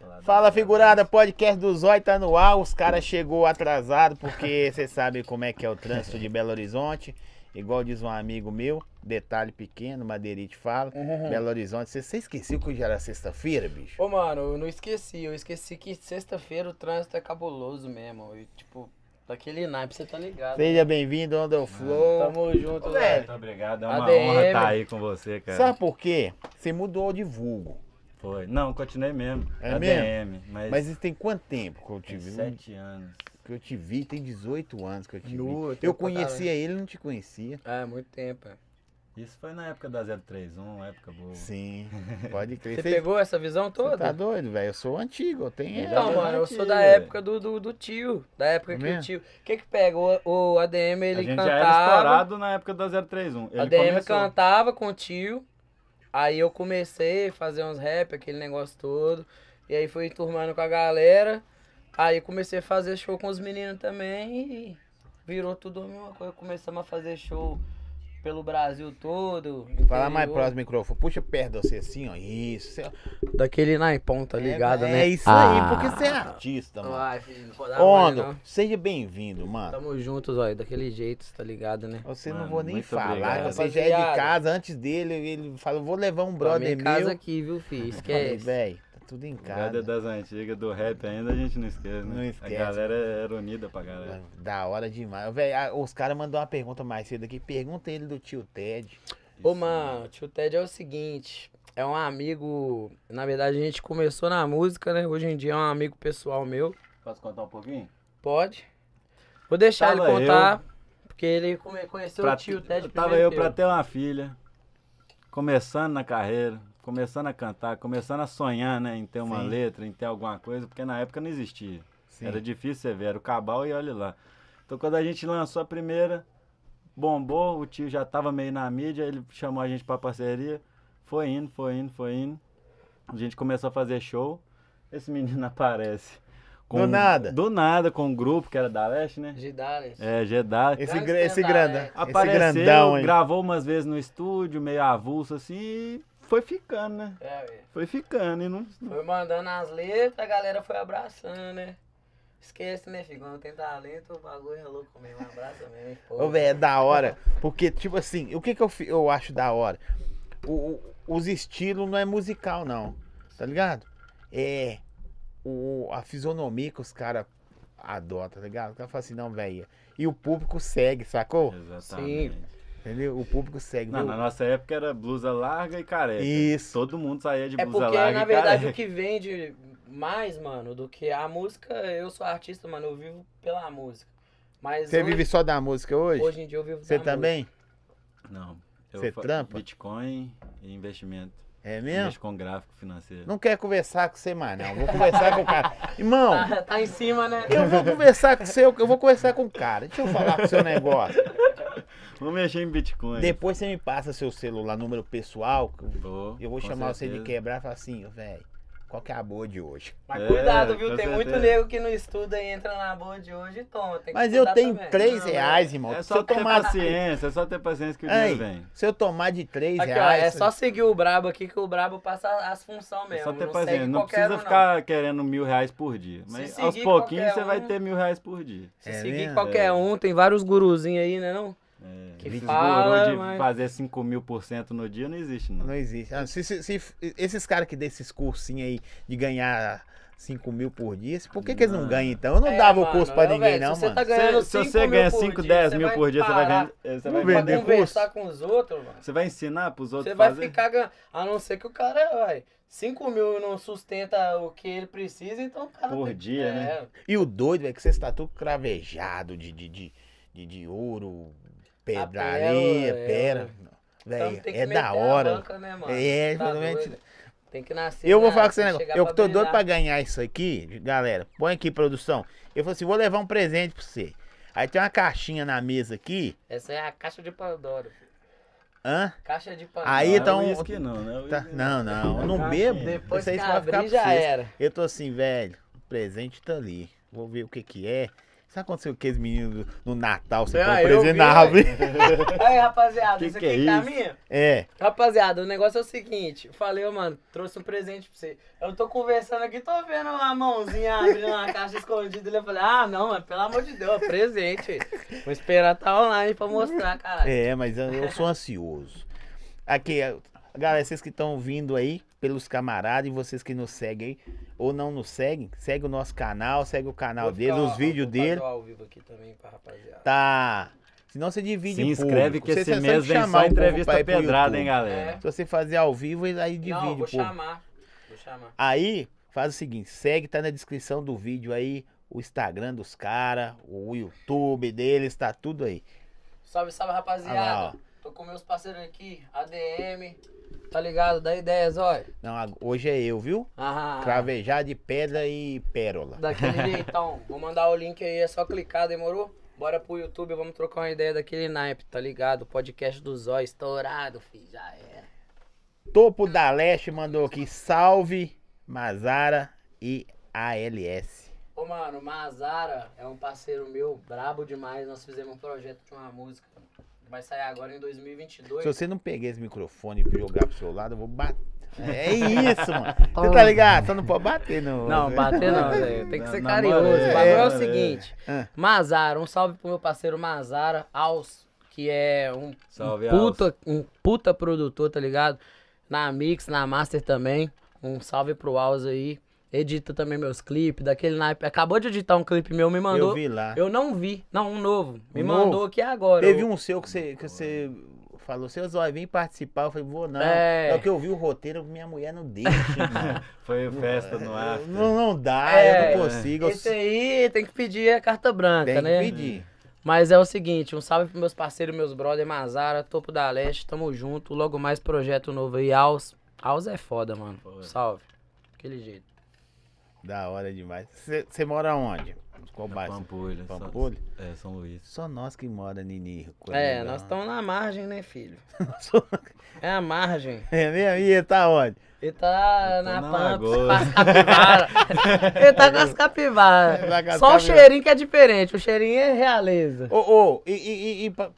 da- Fala, da- figurada, podcast do Zói tá no ar. Os caras chegou atrasado porque você sabe como é que é o trânsito de Belo Horizonte. Igual diz um amigo meu, detalhe pequeno, Madeirite fala. Belo Horizonte, você você esqueceu que hoje era sexta-feira, bicho? Ô, mano, eu não esqueci. Eu esqueci que sexta-feira o trânsito é cabuloso mesmo. E, tipo, daquele naipe, você tá ligado. Seja bem-vindo, ao Onda Flow. Tamo junto, Ô, velho. velho. Muito obrigado, é uma ADM. honra estar aí com você, cara. Sabe por quê? Você mudou de vulgo. Foi. Não, continuei mesmo. É ADM, mas, Mas né? isso tem quanto tempo que eu te tem vi? sete anos. Que eu te vi, tem 18 anos que eu te Nu, vi. tem Eu um contato, conhecia ele, não te conhecia. É, muito tempo. é. Isso foi na época da 031, época boa. Sim, pode crer. Você Cê- pegou essa visão cê tá toda? Então, doido, velho? Eu sou antigo, eu tenho. Não, É, mano, eu verdade, sou da velho. época do, do, do tio. Da época É que mesmo? o tio. O que que pega? O, o ADM A ele gente já era cantava. estourado na época da 031. Ele A DM começou. cantava com o tio. Aí eu comecei a fazer uns rap, aquele negócio todo. E aí fui turmando com a galera. Aí comecei a fazer show com os meninos também. E virou tudo a mesma coisa. Começamos a fazer show pelo Brasil todo. Fala interior. mais próximo do microfone. Puxa perto de você assim, ó. Isso. cê- Daquele naipão, tá ligado, é, né? É isso aí, porque você é artista, mano. Ai, filho, não pode dar mole, Ondo, não. seja bem-vindo, mano. Tamo juntos, ó. Daquele jeito, tá ligado, né? Você não Mano, vou nem muito falar, obrigado. você já é de Rapaziada. casa. Antes dele, ele falou, vou levar um Pra brother minha meu. casa é aqui, viu, filho? Falei, Esquece. velho, tá tudo em Cada casa. das antigas, do rap ainda, a gente não esquece, né? Não esquece. A galera era unida pra galera. Da hora demais. Véi, ah, os caras mandaram uma pergunta mais cedo aqui. Pergunta ele do tio Ted. Ô, mano, o tio Ted é o seguinte. É um amigo. Na verdade, a gente começou na música, né? Hoje em dia é um amigo pessoal meu. Posso contar um pouquinho? Pode. Vou deixar Tava ele contar. Porque ele come- conheceu o tio Ted tava eu primeiro pra que ter uma filha, começando na carreira, começando a cantar, começando a sonhar, né, em ter uma Sim. letra, em ter alguma coisa, porque na época não existia. Sim. Era difícil você ver, era o cabal e olha lá. Então quando a gente lançou a primeira, bombou, o tio já tava meio na mídia, ele chamou a gente pra parceria, foi indo, foi indo, foi indo. A gente começou a fazer show, esse menino aparece. Do nada. Do nada, com um grupo que era da Leste, né? Gidales. É, Jeddah. Esse, Gangsta gra- esse, da grandão, Alex. esse Apareceu, grandão, hein? gravou umas vezes no estúdio, meio avulso assim, e foi ficando, né? É, velho. Foi ficando e não. Foi mandando as letras, a galera foi abraçando, né? Esquece, né, filho? Quando tem talento, o bagulho é louco mesmo. Abraça mesmo, hein, pô. Ô, velho, é da hora. Porque, tipo assim, o que que eu, fi- eu acho da hora? O- o- os estilos não é musical, não. Tá ligado? É o, a fisionomia que os caras adotam, tá ligado? O cara fala assim, não, velho. E o público segue, sacou? Exatamente. Entendeu? O público segue. Não, é, viu? na nossa época era blusa larga e careca. Isso. Todo mundo saía de É blusa porque, larga na e verdade, o careca. que vende mais, mano, do que a música, eu sou artista, mano, eu vivo pela música. Mas Você hoje, vive só da música hoje? hoje em dia eu vivo Você da também? Não. eu Você fa- trampa? Bitcoin e investimento. É mesmo? Mexe com gráfico financeiro. Não quero conversar com você mais, não. Vou conversar com o cara. Irmão, música. Tá, tá em cima, né? eu vou conversar com você, eu vou conversar com o cara. Deixa eu falar com o seu negócio. Vou mexer em Bitcoin. Depois você me passa seu celular, número pessoal. que eu- Eu vou com chamar você certeza. de quebrar e falar assim, "Ô, velho, qual que é a boa de hoje? Mas É, cuidado, viu? com Tem muito certeza. nego que não estuda e entra na boa de hoje e toma. Tem que Mas eu estudar tenho também. 3 Não, reais, irmão. É se eu só ter tomar. paciência, é só ter paciência que o Ei, dinheiro vem. se eu tomar de 3 Aqui, ó, reais. é só seguir o Brabo aqui que o Brabo passa as funções É mesmo. só ter não paciência. segue Não qualquer precisa um, ficar querendo mil reais por dia. Se Mas seguir aos pouquinhos qualquer você vai um- ter mil reais por dia. Se É seguir mesmo? qualquer um, tem vários guruzinhos aí, né não? É, Que esses fala, guru de mas- fazer 5 mil por cento no dia não existe, não. Não existe. Ah, se- se- se- esses caras que dão esses cursinhos aí de ganhar 5 mil por dia, por que, que eles não Não. ganham então? Eu não É, dava o mano, curso pra é, ninguém, velho, não, se você mano. tá ganhando Se, se 5 você mil ganhar por 5, dia, 10 você mil vai por dia, você vai, parar vender, você, vai Vou pra vender vender conversar com os outros, mano. você vai ensinar pros outros Você vai fazer? ficar ganhando. A não ser que o cara, vai. 5 mil não sustenta o que ele precisa, então o cara. Por tem- dia, é, né? E o doido, velho, que vocês tá tudo cravejado de, de, de, de, de ouro, pedraria, pérola, é, pera. então Velho, tem que é meter da a hora. banca, né, mano? É, Tá exatamente. doido. Tem que nascer. Eu vou né? falar com esse Tem que negócio. chegar Eu que tô doido pra brilhar. ganhar isso aqui, galera. Põe aqui, produção. Eu falei assim: vou levar um presente pra você. Aí tem uma caixinha na mesa aqui. Essa é a caixa de Pandora. filho. Hã? Caixa de Pandora. Aí Não, tá um- é isso que não, né? Tá- Não, não, eu não Caixinha. bebo. Depois isso aí que só vai abrir, ficar pra já vocês. era. Eu tô assim, velho. O presente tá ali. Vou ver o que que é. Sabe quando você aqueles meninos do- no Natal, você Ah, põe um eu presente vi, na ué. árvore? Aí, rapaziada, Que isso que é aqui tá isso? minha? É. Rapaziada, o negócio é o seguinte. eu Falei, ô, mano, trouxe um presente pra você. Eu tô conversando aqui, tô vendo a mãozinha abrindo uma caixa escondida. Eu falei, ah, não, mano, pelo amor de Deus, presente. Vou esperar tá online pra mostrar, caralho. É, mas eu, eu sou ansioso. Aqui, a- galera, vocês que estão vindo aí, pelos camaradas e vocês que nos seguem aí, ou não nos seguem, segue o nosso canal, segue o canal Vou dele, ficar- os vídeos vou fazer dele. ao vivo aqui também pra rapaziada. Tá. Senão você divide Se em inscreve público. que Você- esse você tem mês que vem chamar o só povo pra entrevista ir pro pedrada, YouTube. hein, galera? É. Se você fazer ao vivo, aí divide Não, vou público. chamar. Vou chamar. Aí, faz o seguinte, segue, tá na descrição do vídeo aí, o Instagram dos caras, o YouTube deles, tá tudo aí. Salve, salve, rapaziada. Ah, lá, ó. Tô com meus parceiros aqui, ADM. Tá ligado? Dá ideias, ó. Não, ag- hoje é eu, viu? Ah, Cravejar de pedra e pérola. daquele jeitão. Vou mandar o link aí, é só clicar, demorou? Bora pro YouTube, vamos trocar uma ideia daquele naipe, tá ligado? Podcast do Zói estourado, fi, já era. Topo da Leste mandou aqui, salve Mazara e ALS. Ô, mano, o Mazara é um parceiro meu, brabo demais. Nós fizemos um projeto de uma música. que Vai sair agora em 2022. Se você não pegar esse microfone e jogar pro seu lado, eu vou bater. É isso, mano. Você tá ligado? Só não pode bater, não. Não, bater não, velho. Tem que Na- ser na carinhoso. moral, O bagulho é o é, seguinte. é. Mazara, um salve pro meu parceiro Mazara, Aos, que é um Salve, puta, Alce. um puta produtor, tá ligado? Na Mix, na Master também. Um salve pro Alves aí. Edita também meus clipes, daquele naipe. Acabou de editar um clipe meu, me mandou. Eu vi lá. Eu não vi. Não, um novo. Me Um mandou novo? aqui agora. Teve Eu- um seu que você, que você falou, seu Zóio, vem participar. Eu falei, vou não. É. Só que eu vi o roteiro, minha mulher não deixa, mano. Foi festa no ar. não, não dá, É. eu não consigo. Eu Esse aí tem que pedir a carta branca, tem que né? pedir. Mas é o seguinte, um salve pros meus parceiros, meus brother Mazara, Topo da Leste, tamo junto. Logo mais projeto novo aí, Aus. Aus é foda, mano. Salve. Aquele jeito. Da hora demais. Você você mora onde? Qual Na bairro? Pampulha. São- Pampulha? É, São Luís. Só nós que mora em Rico. é, nós estamos na margem, né, filho? É a margem. É mesmo? E ele tá onde? Ele tá Eu tô na, na pampa, lagoa. com as capivaras. Ele tá com as Ele tá com capivaras. as Só o capivaras. cheirinho que é diferente. O cheirinho é realeza. Ô, ô, e, e, e- e pra-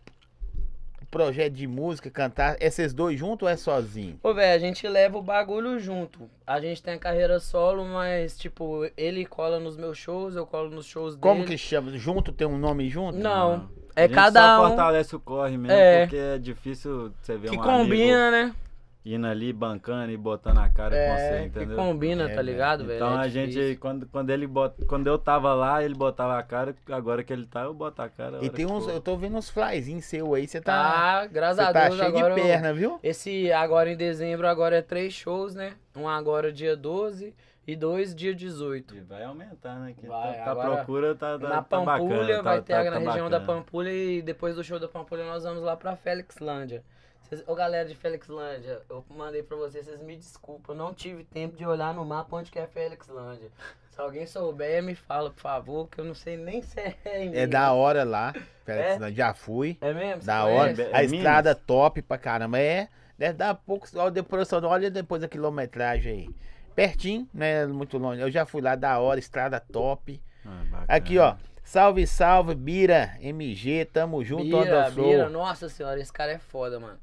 projeto de música, cantar, é vocês dois juntos ou é sozinho? Ô, velho, a gente leva o bagulho junto. A gente tem a carreira solo, mas, tipo, ele cola nos meus shows, eu colo nos shows Como dele. que chama? Junto tem um nome junto? Não, A é gente cada só um fortalece o corre mesmo, É. porque é difícil você ver que um amigo combina, né? indo ali, bancando e botando a cara com você, É, que entendeu? combina, É, tá ligado, velho? Então É a difícil. gente, quando, quando, ele bota, quando eu tava lá, ele botava a cara, agora que ele tá, eu boto a cara. a E hora tem que uns, for. eu tô vendo uns flyzinhos seu aí, você tá, Tá, graças você a tá Deus, cheio agora de eu- perna, viu? Esse agora em dezembro, agora é três shows, né? Um agora dia 12 e dois dia 18. E vai aumentar, né? Que Vai, tá, tá agora é procura, tá, tá, na tá Pampulha, bacana. vai tá, ter tá- na tá região da bacana. Pampulha e depois do show da Pampulha nós vamos lá pra Felixlândia. Vocês, ô galera de Felixlândia, eu mandei pra vocês, vocês me desculpam, eu não tive tempo de olhar no mapa onde que é Felixlândia. Se alguém souber, me fala, por favor, que eu não sei nem se é. em É Minas. da hora lá, pera, É? senão já fui, É mesmo? Você da hora, conhece? É a Minas? estrada top pra caramba, é, deve dar pouco, olha depois, olha depois a quilometragem aí, pertinho, né, muito longe, eu já fui lá, da hora, estrada top, Ah, bacana. aqui ó, salve, salve, Bira, MG, tamo junto, onde Bira, eu sou, Bira, nossa senhora, esse cara é foda, mano.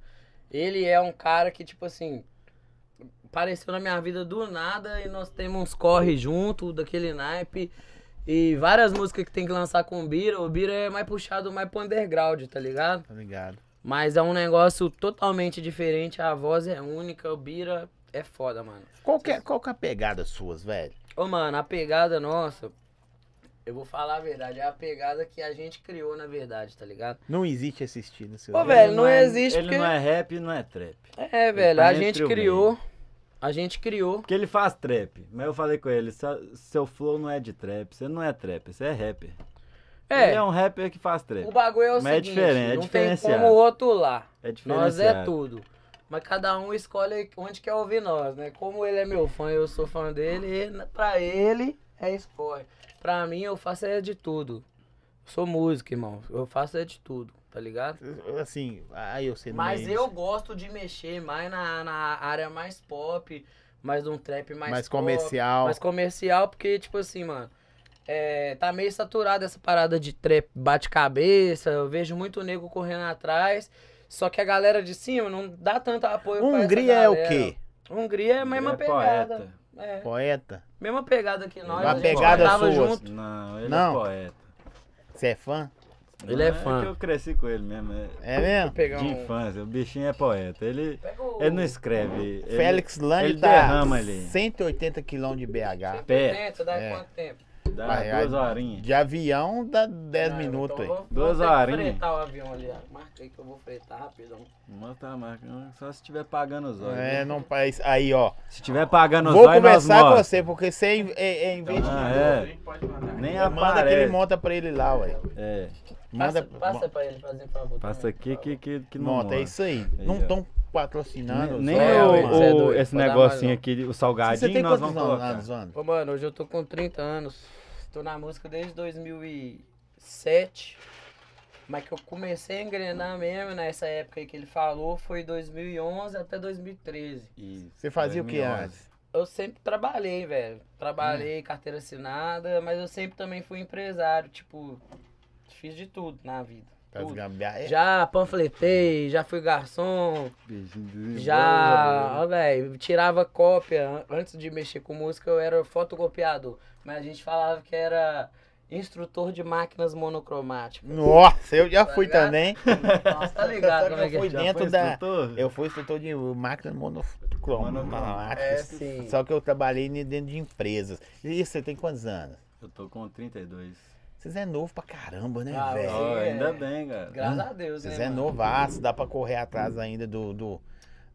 Ele é um cara que, tipo assim, apareceu na minha vida do nada e nós temos uns corre junto, daquele naipe. E várias músicas que tem que lançar com o Bira. O Bira é mais puxado mais pro underground, tá ligado? tá ligado? Mas é um negócio totalmente diferente, a voz é única, o Bira é foda, mano. Qual que, é, qual que é a pegada suas, velho? Ô, mano, a pegada nossa, eu vou falar a verdade, é a pegada que a gente criou, na verdade, tá ligado? Não existe esse estilo seu. Ô, né? velho, não é- existe Ele porque- não é rap e não é trap. É, velho, tá a entre gente o meio. criou. A gente criou. Porque ele faz trap. Mas eu falei com ele, "Seu- seu flow não é de trap, você não é trap, você é rapper. É, Ele é um rapper que faz trap. o bagulho é o Mas é seguinte, diferente, é não tem diferenciado. como rotular. É Nós diferenciado. é tudo. Mas cada um escolhe onde quer ouvir nós, né? Como ele é meu fã, eu sou fã dele, e pra ele é esporte. Pra mim, eu faço é de tudo. Eu sou músico, irmão. Eu faço é de tudo, tá ligado? Assim, aí eu sei não é Mas isso. eu gosto de mexer mais na, na área mais pop, mais um trap mais mais pop, comercial. Mas comercial, porque, tipo assim, mano, é, tá meio saturado essa parada de trap bate-cabeça. Eu vejo muito nego correndo atrás. Só que a galera de cima não dá tanto apoio pra essa Hungria é o galera. quê? Hungria é a mesma Ele é pegada. poeta. É, Poeta? mesma pegada que nós. Uma a gente pegada cantava sua. junto. Não, ele Não. é poeta. Você é fã? Ele é Não, fã. que eu cresci com ele mesmo. é- É mesmo? Pegar De um... infância, o bichinho é poeta. Ele, Pega o... ele não escreve. ele- Félix Lange ele dá derrama ali. 180 quilômetros de BH. pé. Dentro, dá É. quanto tempo? Dá Vai, duas vai. horinhas. De avião dá 10 Não, minutos então aí. vou- vou Duas ter que horinhas. fretar o avião ali, ó. Marca aí que eu vou fretar rapidão. Mostra a marca. Só se estiver pagando os olhos. né? né? É, não faz. Aí, ó. Se estiver pagando os Vou olhos, nós conversar com mostra. você, porque você é, é, é investidor. Ah, é. Nem aparece. Manda que ele monta pra ele lá, ué. É, Manda. passa, passa pra ele fazer um favor. passa também, por aqui favor. que, que, que não Monta, é mostra. isso aí. Aí, Não ó. estão patrocinando. Nem só nem é, o- velho, você é o- doido, esse vou dar negocinho mais um. aqui, o Você salgadinho, tem nós quantos vamos anos, colocar. anos, anos? Ô, mano, hoje eu tô com 30 anos. Tô na música desde 2007. Mas que eu comecei a engrenar mesmo nessa época aí que ele falou foi 2011 até 2013. Isso, é Você fazia o que 2011. antes? Eu sempre trabalhei, velho. Trabalhei, carteira assinada, mas eu sempre também fui empresário. Tipo, fiz de tudo na vida. Tá Tudo. desgambiar- é, Já panfletei, já fui garçom, Beijinho de Já, ó, velho, tirava cópia. An- Antes de mexer com música, eu era fotocopiador. Mas a gente falava que era instrutor de máquinas monocromáticas. Nossa, eu já fui ligado? também. Nossa, tá ligado como é que Eu é? fui Já dentro foi da. instrutor? Eu fui instrutor de máquina monocromática. É, sim. Só que eu trabalhei ne- dentro de empresas. E você tem quantos anos? Eu tô com 32. Vocês é novo pra caramba, né, Ah, velho? Ó, é. ainda bem, cara. Graças a Deus, né? Vocês é mano? novaço, dá pra correr atrás ainda do. do O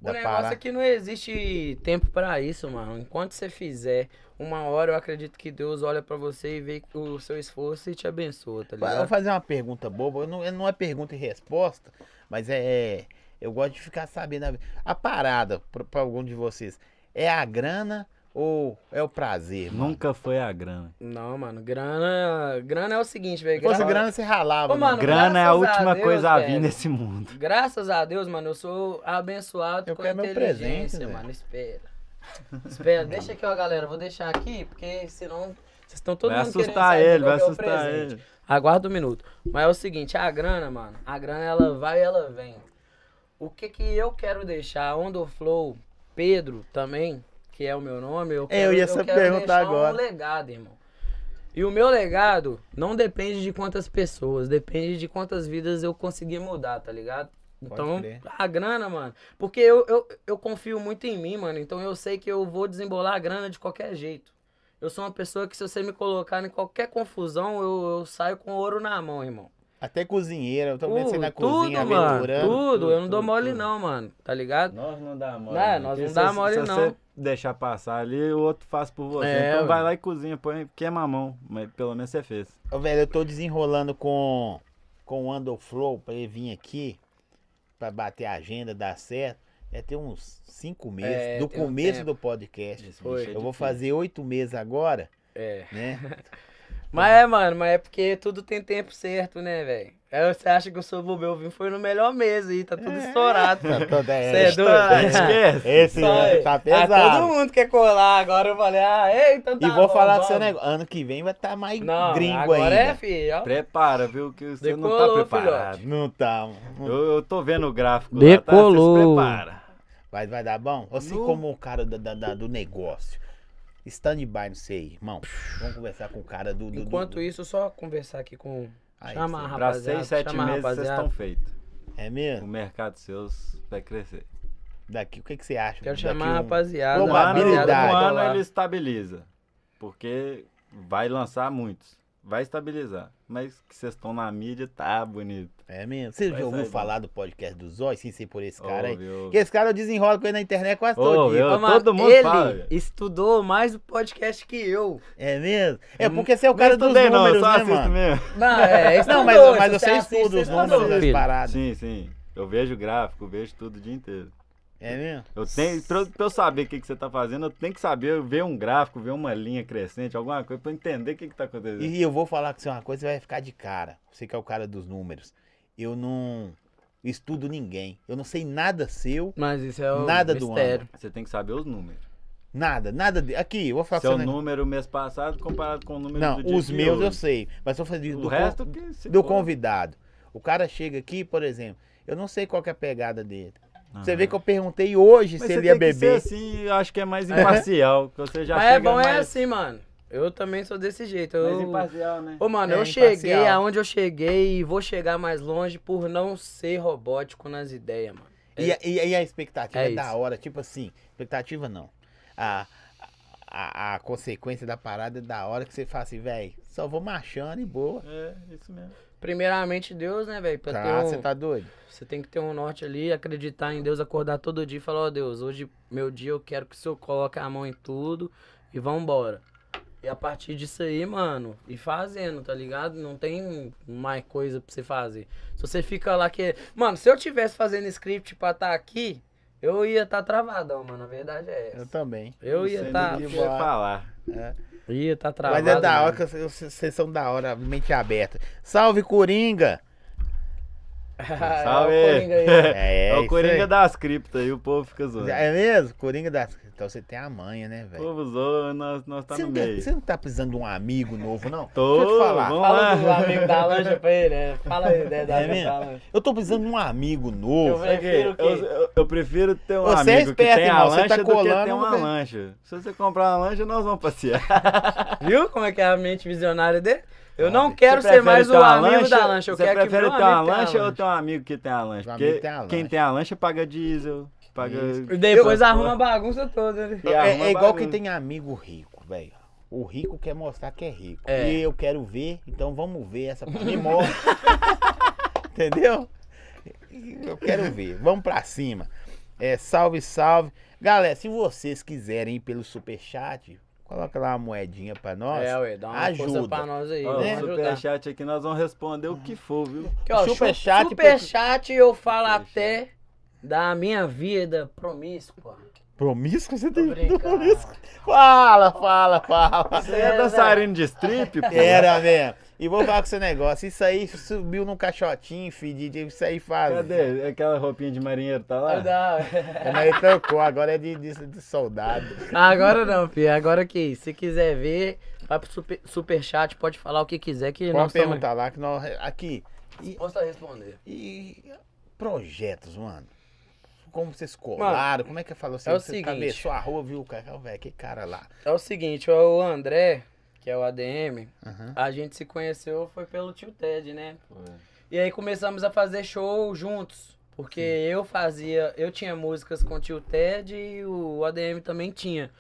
da negócio parada. é que não existe tempo pra isso, mano. Enquanto você fizer, uma hora eu acredito que Deus olha pra você e vê o seu esforço e te abençoa, tá Eu vou ligado? fazer uma pergunta boba, eu não, eu não é pergunta e resposta, mas é. Eu gosto de ficar sabendo. a- A parada, pra, pra algum de vocês, é a grana ou é o prazer? mano? Nunca foi a grana. Não, mano, grana. Grana é o seguinte, Se velho. fosse grana, você ralava. Ô, mano. mano, grana é a graças a última Deus, coisa a vir velho. nesse mundo. Graças a Deus, mano, eu sou abençoado Eu com quero meu inteligência, presente, mano. Espera. Espera, deixa aqui, ó, galera. Vou deixar aqui, porque senão vocês estão todo vai mundo querendo assustar saber ele, qual vai que é o assustar presente. ele. Aguarda um minuto. Mas é o seguinte, a grana, mano, a grana ela vai e ela vem. O que que eu quero deixar? On the Flow, Pedro também, que é o meu nome, eu quero, eu ia só quero perguntar deixar agora. um legado, irmão. E o meu legado não depende de quantas pessoas, depende de quantas vidas eu conseguir mudar, tá ligado? Então, crer. a grana, mano. Porque eu, eu, eu confio muito em mim, mano. Então eu sei que eu vou desembolar a grana de qualquer jeito. Eu sou uma pessoa que se você me colocar em qualquer confusão, eu, eu saio com ouro na mão, irmão. Até cozinheira, eu tô vendo você Tudo, na tudo, cozinha, mano. aventurando. Tudo, eu não tudo, dou mole tudo. não, mano. Tá ligado? Nós não dá mole. Não, né? nós Porque não se dá você- mole, se não. você deixar passar ali, o outro faz por você. É, então ué. vai lá e cozinha, põe, queima a mão. Mas pelo menos você fez. Ô, velho, eu tô desenrolando com, com o Underflow pra ele vir aqui, pra bater a agenda, dar certo. É ter uns cinco meses, É, do tem um começo tempo. do podcast. Esse Foi. bicho é Eu vou difícil. fazer oito meses agora, É. né? Mas é, mano, mas é porque tudo tem tempo certo, né, velho? Aí Você acha que eu sou bobo, eu vim foi no melhor mês aí, tá tudo estourado. Tá todo- Você é é, Ah, doido? Esquece. esse Só ano aí. tá Ah, todo pesado. mundo quer colar. Agora eu falei, ah, eita, tá e vou bom, falar do seu vamos. negócio. Ano que vem vai estar mais Não, gringo agora ainda. é, filho. ó. Prepara, viu? Que você Decolou, não tá preparado. Não tá. mano. Eu, eu tô vendo o gráfico Decolou. lá, tá? Você se prepara. Vai, vai dar bom? Assim Não. como o cara da, da- da- do negócio. Stand-by, não sei, irmão. Vamos conversar com o cara do. do Enquanto isso, só conversar aqui com. Aí, chama a sim. Pra rapaziada. seis, sete chama a meses vocês rapaziada. estão feitos. É O mesmo? mercado seus vai crescer. Daqui, o que, que você acha? Quero Daqui chamar um- a rapaziada. Um ano, Probabilidade. um rapaziada, ano colar. ele estabiliza. Porque vai lançar muitos. Vai estabilizar. Mas que vocês estão na mídia, tá bonito. É mesmo? Você Vai já ouviu sair, falar do podcast do Zói, sem ser por esse cara aí? Ouve, ouve. Porque esse é cara eu desenrolo com ele na internet quase Ô, todo dia. eu- Ô, mano, todo mundo ele fala, velho. estudou mais o podcast que eu. É mesmo? É Hum, porque você é o Não cara dos estudei, não, números, só né, assisto mano? mesmo. Não, é, Não, estudou, mas, se mas você você assiste, estuda os você estudou, números das filho. paradas. Sim, sim. Eu vejo gráfico, vejo tudo o dia inteiro. É mesmo? Eu tenho, pra, pra eu saber o que, que você tá fazendo, eu tenho que saber ver um gráfico, ver uma linha crescente, alguma coisa, pra eu entender o que, que tá acontecendo. E eu vou falar com você é uma coisa, você vai ficar de cara. Você que é o cara dos números. Eu não estudo ninguém. Eu não sei nada seu, Mas isso é o Nada do mistério. Você tem que saber os números. Nada, nada. De... Aqui, eu vou falar pra Seu você, né? número mês passado comparado com o número Não, do dia os de meus hoje. eu sei. Mas eu vou fazer O do, con- resto que se do for. convidado. O cara chega aqui, por exemplo, eu não sei qual que é a pegada dele. Você Aham. vê que eu perguntei hoje Mas se você ele ia tem que ser beber. assim, eu acho que é mais imparcial. que você já Mas chega é bom, é mais, assim, mano. Eu também sou desse jeito. mais Eu... imparcial, né? Ô, mano, É, eu imparcial. cheguei aonde eu cheguei e vou chegar mais longe por não ser robótico nas ideias, mano. assim. E, a- e, e a expectativa É é da isso. hora, tipo assim, expectativa não. A, a, a consequência da parada é da hora que você fala assim, velho, só vou marchando e boa. É, isso mesmo. Primeiramente, Deus, né, velho? Pra Cara, ter um- você tá doido? Você tem que ter um norte ali, acreditar em Deus, acordar todo dia e falar, ó Deus, hoje, meu dia, eu quero que o Senhor coloque a mão em tudo e vambora. E a partir disso aí, mano, e fazendo, tá ligado? Não tem mais coisa pra você fazer. Se você fica lá que. Mano, se eu tivesse fazendo script pra estar aqui, eu ia estar travadão, mano. A verdade é Eu essa. também. Eu Não sei nem ia tá estar. o que de eu ia boa. falar. Ia estar tá travado. Mas é da hora, mano. que vocês- vocês são da hora, mente aberta. Salve, Coringa! É, Salve! o Coringa aí. É, É isso o Coringa aí. das criptas e o povo fica zoando. É mesmo? Coringa da. Então você tem a manha, né, O velho? povo zoa, nós, nós tá Você, no não tem- meio. você não tá precisando de um amigo novo, não? Tô, Deixa eu te falar. vamos Fala do lá. amigo da lancha pra ele, né? Fala aí, né? Da É mesmo? da lancha. Eu tô precisando de um amigo Eu novo. vejo- Prefiro Eu, o quê? eu- eu prefiro ter um Você é amigo esperto, que tem a irmão, você lancha tá do que ter colando, uma velho. lancha. Se você comprar uma lancha, nós vamos passear. Viu como é que é a mente visionária dele? Eu não Você quero Ah, Você ser prefere mais ter o uma amigo da lancha. Eu você quero que prefere meu ter uma amigo tenha lancha a ou ter um amigo que tem a lancha? Meu Porque amigo tem a quem lancha. tem a lancha paga diesel, paga... lancha. Depois Eu- arruma a bagunça toda, né? E É- arruma é, igual barulho. quem tem amigo rico, velho. O rico quer mostrar que é rico. É. E eu quero ver, então vamos ver essa pra mim morre. Entendeu? Eu quero ver. Vamos pra cima. É, salve, salve. Galera, se vocês quiserem ir pelo superchat, coloca lá uma moedinha pra nós. é, ué, dá uma ajuda. força pra nós aí. Ó, o né? vamos ajudar. superchat aqui, nós vamos responder o que for, viu? Aqui, ó, Superchat, superchat, superchat eu falo Superchat. até da minha vida promíscua. Promíscuo você Tô tem. brincando. Fala, fala, fala. Você é dançarino de strip, pô? Era mesmo. E vou falar com esse negócio. Isso aí subiu num caixotinho, fedido. Isso aí faz. Cadê? Aquela roupinha de marinheiro tá lá? Não, É, Mas ele trocou, agora é de, de- de soldado. Agora não, filho. Agora que se quiser ver, vai pro super, superchat, pode falar o que quiser que Pode nós estamos perguntar lá que nós. Aqui. dispostos a responder. E projetos, mano. Como vocês colaram? como é que falou assim? é o você seguinte. atravessou a rua, viu o cara, velho, que cara lá. É o seguinte, o André, que é o ADM, Aham. a gente se conheceu foi pelo tio Ted, né? Pô, E aí começamos a fazer show juntos. Porque eu fazia, eu tinha músicas com o tio Ted e o ADM também tinha.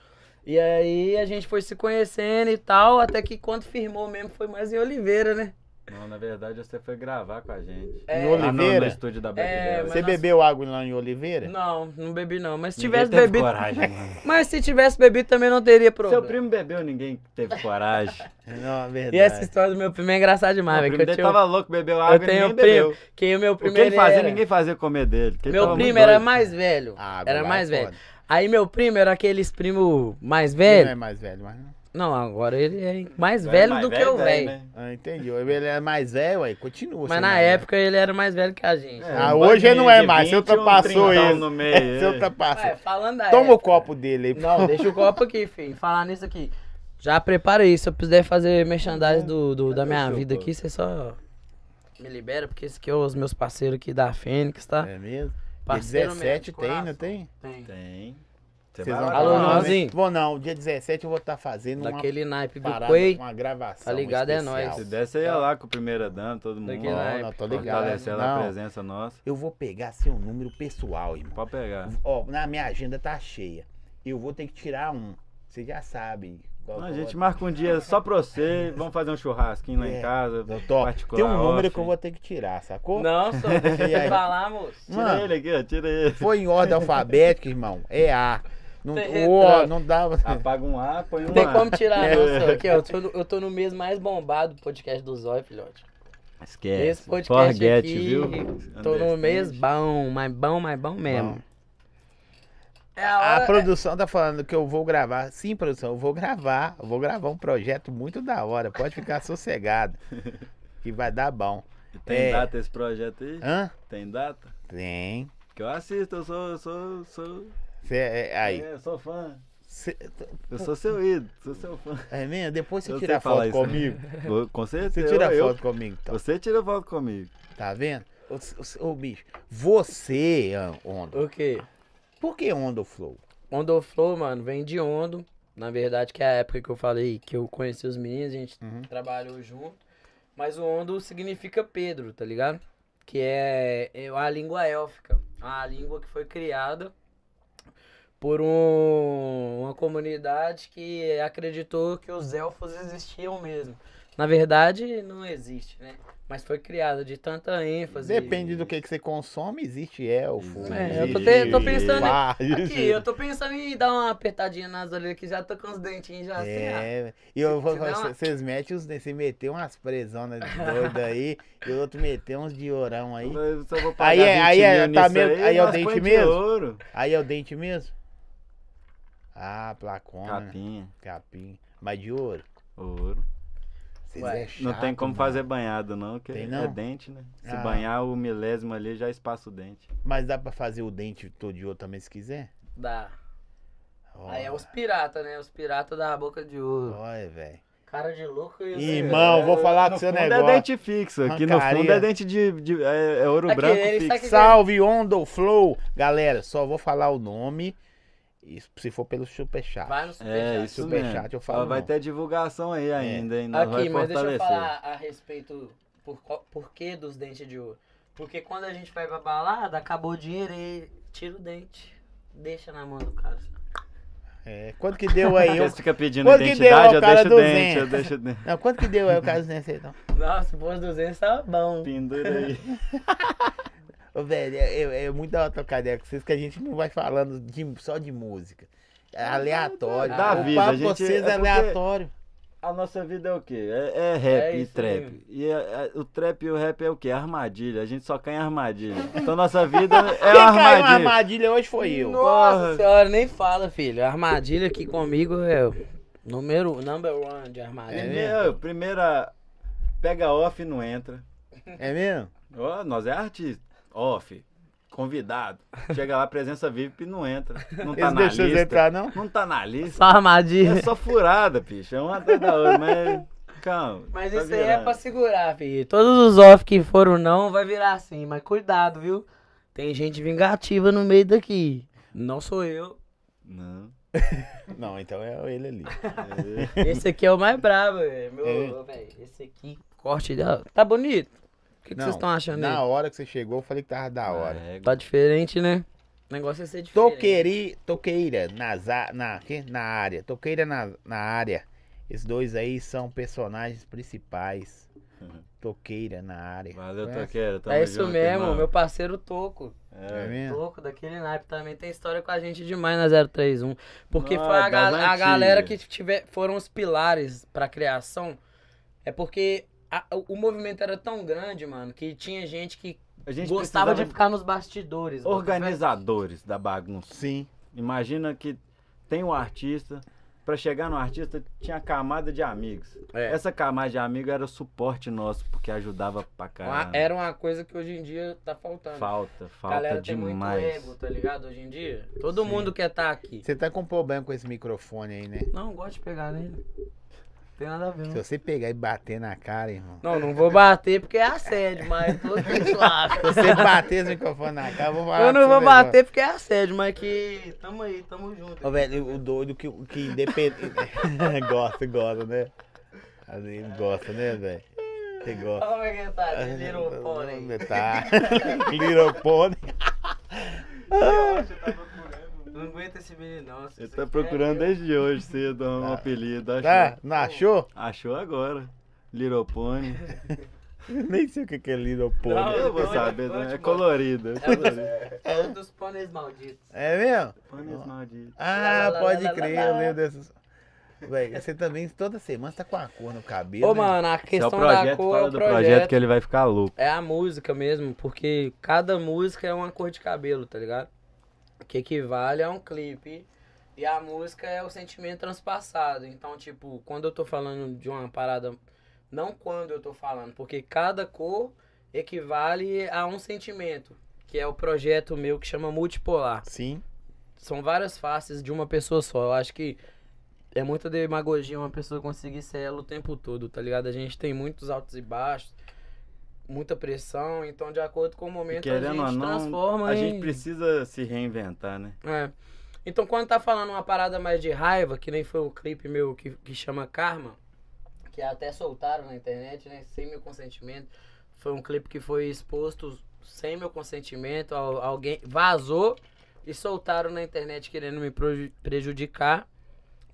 E aí a gente foi se conhecendo e tal, até que quando firmou mesmo foi mais em Oliveira, né? Não, na verdade você foi gravar com a gente. É. Em Lá no, no Oliveira? estúdio da Black É, Devil. mas você nós- bebeu água lá em Oliveira? Não, não bebi não. Mas se É. Ninguém tivesse teve bebido. coragem, mano. Mas se tivesse bebido também não teria Seu problema. primo bebeu, ninguém teve coragem. Não, é verdade. E essa história do meu primo é engraçada demais, o velho. primo que eu dele tinha um- tava louco, bebeu água Eu e tenho ninguém um bebeu. primo, que o meu O primo que ele fazia, era- ninguém fazia comer dele. porque ele Meu tava muito primo era doido. mais velho. A Ah, água era lá é mais velho. foda. Aí meu primo era aqueles primo mais Ele não é velho. mais velho, mas. não. Não, agora ele é mais Era velho mais do que eu, velho. né? Ah, entendi. Ele é mais velho, aí continua. Mas sendo na mais velho. época ele era mais velho que a gente. É, Ah, um hoje ele não é bandinho de mais, você 20 e um ultrapassou trintão ele. no meio, É, você é. ultrapassou. Ué, falando da Toma o época. copo dele aí, por Não, deixa o copo aqui, filho. Falar nisso aqui. Já prepara aí, se eu puder fazer merchandising do, do- da Cadê o minha seu vida copo? aqui, você só me libera, porque esse aqui é os meus parceiros aqui da Fênix, tá? É mesmo? Parceiro Dia mesmo, 17 de tem, não coração. tem? Tem. Tem. Você Vocês vai vão lá. tá Alô, lá, né? Nãozinho? Vou não, dia 17 eu vou estar fazendo Daquele naipe uma do parada, Quay. uma gravação Tá ligado, é especial. nóis. Se né? desse, eu ia lá com a primeira dama, todo mundo. Daqui Não, lá. Ó, não, tô ligado. Fortalecer lá a Não, presença nossa. eu vou pegar seu número pessoal, irmão. Pode pegar. Ó, na minha agenda tá cheia. Eu vou ter que tirar um. Você já sabe. qual Não, que a eu gente vou- marca um dia só pra você. Vamos fazer um churrasquinho lá É. em casa. Eu tô- particular Tem um número off. que eu vou ter que tirar, sacou? Não, só deixa E aí? eu falar, moço. Tira Mano. ele aqui, ó, tira ele. Foi em ordem alfabética, irmão. É A. Não, Tem o, retranca. não dava. Apaga um A, põe um Tem A. como tirar, É. não, senhor. Aqui, ó, eu tô, no, eu tô no mês mais bombado do podcast do Zóio, filhote. É, Esquece. Esse podcast Forget, aqui, viu? tô no Understand. mês bom, mas bom, mas bom mesmo. Bom. É a A hora... produção tá falando que eu vou gravar. Sim, produção, eu vou gravar. Eu vou gravar um projeto muito da hora. Pode ficar sossegado. Que vai dar bom. Tem É. data esse projeto aí? Hã? Tem data? Tem. Que eu assisto, eu sou, eu sou, sou, Cê, é, aí. é, sou fã. Cê- Eu sou seu ídolo, sou seu fã. é mesmo? Depois você Eu tira sei falar foto isso. comigo. Vou- Com certeza. Você tira eu- foto comigo, então. Eu, você tira foto comigo. Tá vendo? Ô, s- ô, bicho, você, ah, Ondo. O quê? Por que Ondo Flow? Ondo Flow, mano, vem de Ondo. Na verdade, que é a época que eu falei que eu conheci os meninos, a gente Uhum. trabalhou junto. Mas o Ondo significa Pedro, tá ligado? Que é é a língua élfica. A língua que foi criada por um- uma comunidade que acreditou que os elfos existiam mesmo. Na verdade, não existe, né? Mas foi criada de tanta ênfase. Depende do que, que você consome, existe elfo. É, eu tô existe te- eu tô pensando em- bardo, Aqui, existe- eu tô pensando em dar uma apertadinha nas orelhas que já tô com os dentinhos já assim, É, e eu vou se falar, dá uma- vocês metem os. Você meteu umas presonas doidas aí, e o outro meteu uns diorão aí. Eu só vou pagar Aí é- 20 aí é- mil tá nisso mesmo- aí é o nós dente põe de mesmo? ouro. Aí é o dente mesmo? Ah, placona, né? capim. Capinha, Mas de ouro. ouro. Vocês Ué, é chato, Não tem como mano. fazer banhado, não, que Tem é não? dente, né? Se Ah. banhar o milésimo ali, já espaça o dente. Mas dá pra fazer o dente todo de ouro também se quiser? ó. Dá. Ó, Aí é os piratas, né? Os piratas da boca de ouro. Olha, velho. Cara de louco e... Irmão, vou falar do Ah, seu No fundo negócio. é dente fixo, aqui no Arrancaria. fundo é dente de... de- é, é ouro Aqui, branco ele fixo. sabe- Salve Ondo Flow! Galera, só vou falar o nome e se for pelo superchat. Vai no superchat. É, isso Superchat, mesmo. eu falo Ó, vai não. É. ter divulgação aí ainda, hein? Nós vai Aqui, mas deixa eu fortalecer. falar a respeito por, qual- por que dos dentes de ouro. Porque quando a gente vai pra balada, acabou o dinheiro e tira o dente. Deixa na mão do cara. É, quanto que deu aí? Vocês Eu... ficam pedindo Quanto que deu identidade, ao eu cara deixo o do dente, Zen? eu deixo o dente. Não, quanto que deu aí o caso desse aí, então? não? Nossa, se fosse 200, tava bom. Pendura aí. Ô, velho, é, é- é muito da hora trocar ideia com vocês que a gente não vai falando de- só de música. É aleatório. Da o vida, papo a gente- com vocês é, é porque- aleatório. A nossa vida é o quê? É, é rap É e isso trap. mesmo. E é- é- o trap e o rap é o quê? Armadilha. A gente só cai em armadilha. Então nossa vida é uma Quem caiu na armadilha. armadilha hoje foi eu. Nossa Porra. senhora, nem fala, filho. A armadilha aqui comigo é o número number one de É É armadilha. Primeiro, primeira pega off e não entra. É mesmo? Ó, nós é artista. Off. Convidado. Chega lá, presença VIP e não entra. Não tá Eles na deixam eles lista. entrar, não? Não tá na lista. Só armadilha. É só furada, bicho. É uma atrás da outra, mas. Calma. Mas tá isso aí é virando. pra segurar, filho. Todos os off que foram não vai virar assim, mas cuidado, viu? Tem gente vingativa no meio daqui. Não sou eu. Não. Não, então é ele ali. É. Esse aqui é o mais brabo, velho. Meu, É. ô, velho, Esse aqui, corte dela. Tá bonito. O que que Não, vocês estão achando Na aí? hora que você chegou, eu falei que tava da hora. É, Tá diferente, né? O negócio é ser diferente. Toqueiri, toqueira nas, a- na, quê? na área. Toqueira na, na área. Esses dois aí são personagens principais. Uhum. Toqueira na área. Valeu, Conhece? Toqueiro. Tamo É isso junto, mesmo, irmão. meu parceiro Toco. É mesmo? Toco daquele naipe também tem história com a gente demais na 031. Porque Nó, foi a, das ga- a antigas. galera que tiver, foram os pilares pra criação. É porque a- o movimento era tão grande, mano, que tinha gente que A gente gostava de precisava ficar nos bastidores. mano. organizadores da bagunça. Sim. Imagina que tem um artista, Pra chegar no artista tinha camada de amigos. É. Essa camada de amigo era o suporte nosso, porque ajudava pra Uma- caralho. Era uma coisa que hoje em dia tá faltando. Falta, falta galera tem demais. muito ego, tá ligado? Hoje em dia. Todo Sim. mundo quer estar aqui. Você tá com problema com esse microfone aí, né? Não, gosto de pegar nele. Tem nada a ver, não. Se você pegar e bater na cara, irmão. Não, não vou bater porque é assédio, mas tô suave. Se você bater esse microfone na cara, eu vou falar. Eu não pra vou você um negócio. bater porque é assédio, mas que tamo aí, tamo junto. Ô, velho, o doido que, que independente. gosta, gosta, né? Ele gosta, né, velho? Você gosta. Como é que tá? de Little Pony. Tá. Little Pony. Não aguenta esse menino, não. se Ele você tá quer, procurando eu- desde hoje cedo um apelido. Achou, Tá? Não achou? achou agora. Little Pony. Nem sei o que que é Little Pony. Não, Eu vou Tá, Pony, saber, Pony, né? é mano. colorido. É colorido. É um dos pôneis malditos. É mesmo? Pôneis malditos. Ah, Lá, lá, pode lá, lá, crer, lá, eu lá. lembro dessas. Véi, você também toda semana tá com a cor no cabelo. Ô, né? mano, a Esse é questão o projeto, da cor é fala o do projeto. projeto que ele vai ficar louco. É a música mesmo, porque cada música é uma cor de cabelo, tá ligado? O que equivale a um clipe. E a música é o sentimento transpassado. Então, tipo, quando eu tô falando de uma parada. Não quando eu tô falando, porque cada cor equivale a um sentimento. Que é o projeto meu que chama Multipolar. Sim. são várias faces de uma pessoa só. Eu acho que é muita demagogia uma pessoa conseguir ser ela o tempo todo, tá ligado? A gente tem muitos altos e baixos, muita pressão, então de acordo com o E momento a gente querendo ou não, transforma a em... gente precisa se reinventar, né? É. Então, quando tá falando uma parada mais de raiva, que nem foi o clipe meu que, que chama Karma, que até soltaram na internet, né? Sem meu consentimento. Foi um clipe que foi exposto sem meu consentimento. al- Alguém vazou e soltaram na internet querendo me proju- prejudicar.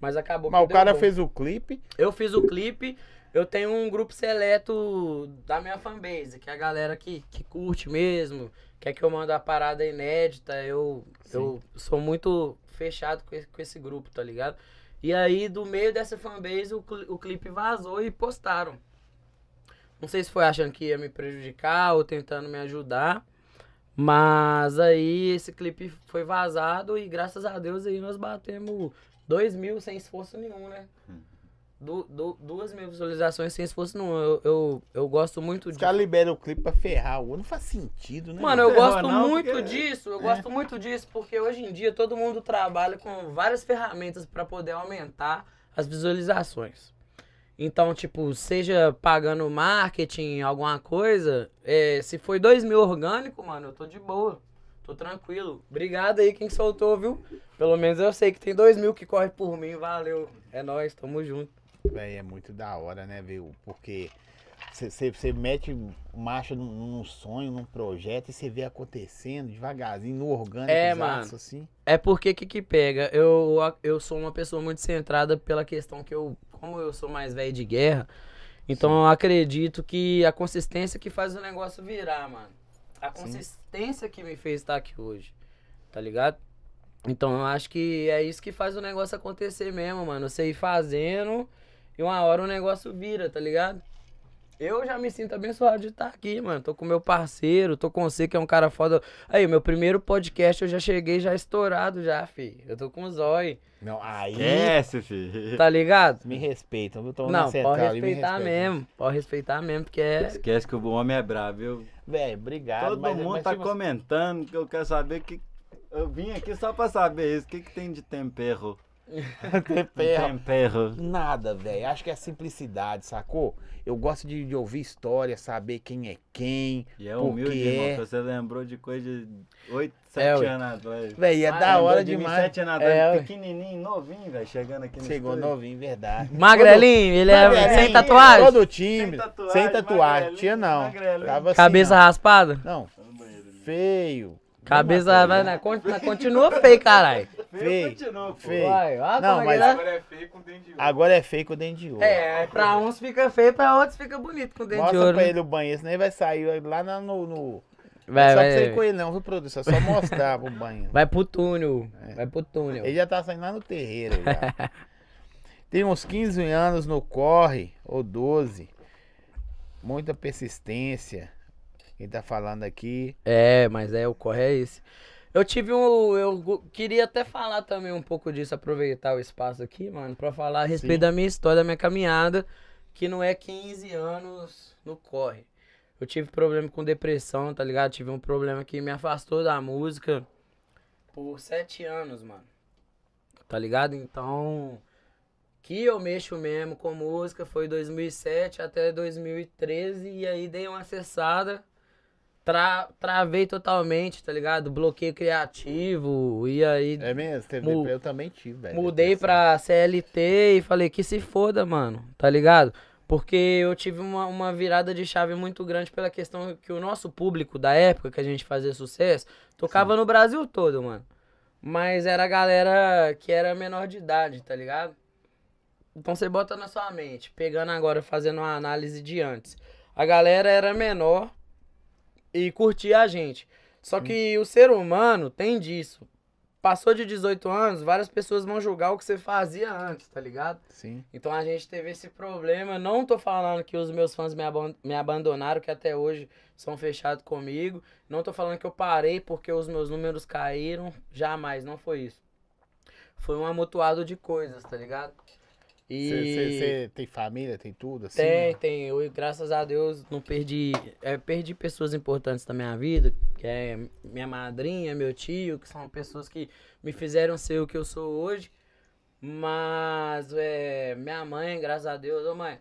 Mas acabou Mas que o deu um- cara bom. fez o clipe. Eu fiz o clipe. Eu tenho um grupo seleto da minha fanbase, que é a galera que, que curte mesmo, quer que eu mande a parada inédita. Eu, Sim. eu sou muito fechado com esse, com esse grupo, tá ligado? E aí, do meio dessa fanbase, o, cli- o clipe vazou e postaram. Não sei se foi achando que ia me prejudicar ou tentando me ajudar. Mas aí esse clipe foi vazado e graças a Deus aí nós batemos 2 mil sem esforço nenhum, né? Hum. Du, du- duas mil visualizações sem esforço nenhum. Eu, eu, eu gosto muito Os disso. caras liberam o clipe pra ferrar o outro. Não faz sentido, né? Mano, eu ferrou, gosto não, muito porque- disso, eu gosto muito disso, porque hoje em dia todo mundo trabalha com várias ferramentas pra poder aumentar as visualizações. Então, tipo, seja pagando marketing, alguma coisa, é, se foi 2 mil orgânico, mano, eu tô de boa. Tô tranquilo. Obrigado aí quem soltou, viu? Pelo menos eu sei que tem 2 mil que corre por mim. Valeu. É nóis, tamo junto. Véi, é muito da hora, né, viu? Porque você mete marcha num, num sonho, num projeto e você vê acontecendo devagarzinho, no orgânico, É, zaço, mano. assim. É porque o que que pega? Eu, eu sou uma pessoa muito centrada pela questão que eu, como eu sou mais velho de guerra, então eu acredito que a consistência que faz o negócio virar, mano. A Sim. consistência que me fez estar aqui hoje, tá ligado? Então eu acho que é isso que faz o negócio acontecer mesmo, mano. Você ir fazendo e uma hora o negócio vira, tá ligado? Eu já me sinto abençoado de estar aqui, mano. Tô com meu parceiro, tô com você, que é um cara foda. Aí, meu primeiro podcast eu já cheguei já estourado já, fi. Eu tô com o zói, Não, aí Esquece, filho. tá ligado? me respeitam, viu? Tô na Não, central pode ali, me né? respeitar respeitam. mesmo. Pode respeitar mesmo, porque é... Esquece que o homem é brabo, viu? Véi, obrigado. Todo mas- mundo mas, tá tipo, comentando que eu quero saber que. Eu vim aqui só pra saber isso. O que, que tem de tempero? Um ferra. Tempero. Nada, velho. Acho que é simplicidade, sacou? Eu gosto de, de ouvir história, saber quem é quem. E é Por humilde, quê? irmão, que você lembrou de coisa de 8, 7 ué. anos atrás. Véi, é Ah, da Lembrou hora Tá de mim, demais. sete anos É, atrás, ué. pequenininho, novinho, velho, chegando aqui no Chegou estúdio. novinho, verdade. é Magrelinho, ele é Magrelinho, sem tatuagem, Todo time. Sem tatuagem. tatuagem, magrelinho, Tinha não. magrelinho. Tava assim, cabeça ó. raspada. Não, Tá no banheiro ali. feio. Cabeça, vai, na, con- na- continua feio, caralho. Feio, Continua, pô. feio. Vai, ó, Não, como é mas- que dá? Agora é feio com dente de ouro. Agora é feio com dente de ouro. É, pra uns fica feio, pra outros fica bonito com dente Mostra de ouro. pra né? ele o banheiro, senão ele vai sair lá na- no. no... Vai, só vai, que sair com vai. ele não, viu, produção? É só mostrar pro banheiro. Vai pro túnel, É. vai pro túnel. Ele já tá saindo lá no terreiro já. Tem uns 15 anos no corre, ou 12. Muita persistência. Quem tá falando aqui. É, mas é, o corre é esse. Eu tive um. Eu go- queria até falar também um pouco disso, aproveitar o espaço aqui, mano, pra falar a respeito Sim. da minha história, da minha caminhada, que não é 15 anos no corre. Eu tive problema com depressão, tá ligado? Tive um problema que me afastou da música por sete anos, mano. Tá ligado? Então. Que eu mexo mesmo com música foi 2007 até 2013, e aí dei uma acessada tra- travei totalmente, tá ligado? Bloqueio criativo. E aí É mesmo? Teve Mu- depre- eu também tive, velho. mudei depressão. pra CLT e falei que se foda, mano, tá ligado? Porque eu tive uma, uma virada de chave muito grande pela questão que o nosso público da época que a gente fazia sucesso tocava no Brasil todo, mano. Mas era a galera que era menor de idade, tá ligado? Então você bota na sua mente, pegando agora, fazendo uma análise de antes. A galera era menor e curtia a gente. Só que o ser humano tem disso. Passou de 18 anos, várias pessoas vão julgar o que você fazia antes, tá ligado? Sim. Então a gente teve esse problema. Não tô falando que os meus fãs me, aban- me abandonaram, que até hoje são fechados comigo. Não tô falando que eu parei porque os meus números caíram. Jamais, não foi isso. Foi um amontoado de coisas, tá ligado? E Você tem família, tem tudo, assim? tem, tem. Eu, graças a Deus, não perdi. é, perdi pessoas importantes da minha vida, que é minha madrinha, meu tio, que são pessoas que me fizeram ser o que eu sou hoje. Mas é, minha mãe, graças a Deus, ô mãe,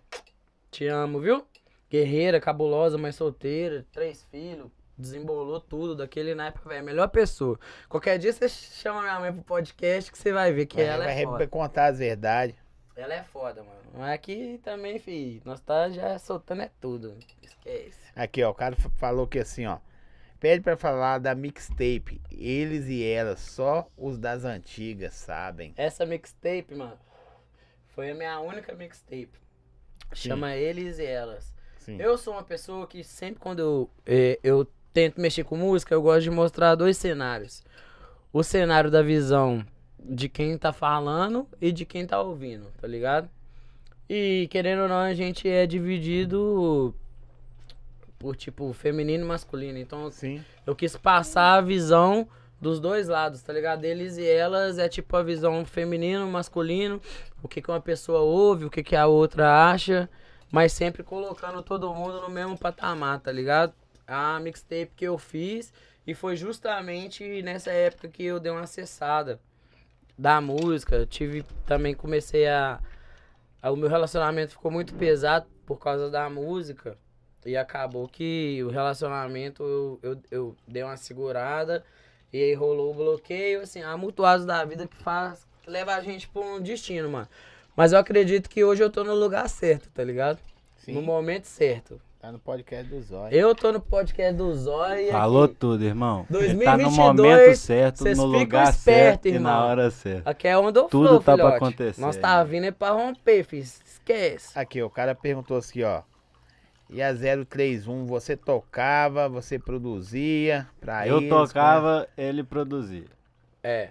te amo, viu? Guerreira, cabulosa, mãe solteira, três filhos, desembolou tudo daquele naipe, velho. Melhor pessoa. Qualquer dia você chama minha mãe pro podcast que você vai ver que Vai, ela vai é re- foda. contar as verdades. Ela é foda, mano. Mas aqui também, fi, nós tá já soltando é tudo. Esquece. Aqui, ó, o cara fa- falou que assim, ó. Pede pra falar da mixtape. Eles e elas, só os das antigas sabem. Essa mixtape, mano, foi a minha única mixtape. Chama Eles e Elas. Sim. Eu sou uma pessoa que sempre quando eu, eh, eu tento mexer com música, eu gosto de mostrar dois cenários. O cenário da visão de quem tá falando e de quem tá ouvindo, tá ligado? E querendo ou não, a gente é dividido por tipo feminino e masculino. Então Sim. eu quis passar a visão dos dois lados, tá ligado? Eles e elas é tipo a visão feminino, masculino, o que, que uma pessoa ouve, o que, que a outra acha, mas sempre colocando todo mundo no mesmo patamar, tá ligado? A mixtape que eu fiz e foi justamente nessa época que eu dei uma acessada da música. Eu tive também comecei a, a- o meu relacionamento ficou muito pesado por causa da música. E acabou que o relacionamento eu, eu, eu dei uma segurada e aí rolou o bloqueio, assim, a mutuosa da vida que faz, que leva a gente pra um destino, mano. Mas eu acredito que hoje eu tô no lugar certo, tá ligado? Sim. No momento certo. Tá no podcast do Zóio. Eu tô no podcast do Zóia. Falou que- tudo, irmão. Ele 2022, tá no momento certo, vocês no ficam lugar esperto, certo e na irmão. hora certa. Aqui é onda ou Tudo flow, tá pra filhote. acontecer, Nós tá né? vindo é pra romper, filho. Esquece. Aqui, o cara perguntou assim, ó. E a 031, você tocava, você produzia pra eu eles, tocava, ele produzia. É.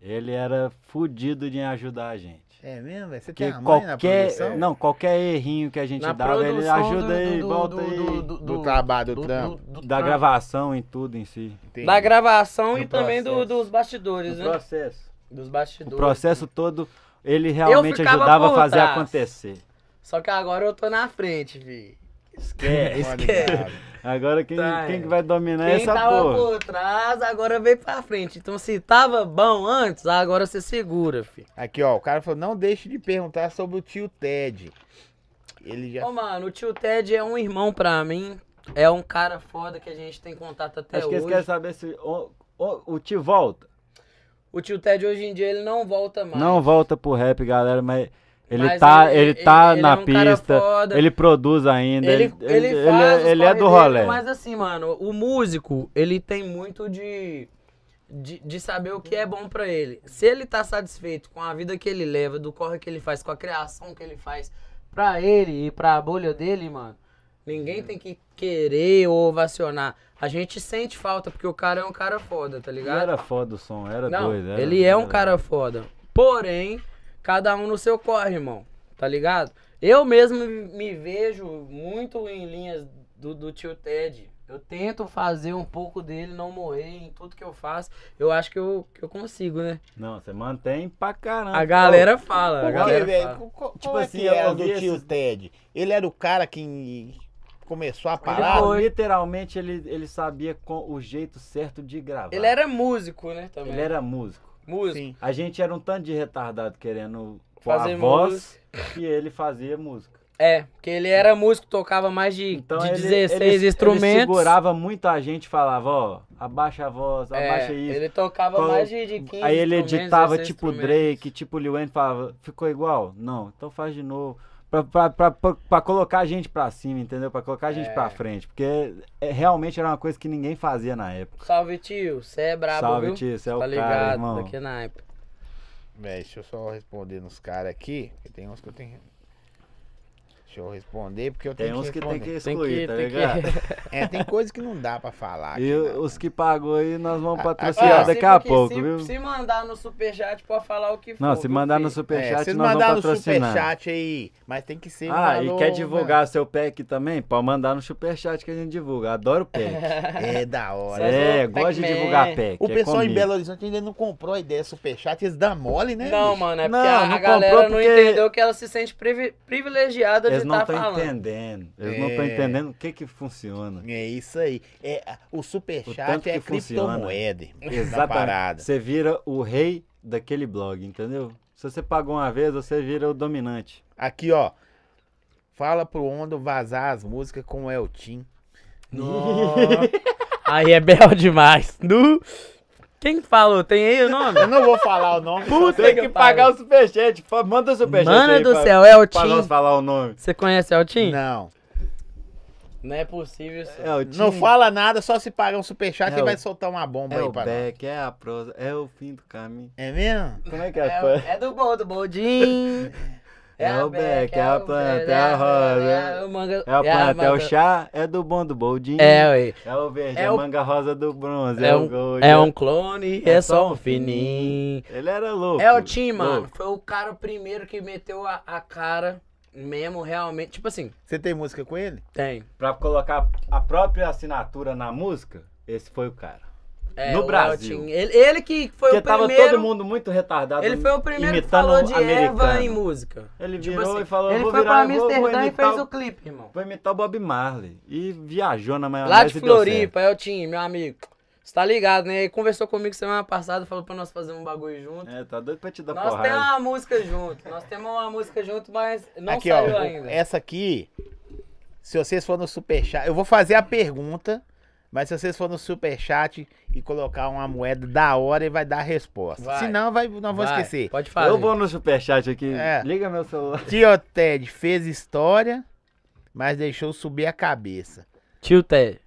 Ele era fudido de ajudar a gente. como é? É mesmo, velho? Você tem Porque a mãe na qualquer, produção? não, qualquer errinho que a gente Na dava, ele produção ajuda do- aí, do- volta do- aí. do- do- Do trabalho, do trampo. da trampo. gravação em tudo em si. Entendi. Da gravação No e também do- processo. dos bastidores, né? processo. Dos O bastidores. processo todo, ele realmente ficava ajudava a por fazer trás. acontecer. Só que agora eu tô na frente, vi. Esquece. Olha, cara. Agora quem, Tá, quem é. que vai dominar Quem essa tava porra? por trás, agora veio pra frente. Então se tava bom antes, agora você segura, fi. Aqui, ó, o cara falou, não deixe de perguntar sobre o tio Ted. Ele já... Ô, mano, o tio Ted é um irmão pra mim. É um cara foda que a gente tem contato até Acho que hoje. eles querem saber se o, o, o Ti volta. O tio Ted hoje em dia ele não volta mais. Não volta pro rap, galera, mas ele Mas tá, ele- ele, ele- tá ele na é um cara pista, foda. ele produz ainda, Ele, ele, ele, ele, faz os ele é corre do dele, rolê. Mas assim, mano, o músico, ele tem muito de, de, de saber o que é bom pra ele. Se ele tá satisfeito com a vida que ele leva, do corre que ele faz, com a criação que ele faz pra ele e pra bolha dele, mano, ninguém tem que querer ou ovacionar. A gente sente falta, porque o cara é um cara foda, tá Ele ligado? era foda o som, era Não, tá doido. era- ele é um era- cara foda. Porém, cada um no seu corre, irmão. Tá ligado? Eu mesmo me vejo muito em linhas do, do tio Ted. Eu tento fazer um pouco dele, não morrer em tudo que eu faço. Eu acho que eu, que eu consigo, né? Não, você mantém pra caramba. A galera fala. A Ah, Por galera quê, velho? fala. Co- co- Tipo como é assim, que eu era do ouvi tio esses- Ted? Ele era o cara que começou a Pô, ele parar? foi- literalmente ele, ele sabia com o jeito certo de gravar. Ele era músico, né? Também. Ele era músico. músico. Sim. A gente era um tanto de retardado querendo pôr Fazer a voz e ele fazia música. É, porque ele era músico, tocava mais de, Então de ele, 16 ele- ele instrumentos. segurava muito a gente, falava, ó, abaixa a voz, É, abaixa isso. Ele tocava Qual- mais de, de 15 Aí ele instrumentos, editava 16 tipo instrumentos. Drake, tipo Lil Wayne, falava, ficou igual? Não, então faz de novo. Pra, pra, pra, pra, pra colocar a gente pra cima, entendeu? Pra colocar a gente pra frente. Porque é, realmente era uma coisa que ninguém fazia na época. Salve, tio. Você é brabo, Salve, viu? tio. Você é o tá cara, ligado, irmão. daqui na época. Véi, deixa eu só responder nos caras aqui, que tem uns que eu tenho... Deixa Deixa eu responder, porque eu Tem tenho uns que tem que responder. excluir, tá tem ligado? É, tem coisa Ah, que não dá pra falar. aqui, E não. os que pagou aí, nós vamos Ah, patrocinar se- Assim, daqui a porque pouco, se, viu? Se mandar no superchat, pode falar o que for. Não, se viu, mandar no filho? É, superchat, vocês nós vamos mandaram no patrocinar. superchat aí, mas tem que ser. um Ah, e valor, quer divulgar seu pack também? Pode mandar no superchat que a gente divulga. Adoro pack. né? É da hora. Cê é É, louco, gosto de Pac-Man. divulgar pack. O é pessoal em comigo. Belo Horizonte ainda não comprou a ideia superchat, eles dão mole, né? Não, bicho? mano, é Não, porque a, não a galera comprou não porque- entendeu que ela se sente privi- privilegiada Eles de não estar estão falando. entendendo. Eles não estão É. entendendo o que que funciona. É isso aí. É, a- o O tanto superchat que é funciona. criptomoeda. irmão, Tá da Exatamente. parada. Você vira o rei daquele blog, entendeu? Se você pagou uma vez, você vira o dominante. Aqui, ó. Fala pro Ondo vazar as músicas com o Eltim. aí é belo demais. Nu. Quem falou? Tem aí o nome? Eu não vou falar o nome. Puta Tem que que pariu. pagar o superchat. fa- Manda o superchat. Mano aí do pra- céu, é o Pra nós Tim. falar o nome. Você conhece o Tim? Não. Não é possível isso. É o Tim. Não fala nada, só se pagar um superchat É ele o- vai soltar uma bomba É aí o pra nós. Beck, é a prosa, é o fim do caminho. É mesmo? Como é que é? pô? É, é do bom, do Boldin. É o Beck, é a planta, Beck, é a rosa, É o manga. É o planta, é o manga- chá, é do bom do boldinho. É, ué. É o verde, É é, o- a manga rosa do bronze, é, É o um, gold. é um clone, é, É só só um um fininho. Ele era louco. É o Tim, mano. louco. Foi o cara primeiro que meteu a, a cara mesmo, realmente. Tipo assim, Você tem música com ele? tem. Pra colocar a própria assinatura na música, esse foi o cara. É, No o Brasil. El Tim. Ele, ele que foi Porque o tava primeiro. todo mundo muito retardado. ele foi o primeiro que imitando falou de americano. erva em música. Ele Tipo virou assim, e falou, ele vou foi virar, pra vou, vou Amsterdã e imitar fez o- o clipe, irmão. Foi imitar o Bob Marley. E viajou na maionese Lá de Ah, e deu Floripa, é o Tim, meu amigo. Você tá ligado, né? Ele conversou comigo semana passada, falou pra nós fazer um bagulho junto. certo. É, tá doido pra te dar nós porrada. temos uma música junto, nós temos uma música junto, mas não aqui, saiu ó. ainda. é, Essa aqui, se vocês for no superchat, eu vou fazer a pergunta, mas se vocês for no superchat e colocar uma moeda da hora, ele vai dar a resposta. Vai. Se não, vai, não vou Vai, esquecer. Pode fazer. Eu vou no superchat aqui. É. Liga meu celular. Tio Ted fez história, mas deixou subir a cabeça. Tio Ted.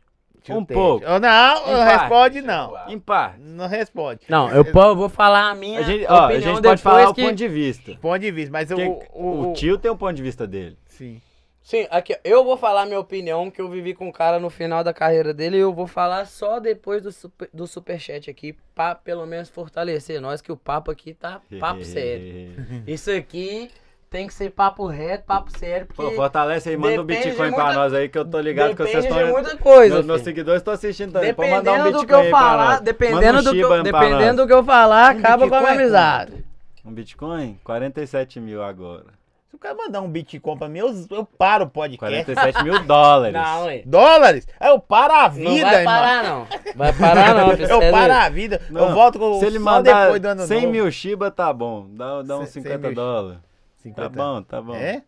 Tio Um Ted. pouco. Oh, não, Um Em não parte. responde não. Impar. Não responde. Não, eu po- vou falar a minha A gente, opinião ó, a gente pode depois falar que... o ponto de vista. Ponto de vista, mas eu, Porque o, o, o tio tem um ponto de vista dele. Sim. Sim, aqui, ó, eu vou falar minha opinião, que eu vivi com o cara no final da carreira dele, e eu vou falar só depois do, super, do superchat aqui, pra pelo menos fortalecer nós, que o papo aqui tá papo sério. Isso aqui tem que ser papo reto, papo sério, porque Pô, fortalece aí, manda um Depende de Bitcoin muita- pra nós aí, que eu tô ligado que depende vocês de estão. muita coisa. meus, meus filho. seguidores estão assistindo também. Pode mandar um Dependendo Bitcoin do que eu aí pra falar, nós. Manda dependendo um do que Shiba eu, pra nós. dependendo do que eu falar, Um acaba com a Bitcoin é amizade. Um Bitcoin? 47 mil agora. Se o cara mandar um Bitcoin pra mim, eu, eu paro o podcast. 47 mil dólares. Não, ué. Dólares? Aí eu paro a vida, Não vai irmão. parar, não. Vai parar, não. filho, cê é Eu paro doido. a vida, eu Não, volto com Se ele é só mandar depois do ano 100 novo. mil Shiba, tá bom. Dá, dá uns Cem- cem 50 mil dólares. 50. Tá bom, tá bom. É?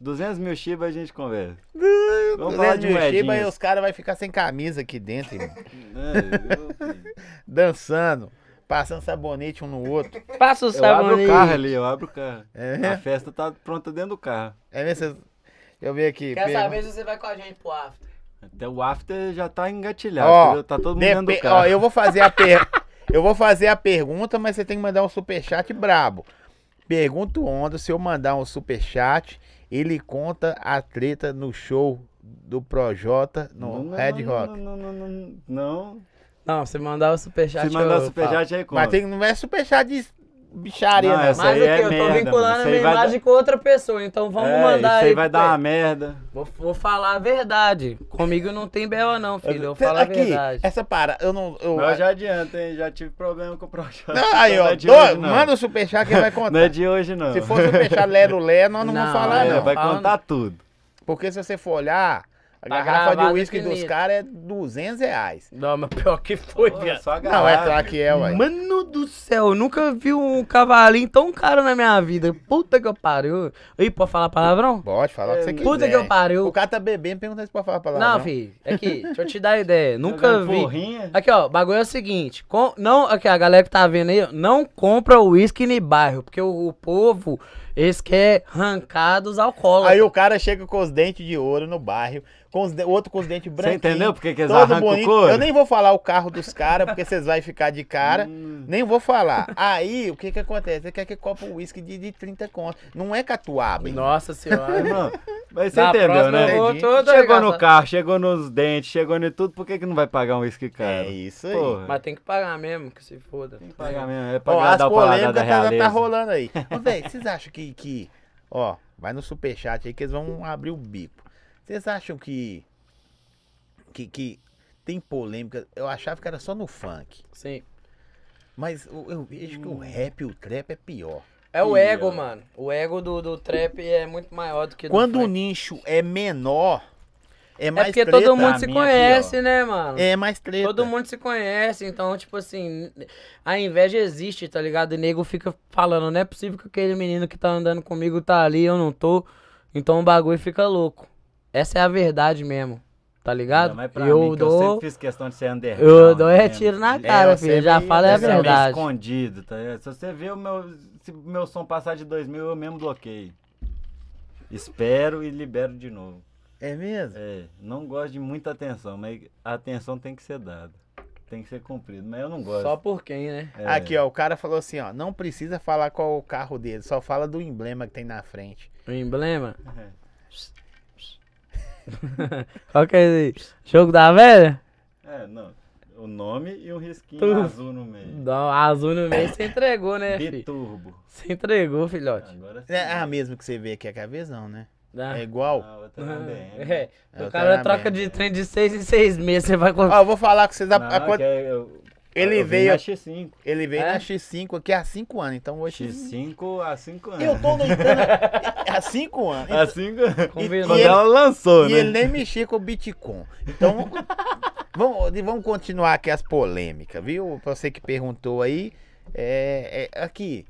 200 mil Shiba a gente conversa. Vamos falar 200 de mil Shiba, aí moedinha. os caras vão ficar sem camisa aqui dentro, irmão. É, eu- dançando, passando sabonete um no outro. Passa o Eu abro o sabonete. carro ali, eu abro o carro. A É, festa tá pronta dentro do carro. é mesmo? vocês- Eu vi aqui. Quer pergunta- saber se você vai com a gente pro after. Até o after já tá engatilhado, Ó, entendeu? Tá todo mundo dentro Depe- do carro. Né, Ó, eu vou fazer a per... eu vou fazer a pergunta, mas você tem que mandar um superchat brabo. Pergunta o Onda, se eu mandar um superchat, ele conta a treta no show do Projota no Red Rock. Não, não, não, não, não. Não, se mandar o superchat. Se mandar eu falo. superchat aí, como? Mas tem, não é superchat de bicharia, Não, não. essa- Mas aí o que? é eu tô merda, mano. vinculando Isso a aí minha vai imagem com outra pessoa, então vamos É, mandar isso aí aí. vai pro dar uma pe- merda. Vou, vou falar a verdade. Comigo não tem bela, não, filho. Eu Cê- falo a aqui, verdade. essa para, eu não. Eu, é. Mas já adianta, hein? Já tive problema com o projeto. Não, aí, Então ó, é de dou- hoje, não. manda o superchat que ele vai Não contar. é de hoje, não. Se for superchat Lero Lé, nós não, Não, vamos falar, É, não. Vai Fala, contar tudo. Porque se você for olhar, a Tá garrafa de gravado uísque dos infinito. caras é 200 reais. Não, mas pior que foi, Pô, viado. só a Não, é garrafa. claro que é, ué. Mano do céu, eu nunca vi um cavalinho tão caro na minha vida. Puta que eu pariu. Ih, pode falar palavrão? Pode falar o que você é quiser. Puta que eu pariu. O cara tá bebendo, pergunta se pode falar pra lá. Não, filho, aqui, deixa eu te dar ideia. Nunca Jogando vi. Porrinha. Aqui, ó, o bagulho é o seguinte. com- não, aqui, a galera que tá vendo aí, ó, não compra uísque em bairro, porque o, o povo Esse quer arrancar dos alcoólatras. Aí o cara chega com os dentes de ouro no bairro, com os de- outro com os dentes Você branquinhos. entendeu por que é que eles Todo arrancam o bonito. couro? Eu nem vou falar o carro dos caras, porque vocês vão ficar de cara. Hum. Nem vou falar. Aí, o que que acontece? Ele quer que copa um uísque de, de 30 conto. Não é catuaba, hein? Nossa senhora. Irmão, mas você Na entendeu, próxima né? eu vou Entendi. toda Chegou no arregaçada. carro, chegou nos dentes, chegou em tudo, por que, que não vai pagar um uísque caro? É isso aí. Porra, Mas tem que pagar mesmo, que se foda. tem que pagar mesmo, é pra Ó, as agradar o paladar da polêmicas tá, realeza. tá rolando aí. Ô, velho, vocês acham que, que. Ó, vai no superchat aí que eles vão abrir o bico. Vocês acham que. Que, que tem polêmica? Eu achava que era só no funk. Sim. Mas eu, eu vejo Hum. que o rap e o trap é pior. É o Ih, ego, ó. mano. O ego do, do trap é muito maior do que do Quando o funk. nicho é menor, é É mais porque treta. todo mundo a se minha conhece, pior. né, mano? É mais treta. Todo mundo se conhece, então, tipo assim, a inveja existe, tá ligado? O nego fica falando, não é possível que aquele menino que tá andando comigo tá ali, eu não tô. Então o bagulho fica louco. Essa é a verdade mesmo, tá ligado? Ainda mais pra eu mim, que eu dou. sempre fiz questão de ser underground. Eu dou é né? tiro na De- cara, eu filho. Já sempre- fala é a Esse meio verdade. escondido, tá ligado? Se você vê o meu. Se o meu som passar de 2000, eu mesmo bloqueio. Espero e libero de novo. É mesmo? É, não gosto de muita atenção, mas a atenção tem que ser dada. Tem que ser cumprida, mas eu não gosto. Só por quem, né? É. Aqui, ó, o cara falou assim, ó, não precisa falar qual o carro dele, só fala do emblema que tem na frente. O emblema. É. Qual que é esse? Jogo da velha? É, não. O nome e o risquinho Tu- azul no meio. Dá um azul no meio, você entregou, né, filho? Biturbo. Você entregou, filhote. Agora sim. É a mesma que você vê aqui, é que a vez não, né? Dá. É igual. Ah, outra é ABM. É, É, o cara tá na troca merda. de trem de seis em seis meses, você vai Ó, comprar. eu vou falar com vocês. a- a Não, quant- que é- eu- Ele eu vim veio- na X5. Ele veio É? na X5 aqui há 5 anos, então hoje... X5 há 5 anos. Eu tô deitando há 5 anos. É, Há 5 anos. Combinou. Quando e ele- ela lançou, E né? ele nem mexia com o Bitcoin. Então, vamos, vamos continuar aqui as polêmicas, viu? Pra Você que perguntou aí. É, é, aqui.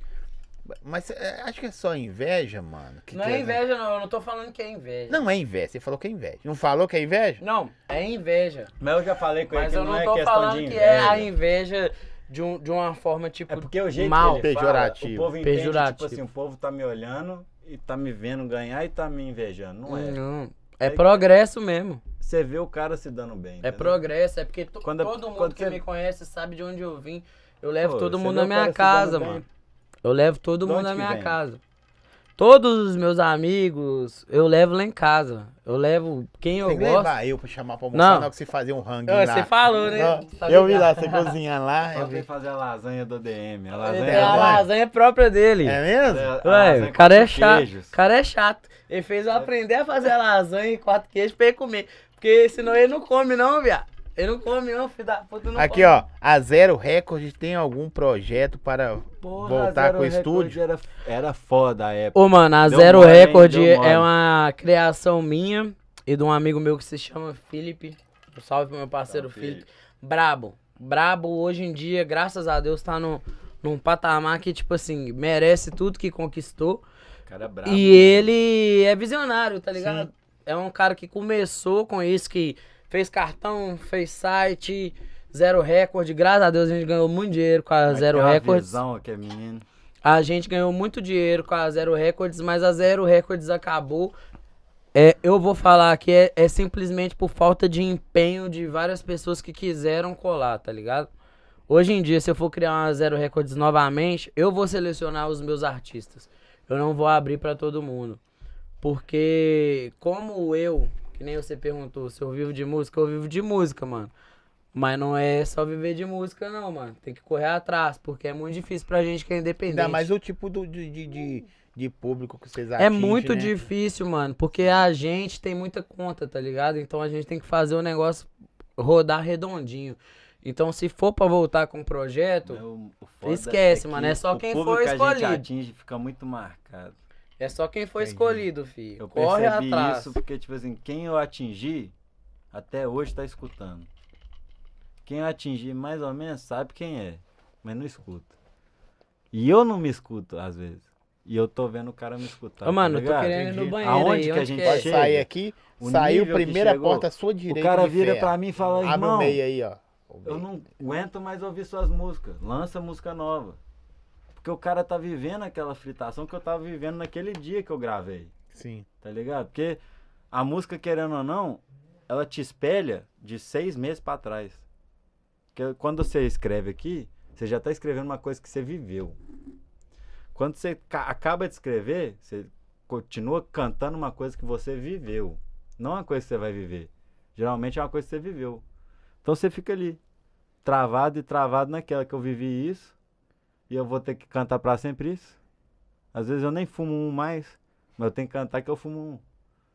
Mas é, acho que é só inveja, mano. que Não que é inveja, não. Eu não tô falando que é inveja. Não é inveja. Você falou que é inveja. Não falou que é inveja? Não, é inveja. Mas eu já falei com ele Mas que eu não é tô questão falando de que inveja. é a inveja de, um, de uma forma, tipo, É porque o jeito mal. que ele Pejorativo. fala, o povo entende, Pejorativo. tipo assim, o povo tá me olhando e tá me vendo ganhar e tá me invejando. Não é. Não, é progresso mesmo. Você vê o cara se dando bem. É entendeu? progresso, é porque to- Quando- todo mundo quando que você- me conhece sabe de onde eu vim. Eu levo Pô, todo você mundo vê na o minha cara se casa, dando bem. mano. Eu levo De todo mundo onde na que minha vem? casa. Todos os meus amigos, eu levo lá em casa. Eu levo quem eu Tem que gosto. levar eu pra chamar pra almoçar, não, Não. que você fazia um rango Ah, lá. você falou, né? Não, Tá eu vi lá, ligado. você cozinha lá. eu Só tem vi. que fazer a lasanha do DM. A Ele lasanha é tem É, a né? lasanha própria dele. É mesmo? a Ué, lasanha o cara com é chato. queijos. O cara é chato. Ele fez eu aprender a fazer a lasanha e quatro queijos pra ele comer. Porque senão ele não come, não, viado. Ele não come, não, filho da puta. Não Aqui, come. ó. A Zero Record tem algum projeto para Porra, voltar Zero com o Record estúdio? Era, era foda a época. Ô, mano, a Deu Zero mole, hein? Record Deu mole. é uma criação minha e de um amigo meu que se chama Felipe. Um salve pro meu parceiro Salve, Felipe. Brabo. Brabo hoje em dia, graças a Deus, tá no, num patamar que, tipo assim, merece tudo que conquistou. O cara é brabo. E ele é visionário, tá ligado? É um cara que começou com isso, que fez cartão, fez site, Zero Record. Graças a Deus a gente ganhou muito dinheiro com a Mas Zero tem é uma Records. visão que é menino. A gente ganhou muito dinheiro com a Zero Records, mas a Zero Records acabou. É, eu vou falar que é, é simplesmente por falta de empenho de várias pessoas que quiseram colar, tá ligado? Hoje em dia, se eu for criar uma Zero Records novamente, eu vou selecionar os meus artistas. Eu não vou abrir pra todo mundo. Porque, como eu, que nem você perguntou, se eu vivo de música, eu vivo de música, mano. Mas não é só viver de música, não, mano. Tem que correr atrás, porque é muito difícil pra gente que é independente. Ainda mais o tipo do, de, de, de- de público que tá vocês É atingem, muito né? difícil, mano, porque a gente tem muita conta, tá ligado? Então a gente tem que fazer o negócio rodar redondinho. Então, se for pra voltar com o projeto, Meu, o foda Esquece, que mano, é só o quem público for que a gente escolhido. atinge fica muito marcado. é só quem for Entendi. escolhido, filho. Eu Corre percebi atrás. isso porque, tipo assim, quem eu atingi, até hoje tá escutando. Quem eu atingi mais ou menos sabe quem é, mas não escuta. E eu não me escuto, às vezes. E eu tô vendo o cara me escutar. Ô, mano, tá eu tô ligado? querendo ir no Entendi. banheiro Aonde aí, que a onde gente que Pode é? chega? sair aqui. O saiu, nível que primeira chegou, porta à sua O direita. cara de vira ferro. pra mim e fala, Abre irmão, o meio aí, ó. eu não aguento mais ouvir suas músicas. Lança música nova. Porque o cara tá vivendo aquela fritação que eu tava vivendo naquele dia que eu gravei. Sim. Tá ligado? Porque a música, querendo ou não, ela te espelha de seis meses pra trás. Porque quando você escreve aqui, você já tá escrevendo uma coisa que você viveu. Quando você ca- acaba de escrever, você continua cantando uma coisa que você viveu. Não uma coisa que você vai viver. Geralmente é uma coisa que você viveu. Então você fica ali, travado e travado naquela que eu vivi isso, e eu vou ter que cantar pra sempre isso. Às vezes eu nem fumo um mais, mas eu tenho que cantar que eu fumo um.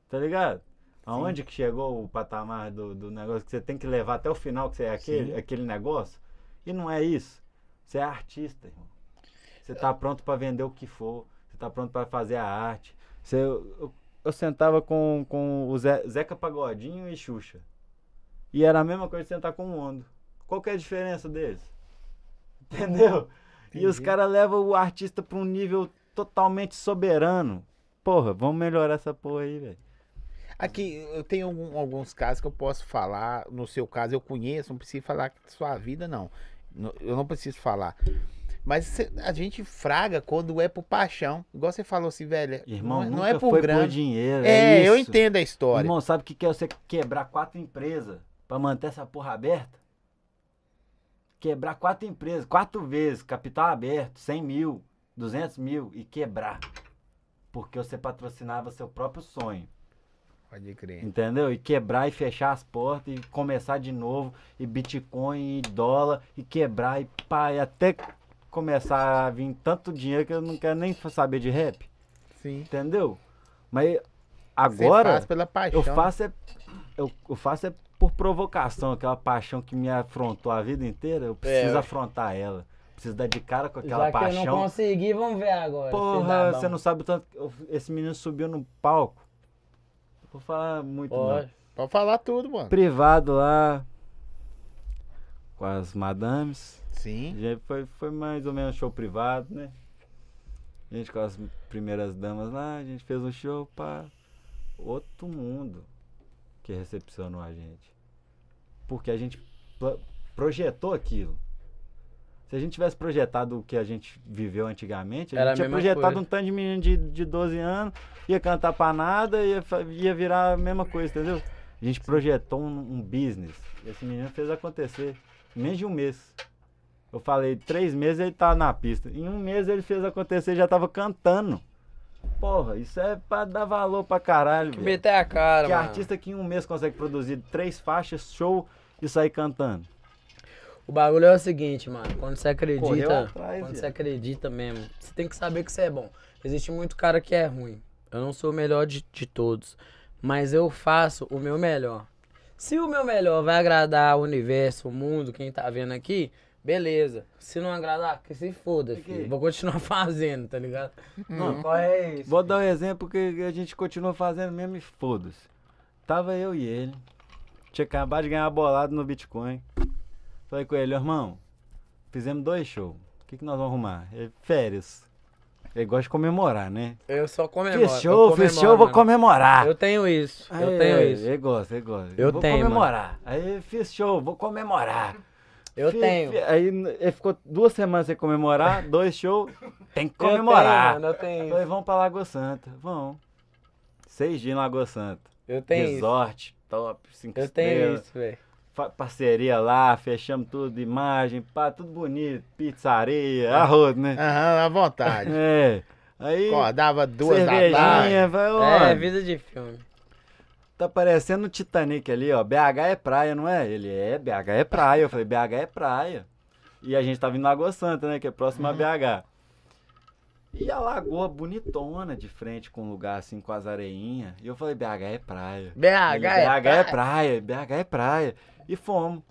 Tá ligado? Aonde que chegou o patamar do, do negócio que você tem que levar até o final, que você é aquele, Sim. aquele negócio? E não é isso. Você é artista, irmão. Você tá pronto pra vender o que for. Você tá pronto pra fazer a arte. Você, eu, eu sentava com, com o Ze- Zeca Pagodinho e Xuxa. E era a mesma coisa de sentar com o Mondo. Qual que é a diferença deles? Entendeu? E os Entendi. caras levam o artista pra um nível totalmente soberano. Porra, vamos melhorar essa porra aí, velho. Aqui, eu tenho algum- alguns casos que eu posso falar. No seu caso, eu conheço, não preciso falar que sua vida, não. No- Eu não preciso falar. Mas cê- a gente fraga quando é por paixão. Igual você falou assim, velho. Irmão, não, é- nunca não é por foi grana. por dinheiro. é, É, eu isso. entendo a história. Irmão, sabe o que que é você quebrar quatro empresas pra manter essa porra aberta? Quebrar quatro empresas, quatro vezes, capital aberto, 100 mil, 200 mil e quebrar. Porque você patrocinava seu próprio sonho. Pode crer. Entendeu? E quebrar e fechar as portas e começar de novo, e Bitcoin, e dólar, e quebrar, e pá, e até começar a vir tanto dinheiro que eu não quero nem saber de rap. Sim. Entendeu? Mas Você agora faz pela paixão. eu faço é. Eu, eu faço é por provocação, aquela paixão que me afrontou a vida inteira, eu preciso eu- afrontar ela. Preciso dar de cara com aquela É, Já que eu paixão. não consegui, vamos ver agora. se Porra, dá você bom. não sabe o tanto. que eu- Esse menino subiu no palco. Não Vou falar muito não. Pode. Pode falar tudo, mano. privado lá com as madames. A Sim. gente Foi, foi mais ou menos show privado, né? A gente com as primeiras damas lá, a gente fez um show pra outro mundo que recepcionou a gente. Porque a gente pla- projetou aquilo. Se a gente tivesse projetado o que a gente viveu antigamente, a Era a gente tinha mesma projetado coisa. um tanto de menino de, de 12 anos, ia cantar pra nada, ia, fa- ia virar a mesma coisa, entendeu? A gente projetou um, um business. E esse menino fez acontecer. Em menos de um mês. Eu falei, três meses ele tá na pista. Em um mês ele fez acontecer, já tava cantando. Porra, isso é pra dar valor pra caralho, Que velho. meter a cara, Que mano. artista que em um mês consegue produzir três faixas, show e sair cantando. O bagulho é o seguinte, mano. Quando você Correu acredita. atrás, quando viado. você acredita mesmo, você tem que saber que você é bom. Existe muito cara que é ruim. Eu não sou o melhor de, de todos. Mas eu faço o meu melhor. Se o meu melhor vai agradar o universo, o mundo, quem tá vendo aqui, beleza. Se não agradar, que se foda, Que que é filho. isso? Vou continuar fazendo, tá ligado? Não. Qual é isso? Vou dar um exemplo que a gente continua fazendo mesmo e foda-se. Tava eu e ele. Tinha acabado de ganhar uma bolada no Bitcoin. Falei com ele, irmão, fizemos dois shows. O que, que nós vamos arrumar? Ele, férias. Ele gosta de comemorar, né? Eu só comemoro. Fiz show, eu fiz comemoro, show, vou mano. comemorar. Eu tenho isso. Aí, eu tenho aí, isso. Ele gosta, ele gosta. Eu vou tenho, mano. comemorar. Aí fiz show, vou comemorar. Eu Fi- tenho. fi- Aí n- ele ficou duas semanas sem comemorar, dois shows, tem que Eu tenho, comemorar. mano, é Eu tenho, Falei, vamos pra Lagoa Santa. Vamos. Seis dias em Lagoa Santa. Eu tenho isso. Resort, top, cinco Eu tenho estrelas. isso, velho. Fa- Parceria lá, fechamos tudo, imagem, pá, tudo bonito. Pizzaria, arroz, né? Aham, à vontade. É. Aí, Acordava duas da tarde. cervejinha, vai, ó. É, vida de filme. Tá parecendo o Titanic ali, ó. BH é praia, não é? Ele é, BH é praia. Eu falei, BH é praia. E a gente tava em Lagoa Santa, né? Que é próximo Uhum. a BH. E a lagoa bonitona de frente com um lugar assim com as areinhas. E eu falei, BH é praia. BH, Ele, BH é praia, BH é praia. E fomos.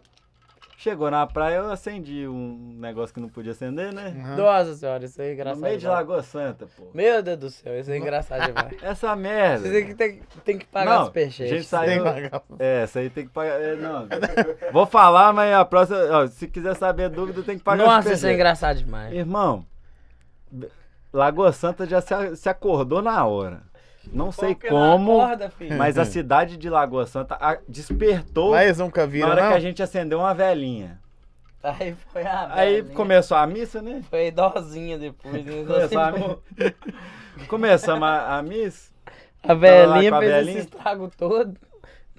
Chegou na praia, eu acendi um negócio que não podia acender, né? Aham. Nossa senhora, isso é No engraçado. meio de demais. Lagoa Santa, pô. Meu Deus do céu, isso é engraçado demais. Essa merda. Você que tem, tem que pagar Não, os peixes. a gente Tem saiu- que pagar. É, essa aí tem que pagar. é, não. Vou falar, mas a próxima. ó, se quiser saber dúvida, tem que pagar os Nossa, isso é PG. engraçado demais. Irmão, B- Lagoa Santa já se, a- se acordou na hora. Não sei Porque como, não acorda, filho. mas a cidade de Lagoa Santa a- despertou Mas nunca na viram, hora não? que a gente acendeu uma velhinha. Aí foi a. Aí velhinha. começou a missa, né? Foi a idosinha depois. né? Começou a missa. Começamos a, a missa, A Tava lá velhinha com a fez velhinha. esse estrago todo.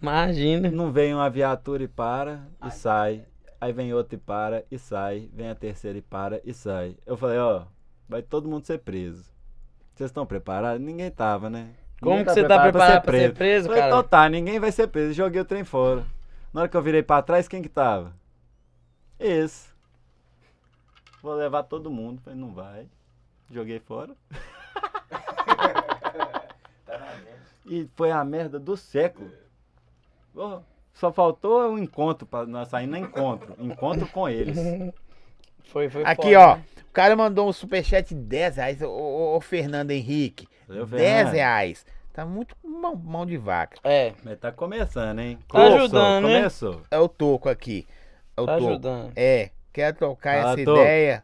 Imagina. não vem uma viatura e para e sai. Aí vem outra e para e sai. Vem a terceira e para e sai. Eu falei, ó, vai todo mundo ser preso. Vocês estão preparados? Ninguém tava, né? Como Ninguém que você tá preparado pra ser preso, Falei, então cara? tá, ninguém vai ser preso. Joguei o trem fora. Na hora que eu virei pra trás, quem que tava? Esse. Vou levar todo mundo. Falei, não vai. Joguei fora. Tá e foi a merda do século. Ó, só faltou um encontro pra nós sair no encontro. Encontro com eles. Foi, foi Aqui, foda, ó. né? O cara mandou um superchat de 10 reais. Ô, ô, ô, Fernando Henrique. Valeu, 10 Fernando. reais. Tá muito mão, mão de vaca. É, Mas tá começando, hein? Tá ajudando, né? começou. É o toco aqui. É o tá toco. ajudando. É, quero trocar Fala, essa Toco. ideia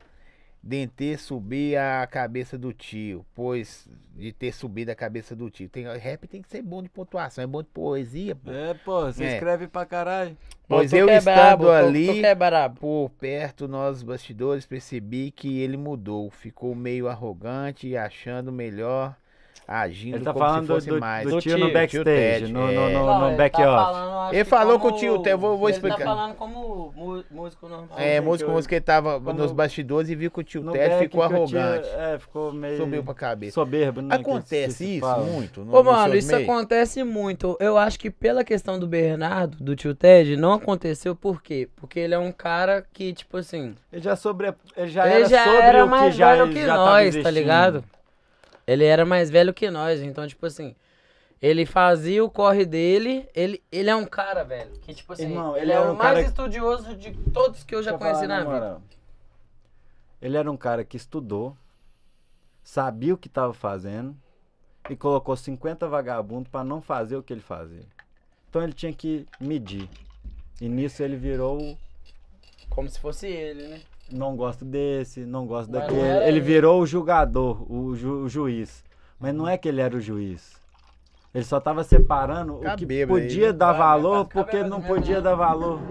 de ter subir a cabeça do tio, pois de ter subido a cabeça do tio. Tem, rap tem que ser bom de pontuação, é bom de poesia, pô. É, pô, você É. escreve pra caralho. Pois Mas tu eu que é estando brabo, tu- ali- Tu que é brabo. Por perto, nós bastidores percebi que ele mudou, ficou meio arrogante e achando melhor, agindo Ele tá como se falando do, fosse do, mais. do Do tio no tio, backstage, no, tio Ted, no, é. no, no ele back tá office. falando, eu acho Ele que falou como- com o tio, eu vou- vou Ele explicar. tá falando como mu- músico normal. É, Gente, músico, eu- músico ele tava quando- nos bastidores e viu que o tio No Ted back ficou que o tio- arrogante. é, ficou meio Subiu pra cabeça. soberbo, né? que se- Acontece se isso fala. muito? no- Ô, nos mano, seus isso meios? acontece muito. Eu acho que pela questão do Bernardo, do tio Ted, não aconteceu. Por quê? Porque ele é um cara que, tipo assim. Ele já, sobre, ele já ele era já sobre era o que mais já, velho ele que já tava nós, tá existindo. ligado? Ele era mais velho que nós. Então, tipo assim. Ele fazia o corre dele. Ele, ele é um cara, velho. Que, tipo assim. Irmão, ele, ele é era o um mais cara que- estudioso de todos que eu né, já Deixa eu conheci falar, na vida. moral. Ele era um cara que estudou, sabia o que tava fazendo e colocou 50 vagabundos pra não fazer o que ele fazia. Então ele tinha que medir. E nisso ele virou o Como se fosse ele, né? não gosto desse, não gosto Mas não daquele. era Ele ele. virou o julgador, o, ju- o juiz. Mas não é que ele era o juiz. Ele só tava separando o que Cabelo, podia ele- dar Vai, vai valor ficar porque bêbado não mesmo, podia né? dar valor.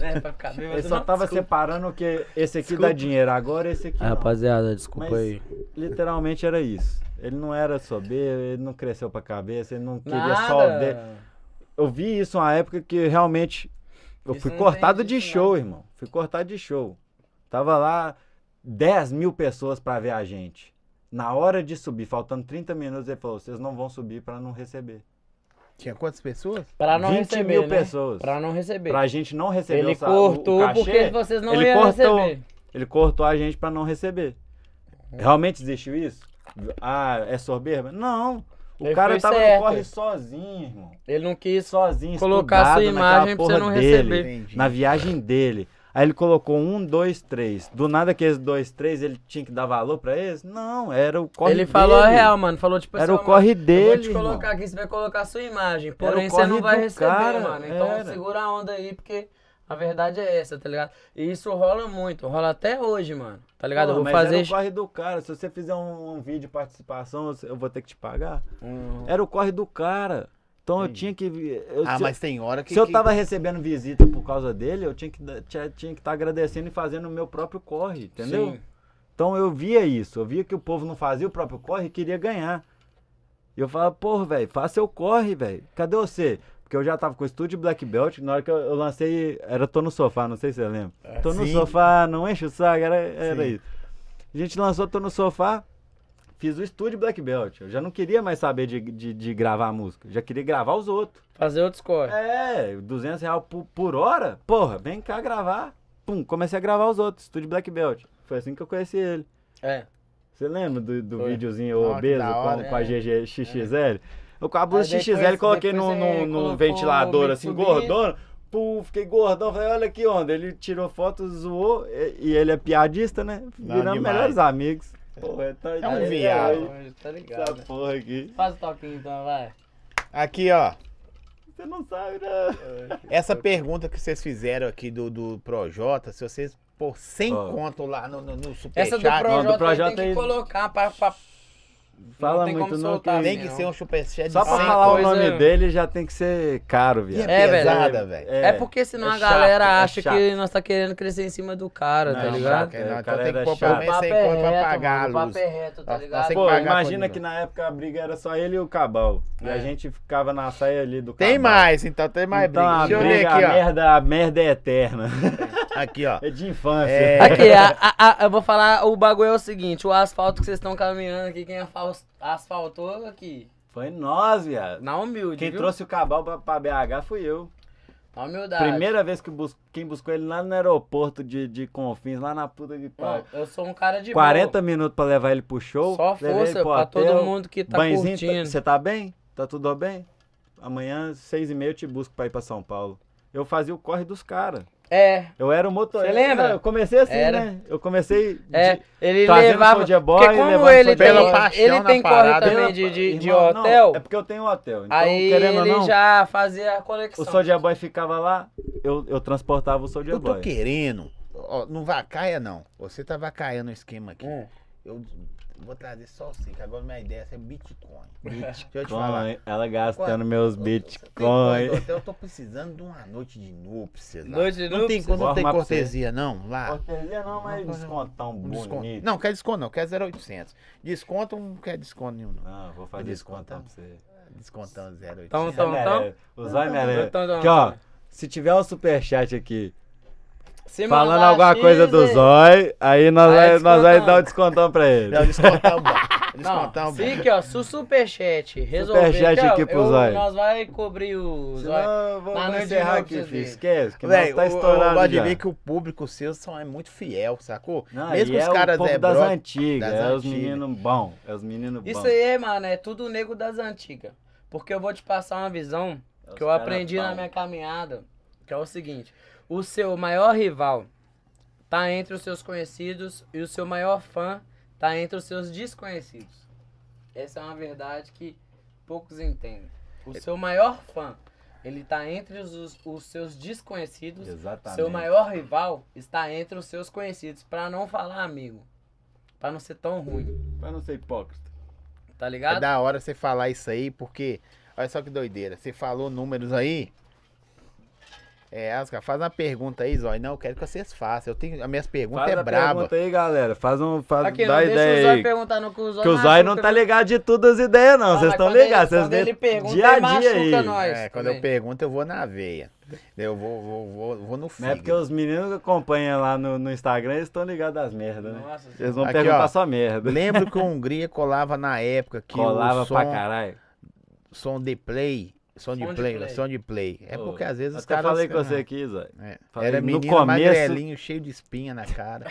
É, pra ficar bêbado, Ele só não. tava Desculpa. separando o que esse aqui dá Desculpa. dinheiro, agora esse aqui não. Ah, Rapaziada, desculpa Mas- aí. Literalmente era isso. Ele não era soberbo, ele não cresceu pra cabeça, ele não queria Nada. só o dele. Eu vi isso uma época que realmente eu Isso fui não cortado tem de disso, show, irmão. Fui cortado de show. Tava lá 10 mil pessoas pra ver a gente. Na hora de subir, faltando 30 minutos, ele falou: vocês não vão subir pra não receber. Tinha quantas pessoas? Pra não 20 receber, mil né? pessoas. Pra não receber. Pra gente não receber ele o sa- o- o cortou cachê, porque vocês não ele iam cortou. receber. Ele cortou a gente pra não receber. Realmente existiu isso? Ah, é soberba? Não. O Ele cara foi tava no certo. corre sozinho, irmão. Ele não quis sozinho, Colocar sua estudado naquela imagem pra você porra não dele, receber. Entendi. É. Na viagem dele. Aí ele colocou um, dois, três. Do nada que esses dois, três, ele tinha que dar valor pra eles? Não, era o corre ele dele. falou a real, mano. Falou tipo assim, Era ó, o mano, corre eu dele, vou te irmão. colocar aqui, tá você vai colocar a sua imagem. Era Porém, o você corre não vai do receber, cara, mano. Então era. segura a onda aí, porque a verdade é essa, tá ligado? E isso rola muito, rola até hoje, mano. Tá ligado? Pô, eu vou mas fazer. era o corre do cara. Se você fizer um, um vídeo de participação, eu vou ter que te pagar. Hum. Era o corre do cara. Então eu Entendi. tinha que... eu- Ah, se- mas tem hora que. Se eu que- tava recebendo visita por causa dele, eu tinha que estar tinha, tinha que tá agradecendo e fazendo o meu próprio corre, entendeu? Sim. Então eu via isso, eu via que o povo não fazia o próprio corre e queria ganhar. E eu falava, pô, velho, faça seu corre, velho. Cadê você? Porque eu já tava com o estúdio Black Belt, na hora que eu, eu lancei, era Tô no Sofá, não sei se você lembra. Tô no É, sim. Sofá, não enche o saco, era, era Sim. isso. A gente lançou Tô no Sofá, fiz o estúdio Black Belt. Eu já não queria mais saber de, de, de gravar música, eu já queria gravar os outros. Fazer outros corres. É, 200 reais por, por hora? Porra, vem cá gravar. Pum, comecei a gravar os outros, estúdio Black Belt. Foi assim que eu conheci ele. É. Você lembra do, do Foi. videozinho Ó, que obeso da com, hora. É. com a GG XXL? Eu com a blusa Aí depois- XXL coloquei depois num, você num, num colocou ventilador o assim, Mitsubishi. gordona. Pum, fiquei gordão. Falei, olha que onda. Ele tirou foto, zoou. E, e ele é piadista, né? Não, Viramos demais. melhores amigos. Porra, tá, É um aí, viado. aí, Tá Essa ligado? né? porra aqui. Faz o toquinho então, vai. Aqui, ó. Você não sabe, né? Essa pergunta que vocês fizeram aqui do, do Projota, se vocês pôr sem Ó. conto lá no, no, no superchat. É Essa do Projota, Projota aí tem que aí- colocar pra, pra Fala tem como muito, não. soltar, que- Tem né? que não. ser um superchat de Só pra Sim, 100 falar coisa- o nome dele já tem que ser caro, E viado. é É, velho. pesada, velho. É, porque senão é a galera chato, é acha chato. que nós tá querendo crescer em cima do cara, tá Não, ligado? chato, É, não, O então cara tem que era pôr chato. pelo menos 100 conto pra pagar é mano, a o luz. papo é reto, tá Nós- nós ligado? tem Pô, pagar com imagina dinheiro. que na época a briga era só ele e o Cabal. E a É. gente ficava na saia ali do Cabal. Tem mais, então tem Tá mais então, a briga. Deixa eu briga, ver aqui, a ó. merda, a merda é eterna. Aqui, ó. É de infância. É. Aqui, a- a- a- eu vou falar, o bagulho é o seguinte, o asfalto que vocês estão caminhando aqui, quem afal- asfaltou aqui, Foi nós, viado. na humilde, Quem viu? Tá. trouxe o Cabal pra, pra BH fui eu. Na humildade. Primeira vez que bus- quem buscou ele lá no aeroporto de, de Confins, lá na puta que pariu. Não, eu sou um cara de 40 minutos pra levar ele pro show. boa. Só levei ele força pro pra todo hotel, mundo que tá banhozinho, curtindo. Você tá bem? Tá tudo bem? Amanhã, seis e meia, eu te busco pra ir pra São Paulo. Eu fazia o corre dos caras. É, Eu era o motorista. Você lembra? Eu comecei assim, Era. né? Eu comecei de- é, ele trazendo levava... Soulja Boy, porque levando como ele Soulja tem, Boy. Pela paixão ele na tem corre parada. né? também Pela- de, de, de Irmão, não, hotel, é porque eu tenho hotel. Então, aí querendo ou ele não, já fazia a o conexão. Soulja Boy ficava lá, eu, eu transportava o Soulja Eu tô Boy. querendo. Ó, não vacaia, não. Você tá vacaia no esquema aqui. Hum. Eu vou trazer só o cinco. Agora minha ideia é Bitcoin. Deixa eu te falar. Bitcoin, ela gastando Quanto? meus Tem bitcoins. quanto? Eu tô precisando de uma noite de núpcias. lá. Noite de Não tem, núpcias? quando não Vou tem arrumar pra você. cortesia, não, lá. Cortesia não, mas Uma coisa- descontão Um desconto. bonito. Não, quer desconto não, quer 0800. Desconto não quer desconto nenhum, não. Não, vou fazer descontão pra você. Descontão 0800. Então, Zóio merece. O Zóio merece. Então, então, né, Aqui, ó. Se tiver um superchat aqui Se falando mandar alguma X, coisa do é- Zói, aí nós Aí é vamos nós vai descontão. dar um descontão pra ele. Não, descontão bom. Não, Descontão bom. se aqui, ó, se o superchat resolver, Superchat aqui, ó, aqui pro eu- Zóio. Nós vai cobrir o Zóio. Senão, vamos Mas não é de encerrar novo aqui, pra você filho. ver. Esquece, que Véi, nós tá o- Eu estourado gosto de já. ver que o público seu são, é muito fiel, sacou? Não, Mesmo e os é o caras povo é das brother- antigas, das é os antigas. meninos bons, é os meninos bons. Isso aí, mano, é tudo nego das antigas. Porque eu vou te passar uma visão É os que eu cara aprendi bom. na minha caminhada, que é o seguinte: o seu maior rival tá entre os seus conhecidos e o seu maior fã tá entre os seus desconhecidos. Essa é uma verdade que poucos entendem. O seu maior fã, ele tá entre os, os seus desconhecidos Exatamente. Seu maior rival está entre os seus conhecidos, pra não falar amigo. Pra não ser tão ruim, Pra não ser hipócrita. tá É ligado? da hora você falar isso aí, porque. Olha só que doideira. Você falou números aí. É, Asca, faz uma pergunta aí, Zói. Não, eu quero que vocês façam. Eu tenho, as minhas perguntas Faz é a braba. pergunta aí, galera. Faz um, faz, Aqui, não dá deixa o ideia Zói aí. perguntar no que o Zói Que o Zói não machuca, tá né? ligado de todas as ideias, não. Ah, Vocês mas estão quando ele- ligados, vocês quando ele vêem pergunta, dia a ele machuca dia aí. nós. É, quando eu também. pergunto, eu vou na veia. Eu vou, vou, vou, vou no fim. Não é porque os meninos que acompanham lá no, no Instagram eles estão ligados às merdas, né? Nossa, Eles vão Aqui, perguntar ó. só merda. Lembro que a Hungria colava na época que Colava o som, pra caralho. som de play. Som, de, Som de play, play. Som de play. É Ô, porque às vezes os Até caras. assim, falei com você aqui, Zói. É, Falei, Era no menino começo- magrelinho, cheio de espinha na cara.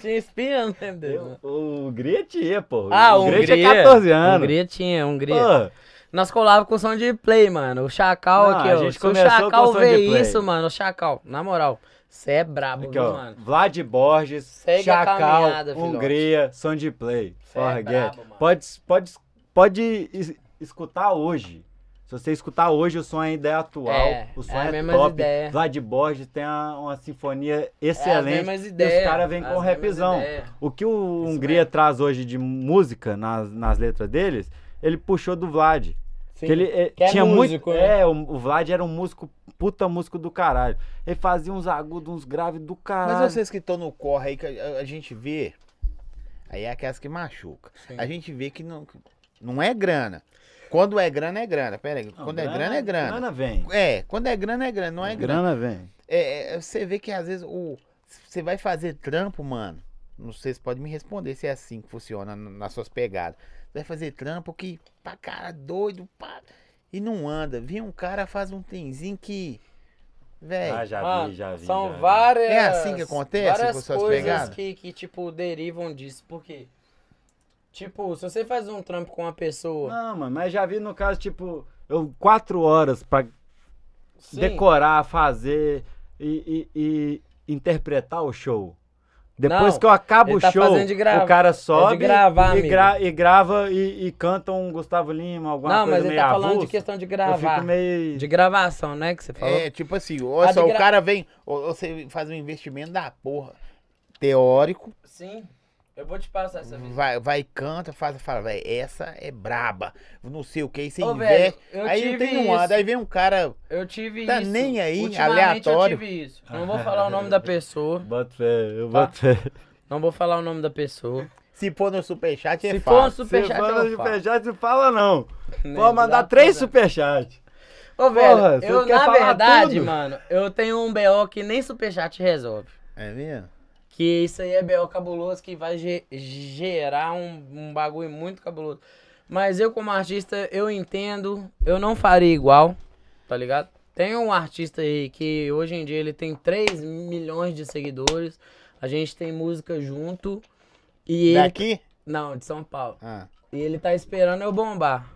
tinha espinha, não né, entendeu? O Hungria tinha, pô. Ah, o Hungria Hungria. tinha 14 anos. Hungria tinha, Hungria. Pô, Nós colava com som de play, mano. O Chacal Não, aqui, a ó. gente Se o começou com Chacal som de vê play. isso, mano, o Chacal, na moral, você é brabo, aqui, viu, ó. mano? Vlad Borges, Segue a Chacal, caminhada, filhote. Hungria, som de play. Cê é Forget. brabo, mano. Pode, pode, pode es- escutar hoje. Se você escutar hoje, o som ainda é atual. É, o som é a é, mesma top. ideia. Vlad Borges tem uma, uma sinfonia É, as excelente. mesmas e ideias, os caras vêm com um as mesmas rapzão. ideias. O que o Hungria mesmo. traz hoje de música nas, nas letras deles, ele puxou do Vlad. Sim. Que ele eh, Que é tinha músico, muito. né? É, o, o Vlad era um músico, puta músico do caralho. Ele fazia uns agudos, uns graves do caralho. Mas vocês que estão no corre aí, que a, a gente vê. Aí é aquelas que machuca. Sim. A gente vê que não, não é grana. Quando é grana, é grana. Pera aí. Não, quando é grana, é grana. Grana vem. É, quando é grana, é grana. Não é grana. Grana vem. É, é, você vê que às vezes o. Você vai fazer trampo, mano. Não sei se pode me responder se é assim que funciona n- nas suas pegadas. Você vai fazer trampo que, pá, cara, doido, pá. E não anda. Vem um cara, faz um tenzinho que. Véi. Ah, já Mano, vi, já vi. São já vi. várias. É assim que acontece várias com suas coisas pegadas? Que, que, tipo, derivam disso. Porque, tipo, se você faz um trampo com uma pessoa. Não, mano, mas já vi no caso, tipo, eu quatro horas pra sim, decorar, fazer e, e- e interpretar o show. Depois Não, que eu acabo ele o tá show, fazendo de grava- o cara sobe gravar, e, amigo. gra- e grava e, e canta um Gustavo Lima, alguma Não, coisa mas ele meio tá falando avulsa. de questão de Eu gravar. fico meio... De gravação, né? Que você falou. É, tipo assim, olha A Ah, de só, o gra- cara vem. ou- ou Você faz um investimento da porra. Teórico. Sim. Eu vou te passar essa vez. Vai, vai, canta, faz, fala, velho, essa é braba. Não sei o que, aí você Ô, velho, investe. eu Aí não tive tem um isso. anda, aí vem um cara. Eu tive Tá isso. nem aí, Ultimamente aleatório. eu tive isso. Eu Não vou falar o nome da pessoa. Boto fé, eu Tá. boto fé. Não vou falar o nome da pessoa. Se pôr no superchat, é Se for um Se fácil. superchat, fala eu de falo. superchat, não fala não. Né, Pode mandar exato, três exato. superchats. Ô, velho, Porra, você eu, quer na falar verdade, tudo? mano, eu tenho um BO que nem superchat resolve. É mesmo? Que isso aí é BO cabuloso que vai ge- gerar um, um bagulho muito cabuloso. Mas eu, como artista, eu entendo, eu não faria igual, tá ligado? Tem um artista aí que hoje em dia ele tem 3 milhões de seguidores, a gente tem música junto. E ele. Daqui? Não, de São Paulo. Ah, E ele tá esperando eu bombar.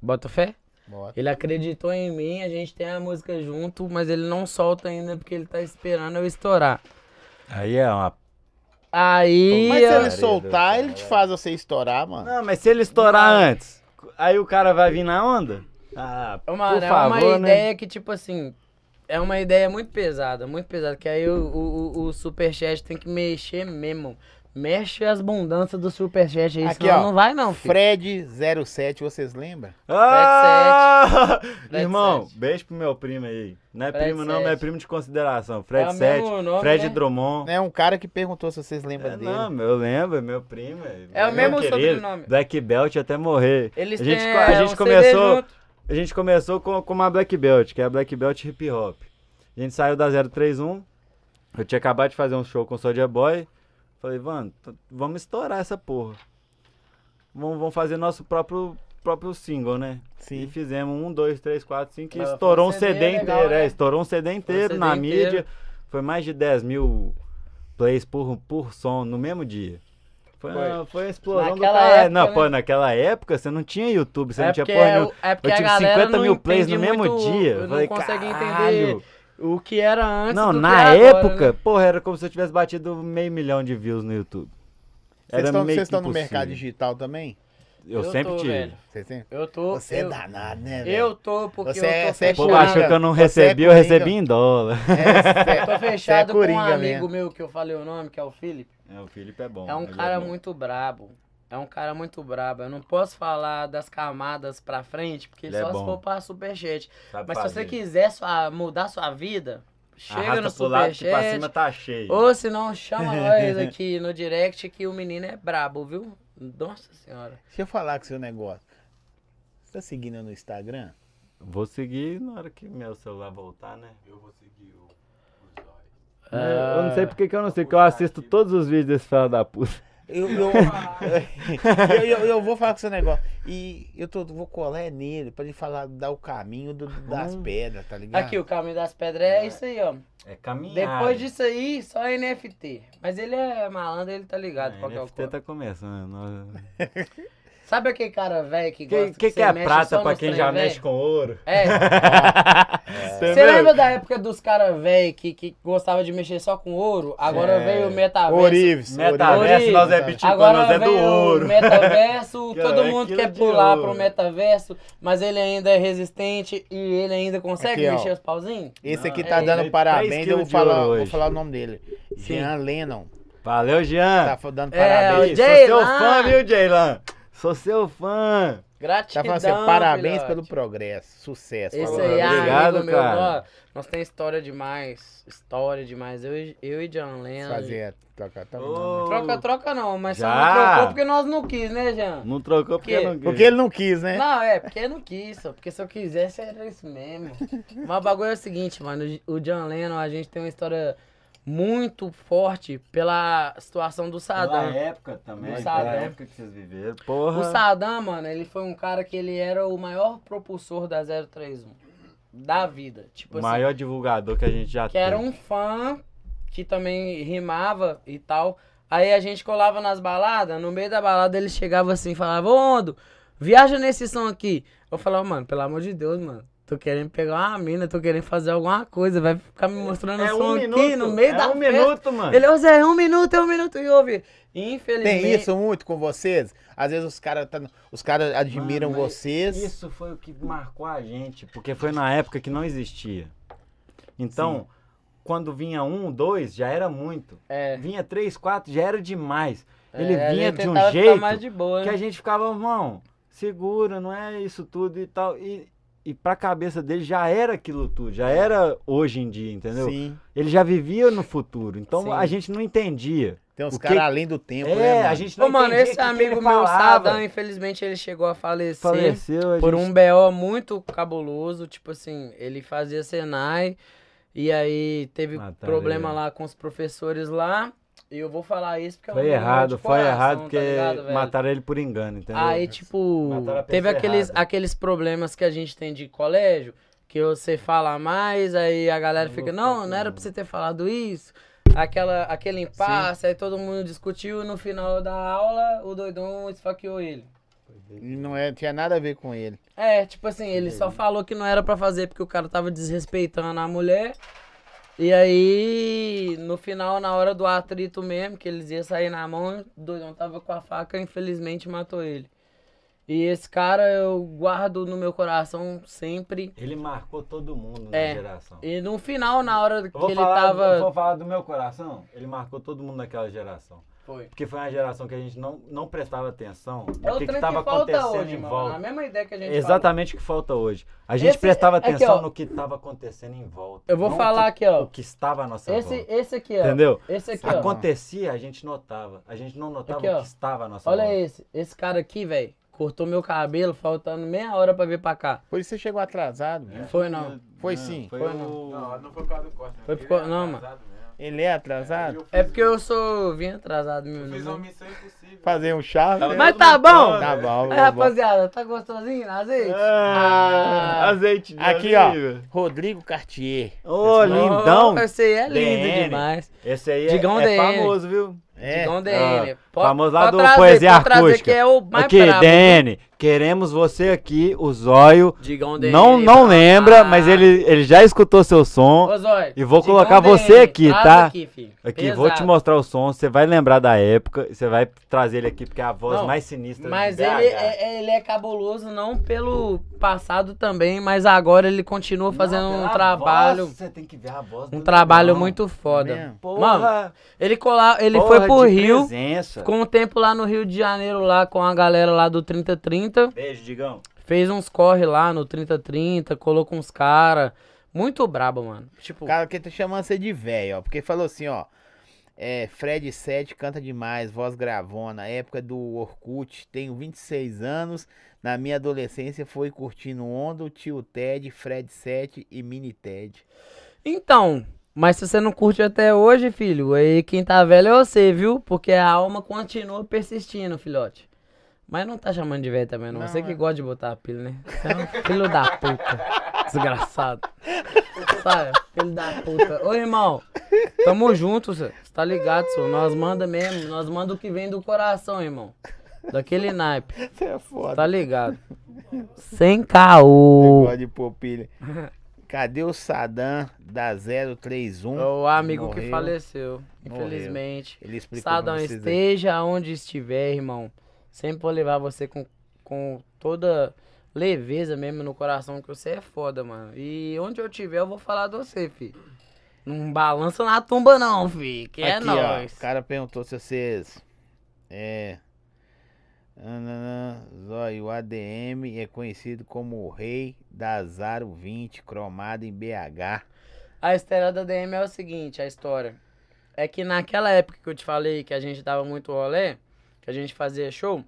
Bota fé? bota. Ele acreditou em mim, a gente tem a música junto, mas ele não solta ainda porque ele tá esperando eu estourar. Aí é uma. Então, Aí. Mas se eu- ele soltar, ele te faz você estourar, mano. Não, mas se ele estourar antes, aí o cara vai vir na onda? Ah, Mano, por é favor, uma né? ideia que, tipo assim, é uma ideia muito pesada, muito pesada. Que aí o, o, o- o Superchat tem que mexer mesmo. Mexe as abundâncias do Superchat aí, Aqui, senão ó. não vai não, filho. Fred07, vocês lembram? Ah! Fred Irmão, Sete. beijo pro meu primo aí. Não é Fred primo não, mas é Sete. primo de consideração. É Fred o 7, mesmo nome, Fred né? Drummond. É um cara que perguntou se vocês lembram É, dele. não, meu, eu lembro, é meu primo. É o meu mesmo querido, sobrenome. Black Belt até morrer. Eles a gente, têm, co- a é, gente um CD começou, junto. a gente começou com, com uma Black Belt, que é a Black Belt Hip Hop. A gente saiu da 031. Eu tinha acabado de fazer um show com o Soulja Boy. Falei, mano, t- vamos estourar essa porra. Vamos, vamos fazer nosso próprio, próprio single, né? E Sim. fizemos um, dois, três, quatro, cinco, e Mas foi estourou um um CD, CD legal, inteiro. né? É, estourou um CD inteiro CD na inteiro. mídia. Foi mais de 10 mil plays por, por som no mesmo dia. Foi, Foi. uma- foi a explosão Naquela do cara. época, não, né? pô, naquela época você não tinha YouTube, você É não tinha porque, porra é, nenhuma. o- é porque Eu a tive galera 50 mil não plays no entende mesmo muito- dia. Eu Não falei, consegue "Caralho". entender o que era antes Não, do que na é agora, época, né? porra, era como se eu tivesse batido meio milhão de views no YouTube. Vocês Era estão- meio vocês estão no impossível. mercado digital também? Eu, Eu sempre tô, tive. velho. Vocês têm? Eu tô. Você é eu, danado, né, velho? eu tô, porque Você é- eu tô você é O povo Coringa. achou que eu não Você é recebi, eu coringa. recebi em dólar. É, Eu tô fechado com um amigo meu que eu falei o nome, que é o Felipe. É, o Felipe é bom. É um ele cara bom. muito brabo. É um cara muito brabo. Eu não posso falar das camadas pra frente, porque Ele é só se bom. for pra superchat. Sabe Mas se fazer. você quiser sua- mudar sua vida, chega Arrasta no pro lado que pra cima superchat. tá cheio. Ou se não, chama nós aqui no direct que o menino é brabo, viu? Nossa senhora. Deixa eu falar com o seu negócio. Você tá seguindo eu no Instagram? Vou seguir na hora que meu celular voltar, né? Eu vou seguir o. Ah. Eu não sei porque que eu não sei, porque eu assisto todos os vídeos desse filho da puta. Eu, eu, eu, eu- eu vou falar com o seu negócio. E eu tô, vou colar nele pra ele falar, dar o caminho do- das Hum. pedras, tá ligado? Aqui, o caminho das pedras é isso aí, ó. É caminhar. Depois disso aí, só NFT. Mas ele é malandro, ele tá ligado. qual que é o NFT corre. tá começando. Sabe aquele cara velho que O gosta que, que, você é mexe prata só pra nos quem trem já velho? mexe com ouro? É. É, você lembra da época dos caras velho que, que gostava de mexer só com ouro? Agora É. veio o metaverso. Orives. Metaverso, Ouro. nós é Bitcoin, Agora nós é do veio ouro. o metaverso, Cara, todo é mundo aquilo quer de pular ouro. pro metaverso, mas ele ainda é resistente e ele ainda consegue Aqui, ó. mexer os pauzinhos? Esse aqui Não, tá é, dando é três parabéns, eu vou quilos de ouro falar, vou hoje. falar o nome dele. Sim. Jean Lennon. Valeu, Tá Jean. fa- dando É, parabéns. Ih, Jaylan. Sou seu fã, viu, Jaylan? Sou seu fã. Gratidão, Tá falando assim, parabéns filhote. pelo progresso, sucesso. Esse Falou. aí, ah, Obrigado, amigo cara. meu, nó- nós tem história demais. História demais. Eu, e- eu e John Lennon. Fazer, toca, Tá né? toca. Ô. Tá Troca, troca não, mas só Já. não trocou porque nós não quis, né, Jean? Não trocou porque Quê? não quis. Porque ele não quis, né? Não, é, porque não quis, só. Porque se eu quisesse era isso mesmo. Mas o bagulho é o seguinte, mano. O John Lennon, a gente tem uma história muito forte pela situação do Saddam. Pela época também, pela Do Sadam. época que vocês viveram. é, Porra. né? O Saddam, mano, ele foi um cara que ele era o maior propulsor da 031. Da vida. Tipo o assim. maior divulgador que a gente já que era teve. um fã que também rimava e tal. Aí a gente colava nas baladas, no meio da balada ele chegava assim e falava, ô Ondo, viaja nesse som aqui. Eu falava, mano, pelo amor de Deus, mano. Tô querendo pegar uma mina, tô querendo fazer alguma coisa. Vai ficar me mostrando o som aqui no meio um é da um festa. minuto, mano. Ele, ô Zé, é um minuto, é um minuto. E ouve. Infelizmente. Tem isso muito com vocês? Às vezes os caras tá, os caras admiram Mano, mas vocês. Isso foi o que marcou a gente, porque foi na época que não existia. Então, quando vinha um, dois, já era muito. É. Vinha três, quatro, já era demais. Ele É, vinha eu de um tentava ficar jeito mais de boa, que né? a gente ficava, irmão, segura, não é isso tudo e tal. E, e pra cabeça dele já era aquilo tudo, já era hoje em dia, entendeu? Sim. Ele já vivia no futuro, então Sim. a gente não entendia. Tem uns O que- caras além do tempo, é, né? mano? a gente não Ô, mano, entendia o esse que que ele amigo meu, falava. Sadam, infelizmente ele chegou a falecer. faleceu, a Por gente- um BO muito cabuloso, tipo assim, ele fazia Senai e aí teve Ah, tá problema ligado. lá com os professores lá. E eu vou falar isso porque é um foi negócio de errado, foi coração, errado tá porque ligado, velho? mataram ele por engano, entendeu? Aí, tipo, Mataram a pessoa teve aqueles, errada. aqueles problemas que a gente tem de colégio, que você fala mais, aí a galera Não fica, vou falar não, com não era pra ninguém." você ter falado isso. Aquela, aquele impasse, aí todo mundo discutiu, no final da aula, o doidão esfaqueou ele. E Não é, tinha nada a ver com ele. É, tipo assim, ele só falou que não era pra fazer porque o cara tava desrespeitando a mulher. E aí, no final, na hora do atrito mesmo, que eles iam sair na mão, o doidão tava com a faca, infelizmente matou ele. E esse cara eu guardo no meu coração sempre. Ele marcou todo mundo É. na geração. E no final, na hora que Eu vou, ele falar, eu vou tava. falar do meu coração, ele marcou todo mundo naquela geração. Foi. Porque foi uma geração que a gente não, não prestava atenção É no o que trem que, estava falta acontecendo hoje, em mano. volta. A mesma ideia que a gente falou. Exatamente o que falta hoje. A gente Esse- prestava aqui, atenção ó. no que estava acontecendo em volta. Eu vou não falar o aqui, ó. O que estava à nossa Esse, volta. esse aqui, ó. Entendeu? Esse aqui, ó. Acontecia, a gente notava. A gente não notava Aqui, o ó. que estava à nossa Olha volta. esse. Esse cara aqui, velho, cortou meu cabelo, faltando meia hora pra vir pra cá. Por isso você chegou atrasado. É? né? mano. Foi não. Foi sim. Hum, Foi, um- Foi o... Não, não foi por causa do corte. Foi por Ele causa- é não, mano. atrasado mesmo. Ele é Eu atrasado? fiz É porque eu sou. Vim atrasado Eu mesmo. fiz uma né? missão impossível. Fazer um chá. né? Mas tá bom! Tá bom, tá bom. Aí, rapaziada, tá gostosinho na azeite? É, Ah, Ah. azeite de Aqui, ó. oliva. Rodrigo Cartier. Ô, lindão. Oh, Esse aí é lindo DN. demais. Esse aí é, Digão é DN. famoso, viu? É. Digão DN. Ah, Pode- famoso lá pode do trazer, Poesia pode trazer, Acústica. que é o mais Aqui, brabo. DN, queremos você aqui, o Zóio. Digão DN. Não, não brabo. lembra, Ah. mas ele, ele já escutou seu som. Ô, Zóio, E vou Digão colocar você aqui, traz tá? Aqui, filho. Aqui, vou te Pesado. mostrar o som, você vai lembrar da época, você vai trazer ele aqui, porque é a voz Não, mais sinistra Mas de ele BH. é, ele é cabuloso não pelo passado também, mas agora ele continua fazendo Não, um pela trabalho, voz, você tem que ver a voz um do trabalho negão. muito foda. Mesmo? Porra, Mano, ele colar, ele porra foi pro de Rio, Presença. ficou um tempo lá no Rio de Janeiro lá com a galera lá do 3030, Beijo, Digão. fez uns corre lá no 3030, colou com os cara, muito brabo, mano. Tipo, O cara que tá chamando você de velho, ó. Porque falou assim, ó. É, Fred 7 canta demais, voz gravona, época do Orkut, tenho 26 anos. Na minha adolescência foi curtindo Ondo, Tio Ted, Fred 7 e Mini Ted. Então, mas se você não curte até hoje, filho, aí quem tá velho é você, viu? Porque a alma continua persistindo, filhote. Mas não tá chamando de velho também, não. Não, você que é. gosta de botar apelido, né? Você é um filho da puta. Desgraçado. Sabe? Filho da puta. Ô, irmão. Tamo junto, cê. Cê tá ligado, senhor. Nós manda mesmo. Nós manda o que vem do coração, irmão. Daquele naipe. Você é foda. Tá ligado? Sem caô. Negócio de popilha. Cadê o Sadam da 031? O amigo que Morreu. faleceu, Morreu. infelizmente. Ele explicou pra Sadão, vocês aí. esteja onde estiver, irmão. Sempre vou levar você com, com toda leveza mesmo no coração, que você é foda, mano. E onde eu tiver, eu vou falar de você, fi. Não balança na tumba, não, fi. Que é Aqui, ó, nóis. o cara perguntou se vocês. É. nananã, Zóio, o ADM é conhecido como o rei da Zaro 20, cromado em BH. A história da DM é o seguinte, a história. É que naquela época que eu te falei que a gente dava muito rolê, que a gente fazia show,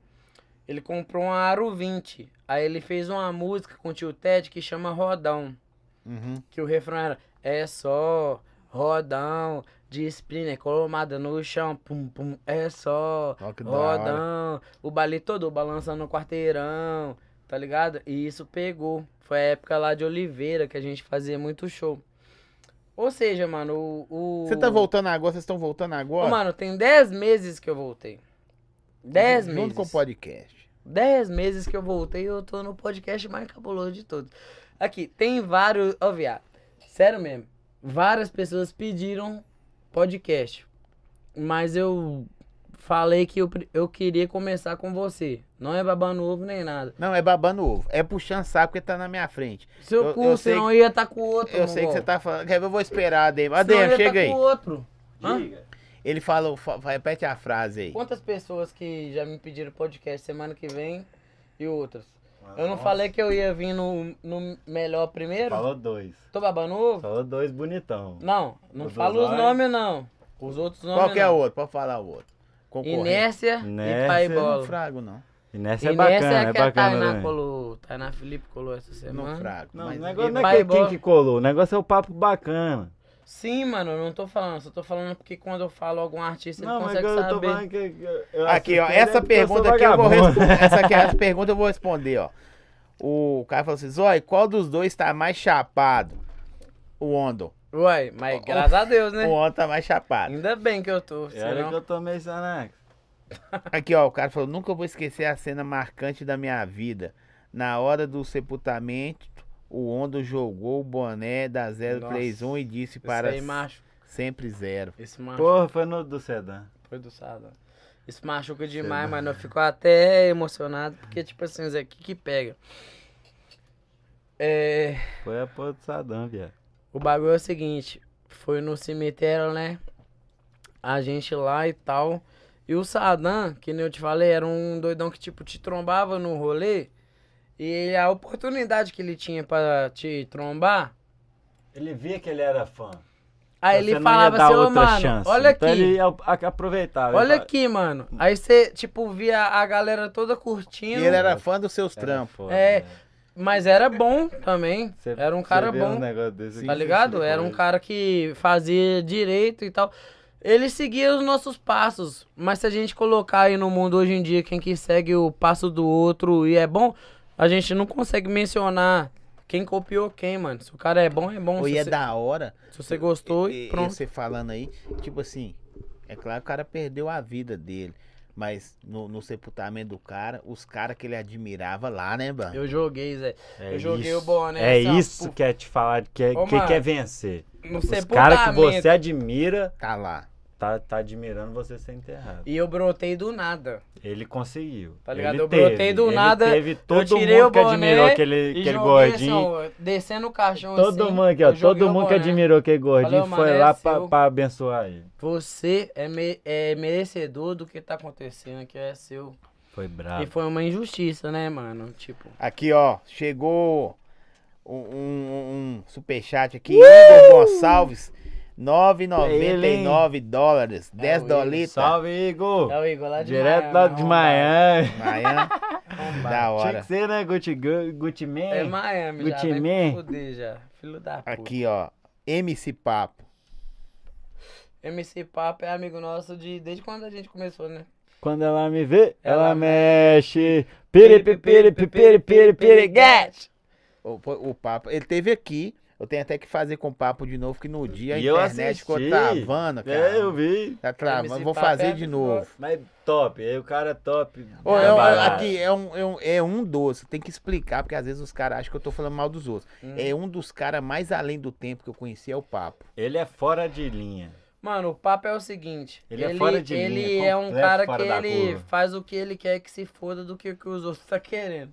ele comprou uma Aro 20. Aí ele fez uma música com o tio Ted que chama Rodão. Uhum. Que o refrão era É só rodão de splinter colomada no chão, pum pum, é só Ó, que da hora. rodão, o balé todo balançando no quarteirão, tá ligado? E isso pegou. Foi a época lá de Oliveira que a gente fazia muito show. Ou seja, mano, o. o- Você tá voltando agora? Vocês estão voltando agora? Ô, Mano, tem 10 meses que eu voltei. 10 Junto meses. com o podcast. 10 meses que eu voltei e eu tô no podcast mais cabuloso de todos. Aqui, tem vários. Ó, viado. Sério mesmo. Várias pessoas pediram podcast. Mas eu falei que eu, pre- eu queria começar com você. Não é babando ovo nem nada. Não, é babando ovo. É puxando saco porque tá na minha frente. Eu- Seu eu cu, sei senão eu ia estar com o outro. Eu sei que você tá falando. Quer ver? Eu vou esperar a DM. A Senão eu ia DM, tá chega aí. com o outro. Hã? Diga. Ele falou, fa- fa- repete a frase aí. Quantas pessoas que já me pediram podcast semana que vem e outras? Eu não Nossa. falei que eu ia vir no, no melhor primeiro? Falou dois. Tô babando ovo? Falou dois bonitão. Não, não Os fala dois os vai. nomes não. Os outros nomes Qual que é o não. outro? Pode falar o outro. Concorrente. Inércia, Inércia. é e Pai Eu não Bola. frago, não. E nessa é Inércia bacana, é é que a bacana Tainá também. colou. Tainá Felipe colou essa Não semana. frago. Não, o mas- negócio não vai é que- quem embora. que colou, o negócio é o papo bacana. Sim, mano, eu não tô falando. Só tô falando porque quando eu falo algum artista, Não, ele mas consegue eu tô saber. falando que. eu- eu Aqui, assisto ele ó. é Essa porque eu sou pergunta aqui eu vou vagabundo. responder. Essa aqui, essa pergunta eu vou responder, ó. O cara falou assim: Zói, qual dos dois tá mais chapado? O Ondo. Uai, mas graças a Deus, O né? Ondo tá mais Hum. chapado. Ainda bem que eu tô. E olha senão- que eu tomei Xanax. Aqui, ó. O cara falou: Nunca vou esquecer a cena marcante da minha vida. Na hora do sepultamento, o Ondo jogou o boné da 031 e disse para Esse aí, macho. sempre zero. Esse macho Porra, foi no do Sedan. foi do Sada. Isso machuca demais, mano. Eu fico até emocionado, porque, tipo assim, isso aqui que pega. É. Foi a porra do Sadam, viado. O bagulho é o seguinte, foi no cemitério, né? A gente lá e tal. E o Sadam, que nem eu te falei, era um doidão que, tipo, te trombava no rolê. E a oportunidade que ele tinha pra te trombar, Ele via que ele era fã. Então aí Você ele não ia falava dar assim, ô outra mano, chance. olha Então aqui. ele ia a- aproveitava. Olha Ele "Hum." aqui, mano. Aí você, tipo, via a galera toda E curtindo. ele era fã dos seus fala, "Era trampos. foda, É, né?" Mas era bom também. Cê- era um cê cara vê bom. uns negócio desse tá aqui, ligado? cê Era fala, um cara que fazia direito e tal. Ele seguia os nossos passos, mas se a gente colocar aí no mundo hoje em dia quem que segue o passo do outro e é bom, a gente não consegue mencionar quem copiou quem, mano. Se o cara é bom, é bom. Ou se, ia você, da hora. se você gostou, E- e- e, pronto. Você falando aí, tipo assim, é claro que o cara perdeu a vida dele. Mas no, no sepultamento do cara, os caras que ele admirava lá, né, mano? Eu joguei, Zé. É Eu joguei isso. o boné, É assim, ó, isso puf. que é te falar, que é, Ô, que mano, quer vencer. No Os caras que você sepultamento. admira, Tá lá. tá, tá admirando você ser enterrado. E eu brotei do nada. Ele conseguiu. Tá ligado? Ele Eu brotei teve, do ele nada, Teve todo tirei mundo o que boné admirou aquele, E aquele joguei assim, gordinho. ó, descendo o caixão Todo assim, mundo aqui, ó. eu joguei Todo o mundo que é boné. admirou aquele gordinho Falei, "Ô, foi mano, lá é pra, seu." pra abençoar ele. Você é, me- é merecedor do que tá acontecendo, que é seu. Foi brabo. E foi uma injustiça, né, mano? Tipo. Aqui, ó, chegou um, um, um superchat Uh! aqui. Igor Gonçalves, É 9,99 dólares, 10 o Igor. dolitas. Salve, Igor! É o Igor lá de Direto Miami, lá de Miami. Miami, da Tinha hora. que ser, né? Gucci, Gu- Gucci Man. É Miami, já. Gucci Vai Man. fuder já. Filho da puta. Aqui, ó, MC Papo. MC Papo é amigo nosso de, desde quando a gente começou, né? Quando ela me vê, ela, Ela mexe. Piri, piri, piri, piri, piri, piri, piri, get! O, pô, o papo. Ele teve aqui. Eu tenho até que fazer com o papo de novo, que no dia a E eu internet ficou assisti. travando, cara. É, eu vi. Tá travando. MC Vou Papo fazer é de do novo. Mas top, aí o cara é top. Ô, é, da um- balada. aqui é um, é, um, é um doce, tem que explicar, porque às vezes os caras acham que eu tô falando mal dos outros. Hum. É um dos caras mais além do tempo que eu conheci, é o Papo. Ele é fora de linha. Mano, o papo é o seguinte. Ele é fora de ele linha, é um completo cara fora que da ele curva. faz o que ele quer que se foda do que, que os outros tá querendo.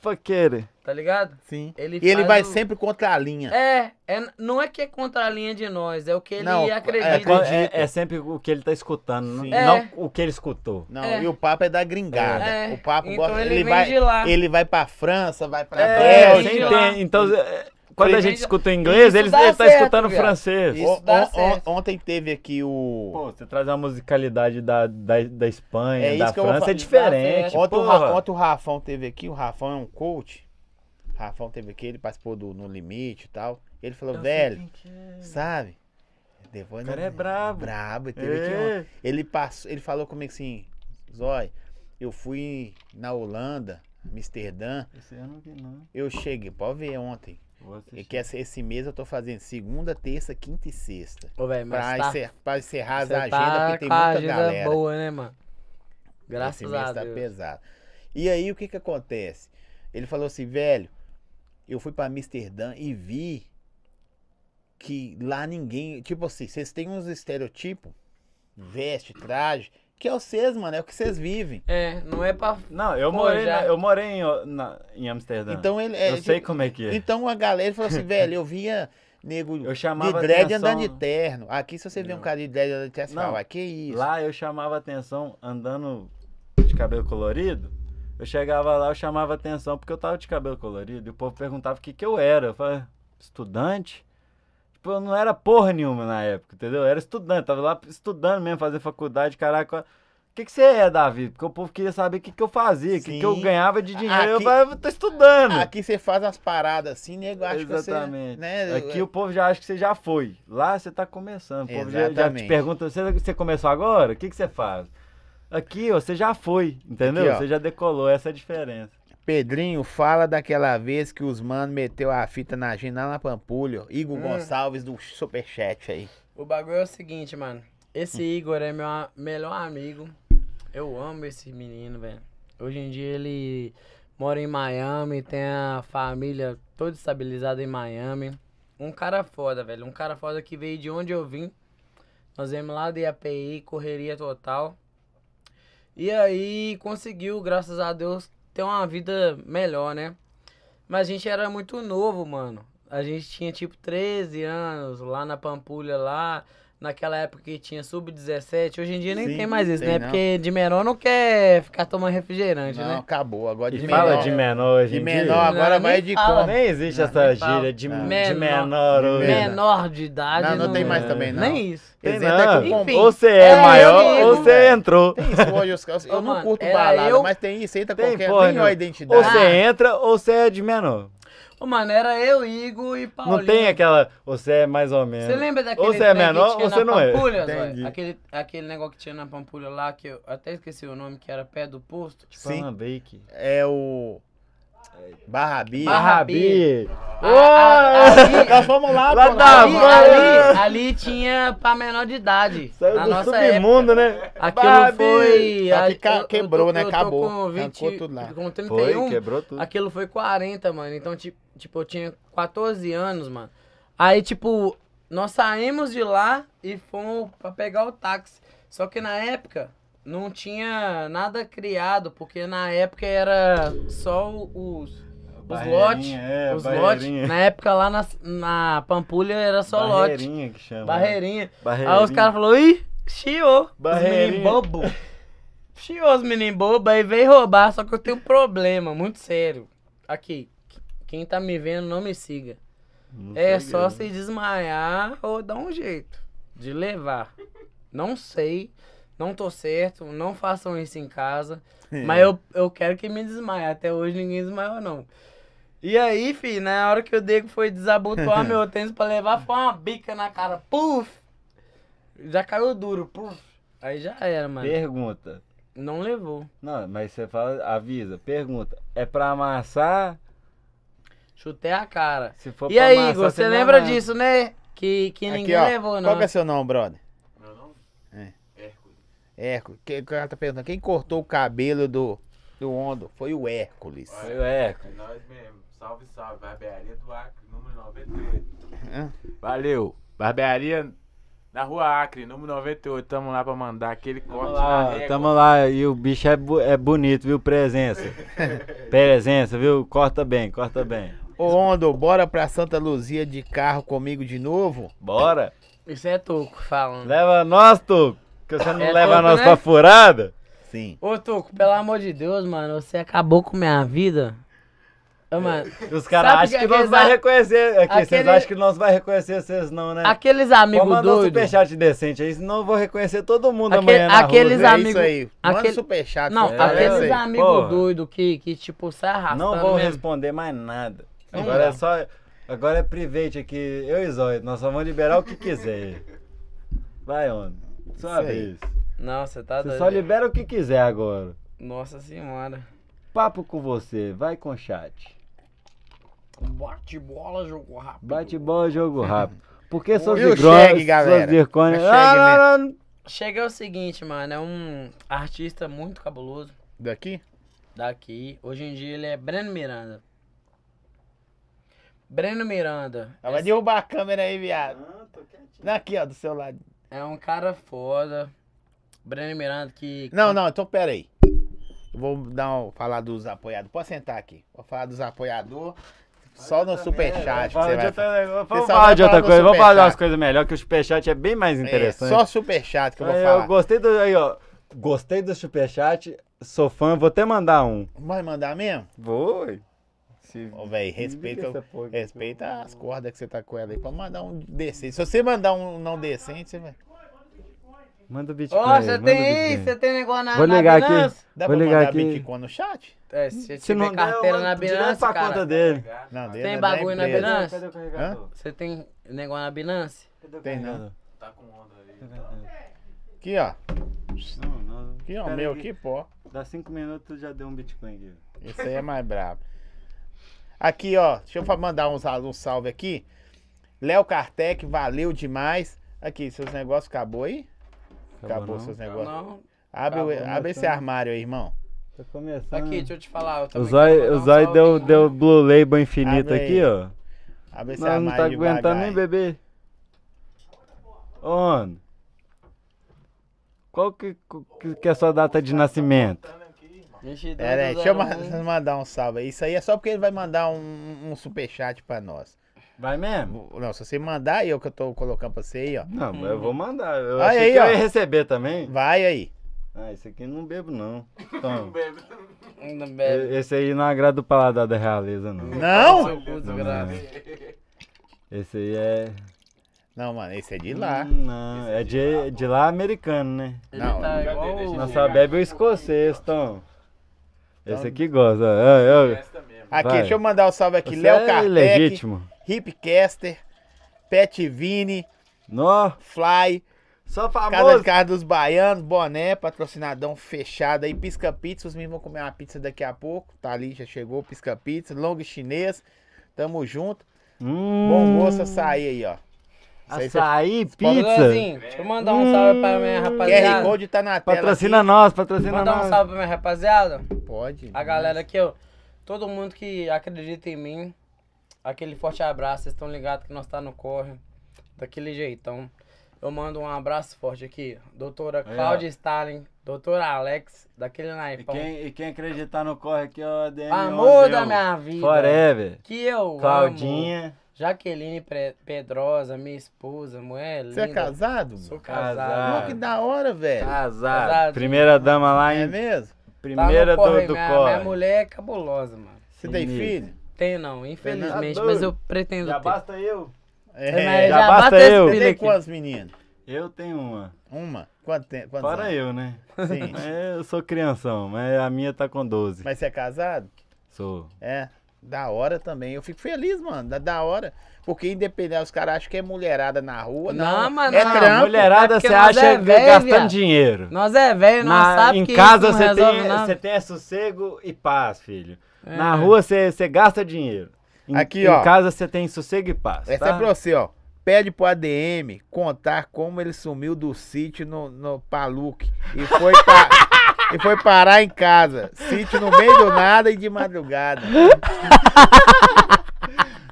Fuckere. Tá ligado? Sim. Ele e ele faz vai o- sempre contra a linha. É, é, não é que é contra a linha de nós, é o que ele Não, é É, acredita. quando- é- é sempre o que ele tá escutando, não, Sim. não É. o que ele escutou. Não, É. e o Papo é da gringada. É. O Papo Então gosta- ele ele, vem vai, de lá. ele vai pra França, vai pra É, vem Bélgica. você de lá. entende? Então, é, quando a Vem gente de- escuta o inglês, Isso eles, dá eles tá certo, escutando o viado. francês. Isso dá certo. ontem teve aqui o. Pô, você traz a musicalidade da, da, da Espanha, É da isso que eu vou França, é falar. diferente. Ontem o, porra. Ra- ontem o Rafão teve aqui, o Rafão é um coach. Rafão teve aqui, ele participou do No Limite e tal. Ele falou, velho, é? é." sabe? Depois O cara é brabo. Brabo, ele teve aqui ontem. É. Ele, passou, ele falou comigo assim, Zói, eu fui na Holanda, Amsterdã, Esse eu não vi, não. eu cheguei, pode ver ontem. Vou assistir. É que esse, esse mês eu tô fazendo segunda, terça, quinta e sexta. Ô, velho, mas Pra, tá- encer- pra encerrar as Você agendas, tá porque tem com a muita agenda galera. boa, né, mano? Esse Graças mês a tá Deus. pesado. E aí, o que que acontece? Ele falou assim, velho, eu fui pra Amsterdã e vi que lá ninguém... Tipo assim, vocês têm uns estereotipos veste, traje, que é vocês, mano, é o que vocês vivem. É, não é pra. Não, eu Pô, morei, já- na- eu morei em, na- em Amsterdã. Então ele é, eu sei como é que é. Então a galera falou assim, velho, eu via nego Eu de chamava dread atenção- andando de terno. Aqui se você vê um Não. cara de dread andando de terno, você Não. fala, "Uai, que isso? Lá eu chamava atenção andando de cabelo colorido. Eu chegava lá, eu chamava atenção porque eu tava de cabelo colorido. E o povo perguntava o que, que eu era. Eu falava, estudante? Tipo, eu não era porra nenhuma na época, entendeu? Eu era estudante, tava lá estudando mesmo, fazendo faculdade, caraca. O que, que você é, Davi? Porque o povo queria saber o que, que eu fazia, o que, que eu Sim. Ah, ganhava de dinheiro. Eu Aqui- falava, eu tô estudando. Aqui você faz umas paradas assim, nego, acho que você... Exatamente. Né, Aqui o povo já acha que você já foi. Lá você tá começando. O povo já, já Exatamente. te pergunta, você, você começou agora? O que, que você faz? Aqui, ó, você já foi, entendeu? Aqui, ó. você já decolou, essa é a diferença. Pedrinho, fala daquela vez que os manos meteu a fita na gente lá na Pampulha. Igor Hum. Gonçalves do Superchat aí. O bagulho é o seguinte, mano. Esse Igor é meu a- melhor amigo. Eu amo esse menino, velho. Hoje em dia ele mora em Miami, tem a família toda estabilizada em Miami. Um cara foda, velho. Um cara foda que veio de onde eu vim. Nós viemos lá de API, correria total. E aí conseguiu, graças a Deus, ter uma vida melhor, né? Mas a gente era muito novo, mano. A gente tinha tipo 13 anos lá na Pampulha, lá. Naquela época que tinha sub-17. Hoje em dia nem Sim, tem mais isso, tem né? não. Porque de menor não quer ficar tomando refrigerante, Não, né? acabou. Agora E de fala menor. de menor hoje De em menor, dia. agora Não, vai nem de fala. como. Nem existe Não, essa nem fala. gíria de, Não. de Menor. menor hoje. Menor. Menor de idade. Não, não tem mais é. também, não. Nem isso. Tem Eles entram não. com Enfim. Ou você É, é, eu maior digo, ou você velho. entrou. Tem isso hoje, os caras. Eu Ô, não mano, curto era balada, eu- mas tem isso aí, tá Tem qualquer. porra Nem ó a nenhuma. Ou identidade. você entra ou você é de menor. Ô, mano, era eu, Igor e Paulinho. Não tem aquela, você é mais ou menos. Você lembra daquele Ou você é trem que menor tinha ou na você não é. Pampulha, Zóia? Entendi. Aquele, aquele negócio que tinha na Pampulha lá, que eu até esqueci o nome, que era pé do posto. Tipo, Sim. Panambique. É o. Barra B. Ah, Barra- Barrabi. A- a- ali- Nós fomos lá, Lá pô, Ah, da- nós ali, fomos lá. ali, ali tinha pra menor de idade. Saiu na do nossa submundo, né? época. Aquilo foi. Só a- que ca- eu- eu quebrou, tô- né? eu tô Acabou. Com Arrancou 20, tudo lá. com 31. Foi, quebrou tudo. Aquilo foi 40, mano. Então, ti- tipo, eu tinha 14 anos, mano. Aí, tipo, nós saímos de lá e fomos pra pegar o táxi. Só que na época não tinha nada criado, porque na época era só o- os, os lotes. É, os lotes. Na época lá na, na Pampulha era só lote. Barreirinha que chama. né? Barreirinha. Barreirinha. Aí os caras falaram, ih, chiou. Os Barreirinha. meninos bobo. Chiou os meninos bobo, aí veio roubar. Só que eu tenho um problema, muito sério. Aqui, qu- quem tá me vendo, não me siga. Não É sei, só né? se desmaiar ou dar um jeito de levar. Não sei, não tô certo, não façam isso em casa. Mas eu, eu quero que me desmaie. Até hoje ninguém desmaiou, não. E aí, fi, na hora que o Diego foi desabotoar meu tênis pra levar, foi uma bica na cara. Puf! Já caiu duro, puf. Aí já era, mano. Pergunta. Não levou. Não, mas você fala, avisa. Pergunta. É pra amassar? Chutei a cara. Se for E pra aí, amassar, Igor, você não lembra amassa. disso, né? Que, que ninguém ó, levou, não. Qual que é seu nome, brother? Meu nome? Hércules. Hércules. Que- O cara tá perguntando, quem cortou o cabelo do, do Ondo? Foi o Hércules. Foi o Eco. É nóis mesmo. Salve, salve. Barbearia do Acre, número 98. Hã? É? Valeu. Barbearia na rua Acre, número 98. Tamo é, lá pra mandar aquele corte Tamo na lá, régua. tamo lá, e o bicho é, bu- é bonito, viu? Presença. Presença, viu? Corta bem, corta bem. Ô, Ondo, bora pra Santa Luzia de carro comigo de novo? Bora! Isso é Toco falando. Leva nós, Tuco! Que você não É leva Tuco, nós né? pra furada? Sim. Ô, Toco, pelo amor de Deus, mano, você acabou com minha vida. Ô, mano, Os caras Sabe acham que, que nós aqueles vai a- reconhecer. Aqui, vocês aquele- acham que nós vai reconhecer vocês não, né? aqueles Pô, amigos mandou um doidos. superchat decente aí, senão eu vou reconhecer todo mundo Aque- amanhã na rua, aqueles viu? é amigos- isso aí. Manda aquele- superchat. Não, é, aqueles isso aí. amigos Porra. doidos que, que, tipo, sai arrastando Não vou mesmo. responder mais nada. Não Agora é dá. só. Agora é private aqui. Eu e Zóio, nós só vamos liberar o que quiser. Vai, homem. Sua Isso aí. vez. Não, você tá Você doido. só libera o que quiser agora. Nossa senhora. Papo com você, vai com chat. Bate bola, jogo rápido. Bate bola, jogo rápido. Porque sou E o zigrona, chegue, galera? sou zircone. O chegue, Ah, não, não, Chega é o seguinte, mano, é um artista muito cabuloso Daqui? daqui. Hoje em dia ele é Breno Miranda. Breno Miranda. Ah, Vai derrubar a câmera aí, viado. Aqui, ó, do seu lado. É um cara foda. Breno Miranda que. Não, não, então pera aí. Eu vou dar um- falar dos apoiadores. Pode sentar aqui. Vou falar dos apoiadores. Só no superchat. que Fala você de vai outra- falar. Vamos só falar vai de outra falar do coisa, vamos falar de umas superchat. coisas melhores, que o superchat é bem mais É, interessante. só superchat que eu vou Aí, falar. gostei do. Aí, ó. Gostei do superchat. Sou fã, vou até mandar um. Vai mandar mesmo? Vou. Ô, velho, respeita, respeita as cordas que você tá com ela aí. Pode mandar um decente. Se você mandar um não decente, você vai. Manda o Bitcoin. Ó, aí, você manda o tem aí, Bitcoin. você tem negócio na, Vou na ligar aqui. Binance? Dá Vou pra ligar mandar aqui. Bitcoin no chat? É, se você Se tiver não der, eu carteira mando na direto Binance, pra cara. conta dele. Não, dele Tem é da bagulho na empresa. Binance? Cadê o carregador? Você tem negócio na Binance? Tem não. Tá com onda aí. Aqui, ó. Não, não. Aqui, ó. Espera Meu aí que aqui, pô. Dá cinco minutos já deu um Bitcoin aqui. Esse aí é mais brabo. Aqui, ó. Deixa eu fa- mandar uns, al- um salve aqui. Léo Kartek, valeu demais. Aqui, seus negócios acabou aí? Acabou, não? seus negócios. Não. abre, o- Acabou, abre não, esse tá. armário aí, irmão. Tá começando. Aqui, deixa eu te falar. Eu o também Zói, quero o mandar um Zói deu, salve. deu Blue Label infinito Abre aqui, aí. ó. Abre esse Não, armário não tá devagar aguentando nem aí. beber. On. Qual que, que- que é a sua data de nascimento? Gente, Pera aí, dois, deixa eu zero, ma- um. mandar um salve aí. Isso aí é só porque ele vai mandar um, um superchat pra nós. Vai mesmo? Não, se você mandar, eu que eu tô colocando pra você aí, ó. Não, mas eu vou mandar. Eu Aí, achei aí, que ó. eu ia receber também. Vai aí. Ah, esse aqui eu não bebo, não. Toma. Ainda um, bebe. E- esse aí não agrada o paladar da realeza, não. É. Não! Seu cu desgraça. Esse aí é... Não, mano, esse é de lá. Hum, Não, é de, de lá americano, né? Ele Não, tá cadê? igual Deixa o- eu Nós ver. só bebe o é escocês, Tom. Esse aqui gosta. ó, ó, ó. Festa mesmo. Aqui, Vai. deixa eu mandar um salve aqui. Você Léo é Kartek, ilegítimo. Hipcaster, Pet Vini, Nó, Fly, só Casa famoso. de Carne dos Baianos, Boné, patrocinadão fechado aí, Pisca Pizza, os meninos vão comer uma pizza daqui a pouco, tá ali, já chegou, Pisca Pizza, Long Chinês, tamo junto, Hum, bom moço, açaí aí, ó. Isso aí você- assim, Açaí, pizza. Luanzinho, deixa eu mandar um salve pra Hum, minha QR rapaziada. Code tá na tela. Patrocina nós, patrocina Mandar um nós. salve pra minha rapaziada. aqui. Pode. A galera aqui, ó. Todo mundo que acredita em mim. Aquele forte abraço. Vocês estão ligados que nós tá no corre. Daquele jeitão. Eu mando um abraço forte aqui. Doutora Aí, ó. Cláudia Stalin. Doutora Alex. Daquele E naipão. quem, e quem acreditar no corre aqui, é ó, DM. Ah, Amor Deus. é, da minha vida. Forever. Que eu amo. Claudinha, Jaqueline Pre- Pedrosa, minha esposa, mulher linda. Você é casado? Sou Tá mano? Casado. Ah, casado. Pô, que da hora, velho. casado. Casadinho. Primeira dama lá É em mesmo? Tá no primeira corre, do, do minha, corre. minha mulher é cabulosa, mano. Você tem Sim. filho? Tem não, infelizmente, Tem não. mas eu pretendo ter. Tá basta eu? É. já basta esse eu. Você filho tem aqui. quantos meninos? Eu tenho uma. Uma. Quanto tempo? Quantos Fora anos? eu, né? Sim. Mas Eu sou crianção, mas a minha tá com 12. Mas você é casado? Sou. É, da hora também. Eu fico feliz, mano. Da, da hora. Porque independente, os caras acham que é mulherada na rua. Não, Não, mas é não. trampo. Mulherada, é porque você nós acha é que velho, gastando viado. dinheiro. Nós é velho, nós Na- sabe em que casa isso não você resolve tem, nada. você tem é sossego e paz, filho. É. Na rua você você gasta dinheiro. Em, Aqui, em ó. casa você tem sossego e paz. Essa tá? é pra você, ó. Pede pro ADM contar como ele sumiu do sítio no, no Paluque e foi, pa- e foi parar em casa. Sítio no meio do nada e de madrugada.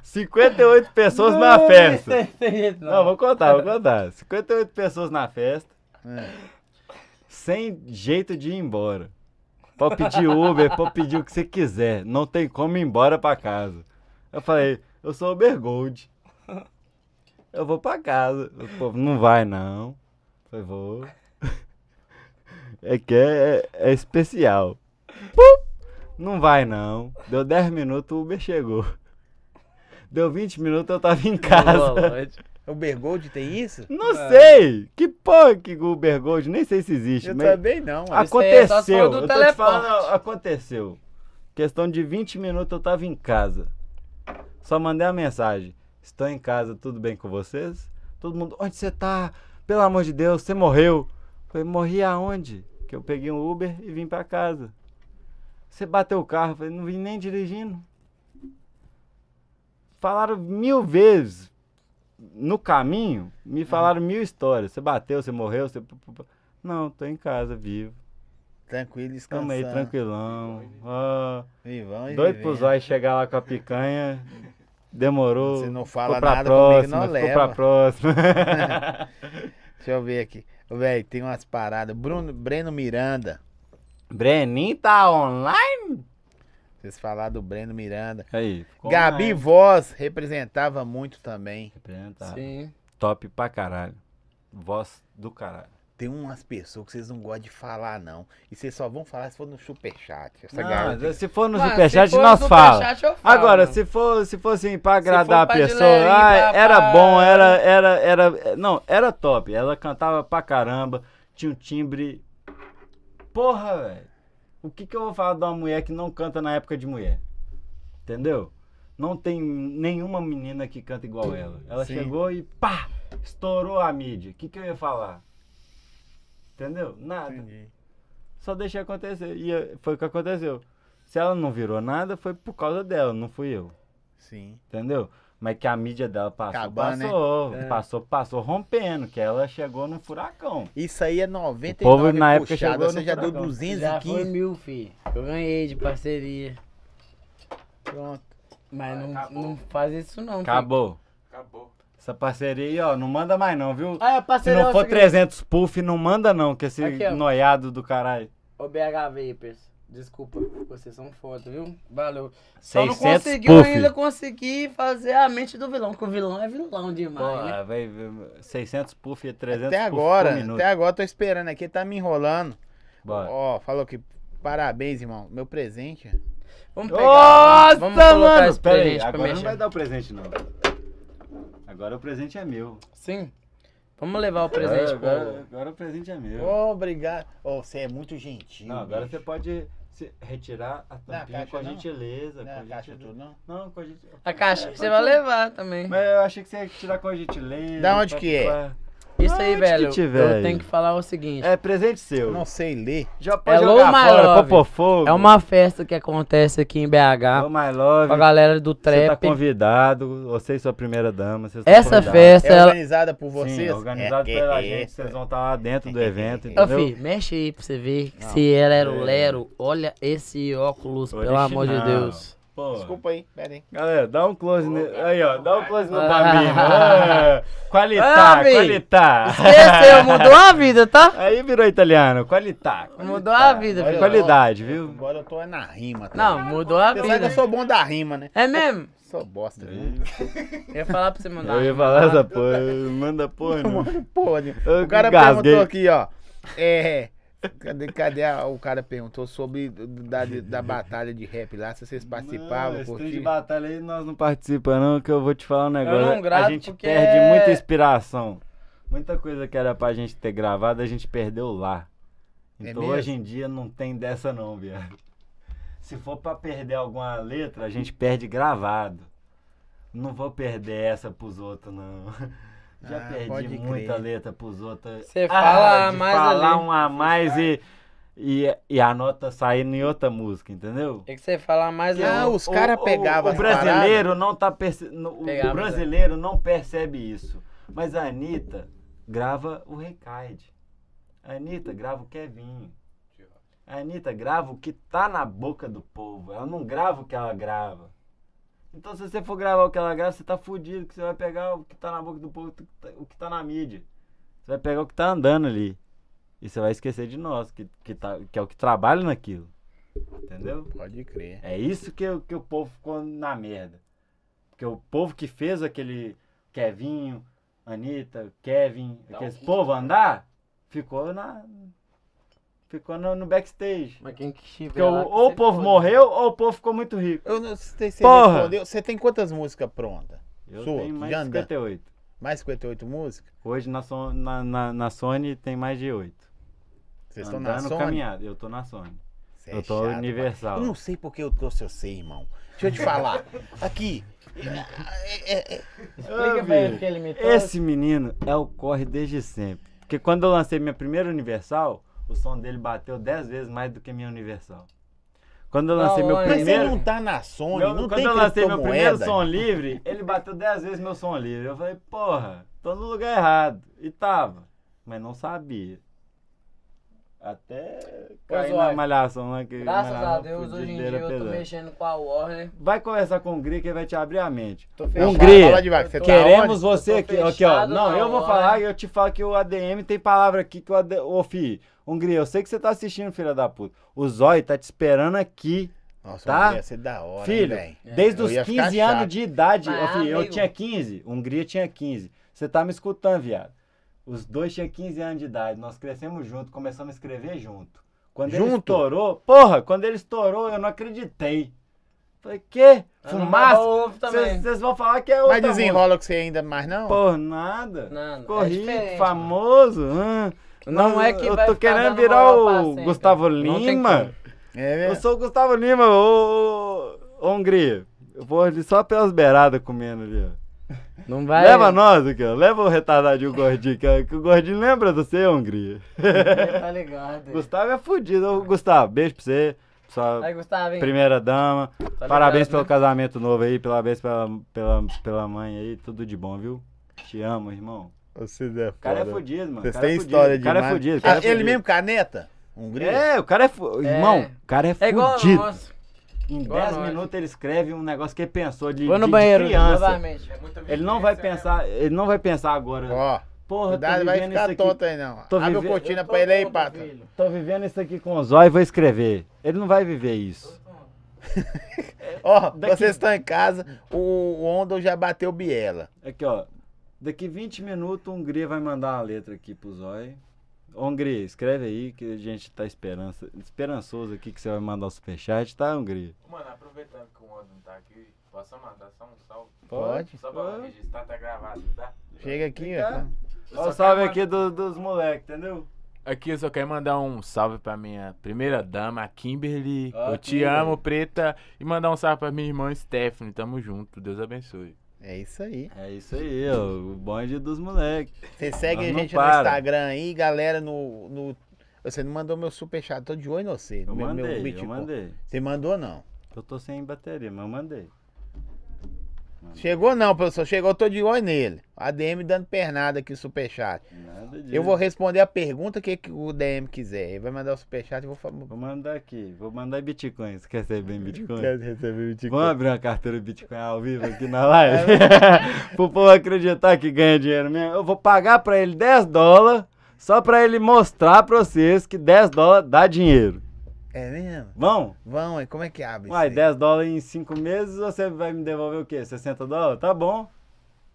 58 pessoas na festa. Tem jeito, Não, vou contar, vou contar. 58 pessoas na festa, É. sem jeito de ir embora. Pode pedir Uber, pode pedir o que você quiser. Não tem como ir embora pra casa. Eu falei, eu sou Uber Gold. Eu vou pra casa. O povo, não vai não. Eu falei, vou. É que é, é especial. Pum! Não vai não. Deu 10 minutos, o Uber chegou. Deu 20 minutos, eu tava em casa. O Bergold tem isso? Não sei! Que porra que Uber Gold, nem sei se existe, Eu mas também não. mano. Isso aí é só se aconteceu. for Eu do tô te teleporte. falando, aconteceu. Questão de 20 minutos eu tava em casa. Só mandei a mensagem. Estou em casa, tudo bem com vocês? Todo mundo, onde você tá? Pelo amor de Deus, você morreu. Eu Falei, morri aonde? Que eu peguei um Uber e vim pra casa. Você bateu o carro, Eu falei, não vim nem dirigindo. Falaram mil vezes no caminho, me falaram mil histórias. Você bateu, você morreu, você. Não, tô em casa, vivo. Tranquilo, descansando. Tamo aí, tranquilão. Ah, Vivão e doido pro vivendo. Zói chegar lá com a picanha. Demorou. Se não ficou fala pra nada comigo, próxima, não ficou pra leva. próxima. Deixa eu ver aqui. Véi, tem umas paradas. Bruno, Breno Miranda. Brenin tá online? Vocês falaram do Breno Miranda. Aí. ficou Gabi online. Voz representava muito também. Representar. Sim. tá Top pra caralho. Voz do caralho. Tem umas pessoas que vocês não gostam de falar, não. E vocês só vão falar se for no superchat. Essa Não, galera. se for no Mano, superchat, se for nós no fala. superchat, eu falo, Agora, mano. se for, se for assim, pra agradar for a pra pessoa, dilerim, ai, pra- era pra- bom, era, era, era. Não, era top. Ela cantava pra caramba, tinha um timbre. Porra, velho. O que, que eu vou falar de uma mulher que não canta na época de mulher? Entendeu? Não tem nenhuma menina que canta igual ela. Ela Sim. chegou e pá! Estourou a mídia. O que, que eu ia falar? Entendeu? Nada. Entendi. Só deixei acontecer. E eh, foi o que aconteceu. Se ela não virou nada, foi por causa dela, não fui eu. Sim. Entendeu? Mas que a mídia dela passou, Acabando, né? passou, É. passou, passou rompendo, que ela chegou num furacão. Isso aí é 99 O povo, na época, puxada, chegou Você no já deu furacão. Já foi 215. mil, fi. Eu ganhei de parceria. Pronto. Mas Ah, não, acabou. não faz isso não, tá? fi. Acabou. Acabou. Essa parceria aí, ó, não manda mais não, viu? Ah, é Se parceria. não for 300 puff, não manda não, que esse Aqui, ó. noiado do caralho. Ô BH Vapers, desculpa, vocês são foda, viu? Valeu. Só não 600 conseguiu puff. ainda conseguir fazer a mente do vilão, que o vilão é vilão demais, né? Porra, velho, 600 puff e 300 Até puff por agora, minuto. até agora eu tô esperando aqui, tá me enrolando. Bora. Ó, falou que parabéns, irmão. Meu presente. Vamos um, Nossa, vamos colocar esse Pera aí, presente pra agora não mexer. vai dar o presente não. Agora o presente é meu. Sim. Vamos levar o presente É, pro. agora, agora o presente é meu. Ô, obrigado. Ô, você é muito gentil. Não, agora bicho. você pode se retirar a tampinha caixa com a não. gentileza. Não é com a caixa gentileza. tudo, não? Não, com a gente. A caixa que você vai levar também. Mas eu achei que você ia tirar com a gentileza. Da onde pá, que é? pá. Isso aí, Onde que velho. tiver, Eu tenho que falar o seguinte. É presente seu. Eu não sei ler. Já pode É jogar Low My fora, Love. pôr fogo. É uma festa que acontece aqui em BH Oh my love. com a galera do Você tá trap. convidado, você e sua primeira dama. vocês estão Essa convidados. festa, é ela. organizada por Sim, vocês? organizado É, pela é, gente, é. vocês vão estar lá dentro do evento, Ô, Ô, entendeu? fi, mexe aí pra você ver Não. se era ero É. lero. Olha esse óculos, pelo Original. amor de Deus. Pô, Desculpa aí, pera aí. Galera, dá um close ne... aí, ó, dá um close no Ah. Bambino. Ah, Ah, qualitá, fi. qualitá. Esqueceu, mudou a vida, tá? Aí virou italiano, qualitá. Mudou a vida, Olha, filho. Qualidade, viu? Agora eu tô é na rima. Tá? Não, mudou a Você sabe que eu vida. sou bom da rima, né? É mesmo? Sou bosta. né? Eu ia falar pra você mandar. Eu ia falar essa porra, manda porra. não. Pô, né? Eu o cara engasguei. perguntou aqui, ó. É. Cadê, cadê a- o cara perguntou sobre da, da batalha de rap lá, se vocês participavam, Mano, esse trem é de curtiam. batalha aí nós não participamos não, que eu vou te falar um negócio. um não gravo a gente porque perde é- muita inspiração. Muita coisa que era pra gente ter gravado, a gente perdeu lá. É Então mesmo? hoje em dia não tem dessa não, viado. Se for pra perder alguma letra, a gente perde gravado. Não vou perder essa pros outros, não. Já Ah, pode perdi crer. muita letra pros outros. Ah, Você fala a de mais falar ali. um a mais e, e, e a nota saindo em outra música, entendeu? Tem É que você falar mais Ah, legal. os caras é O- o- pegavam O brasileiro não tá perce... no- o Pegava, brasileiro não percebe isso. Mas a Anitta grava o Recaide. A Anitta grava o Kevinho. A Anitta grava o que tá na boca do povo. Ela não grava o que ela grava. Então se você for gravar o que ela grava, você tá fudido, que você vai pegar o que tá na boca do povo, o que tá na mídia. Você vai pegar o que tá andando ali. E você vai esquecer de nós, que, que, tá, que é o que trabalha naquilo. Entendeu? Pode crer. É isso que, o- que o povo ficou na merda. Porque o povo que fez aquele Kevinho, Anitta, Kevin, Tá aqueles povo né? andar, ficou na. Ficou no, no backstage. Mas quem que tiver Porque o- lá que ou você o povo foda. morreu ou o povo ficou muito rico. Eu não sei se você Porra! respondeu. Você tem quantas músicas prontas? Eu Sua, tenho mais já de anda. 58. Mais 58 músicas? Hoje na, Son- na, na, na Sony tem mais de 8. Vocês estão na Sony? caminhado. Eu tô na Sony. Cê Eu tô é chato, universal. pai. Eu não sei porque eu trouxe você, irmão. Deixa eu te falar. Aqui. É, é, é, Explica Ô, pra ele bicho. que ele me trouxe. Esse menino é o corre desde sempre. Porque quando eu lancei minha primeira Universal, o som dele bateu 10 vezes mais do que minha Universal. Quando eu Da lancei meu hora, hein? Mas você primeiro. não tá na Sony, meu- não quando tem eu lancei meu primeiro criptomoeda. som livre, ele bateu 10 vezes meu som livre. Eu falei, porra, tô no lugar errado. E tava. Mas não sabia. Até cair Zóio, na malhação, né? que Graças malhava a Deus, hoje em dia fudideira eu tô pesada. mexendo com a Warner. Vai conversar com o Gri que ele vai te abrir a mente. Tô Não, fechado. Hungria, Eu fala tô- devagar, você eu tô- Tá quer- Queremos onde? você Eu tô aqui, aqui, ó. fechado Não, na eu vou hora. falar e eu te falo que o ADM tem palavra aqui que o AD... Ô, fi, Hungria, eu sei que você tá assistindo, filha da puta. O Zóio tá te esperando aqui, Nossa, Tá? Hungria, você é da hora, filho. hein, velho? desde É, eu os ia ficar 15 anos chato. de idade. Mas, Ô, fi, eu amigo- tinha 15, Hungria tinha 15. Você tá me escutando, viado. Os dois tinham 15 anos de idade, nós crescemos junto, começamos a escrever junto. Quando ele Junto? estourou, porra, quando ele estourou, eu não acreditei. Falei, quê? eu não Fumaça? dava ovo também. Vocês vão falar que é outra Mas música. desenrola que você ainda mais não? Por nada. Nada, é Corrido, diferente, famoso. hã? Não Mas é que Eu vai tô ficar querendo dando virar moral pra o sempre. Gustavo Não tem Lima. como. É, Eu velho. sou o Gustavo Lima, ô, ô, ô Hungria. Eu vou ali só pelas beiradas comendo ali, ó. Não vai. Leva nós aqui, ó. Leva o retardadinho o gordinho, que, é- que o gordinho lembra de você, Hungria. tá ligado. Gustavo é fudido. Ô, Gustavo, beijo pra você. Sua Aí, Gustavo, hein? primeira dama. Parabéns ligado, pelo né? casamento novo aí. Parabéns pela, pela, pela mãe aí. Tudo de bom, viu? Te amo, irmão. Você é O cara é foda. fudido, mano. O Vocês cara têm é fudido. história de O cara é fudido. o cara é Ele fudido. mesmo, caneta? Hungria? É, o cara é. Fu... É. Irmão, o cara é, É igual fudido. nós. Em Igual 10 nós. minutos ele escreve um negócio que ele pensou de, Vou de- no de banheiro. é criança. novamente. É Ele não vai pensar, ele não vai pensar agora. Ó, Porra, tô cuidado, vai vivendo isso ficar aqui. tonto aí não. Tô Abre vivendo- a cortina Eu tô pra ele aí, tonto, pata. filho. Tô vivendo isso aqui com os olhos e vou escrever. Ele não vai viver isso. né? Hum. Ó, Daqui- vocês estão em casa, o o Ondo já bateu biela. Aqui, ó. Daqui 20 minutos o Hungria vai mandar uma letra aqui pro Zói. Ô, Hungria, escreve aí que a gente tá esperança, esperançoso aqui que você vai mandar o superchat, tá, Hungria? Mano, aproveitando que o Odo não tá aqui, posso mandar só um salve? Pode. Só pra Pode. registrar, tá gravado, tá? Chega aqui, Vem cá. ó. Eu Olha só o salve quero aqui do- dos moleques, entendeu? Aqui eu só quero mandar um salve pra minha primeira dama, a Kimberly. Ó, eu te Kimberly. amo, preta. E mandar um salve pra minha irmã Stephanie. Tamo junto. Deus abençoe. É isso aí. É isso aí, ó, o bonde dos moleques. Você segue Nós a não gente no para. Instagram aí, galera, no, no- Você não mandou meu superchat, tô de olho em você. Eu meu, meu mandei, eu Bitcoin. mandei. Você mandou não? Eu tô sem bateria, mas eu mandei. Chegou não, professor, chegou, eu tô de olho nele. A DM dando pernada aqui, superchat. Nada disso. Eu vou responder a pergunta que que o DM quiser. Ele vai mandar o superchat e vou falar. Vou mandar aqui, vou mandar em Bitcoin. Você quer receber em Bitcoin? receber Vamos abrir uma carteira Bitcoin ao vivo aqui na live? É, Pro povo acreditar que ganha dinheiro mesmo. Eu vou pagar pra ele 10 dólares só pra ele mostrar pra vocês que 10 dólares dá dinheiro. É mesmo? Vão? Vão, aí, como é que abre Uai, aí? 10 dólares em 5 meses você vai me devolver o quê? 60 dólares? Tá bom.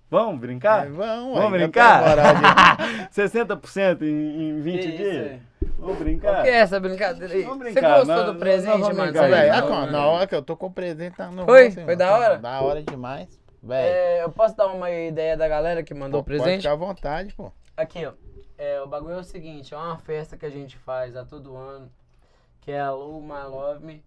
Vamos brincar? É, vão, Vamos aí, brincar? dá pra moral de- 60% em, em 20 Que isso, dias? é? Vamos O brincar? que é essa brincadeira aí? Vamos Você brincar, gostou nós- do nós presente, vamos mano? brincar, Você Véi, velho. a gostou, con- mano? na hora que eu tô com o presente, tá no Foi? bolso, hein, Foi mano. da Tá hora? Da hora demais. Véi. É, eu posso dar uma ideia da galera que mandou o pô, Pode presente? ficar à vontade, pô. Aqui, ó. É, o bagulho é o seguinte, é uma festa que a gente faz a todo ano, que é a Lou My Love Me,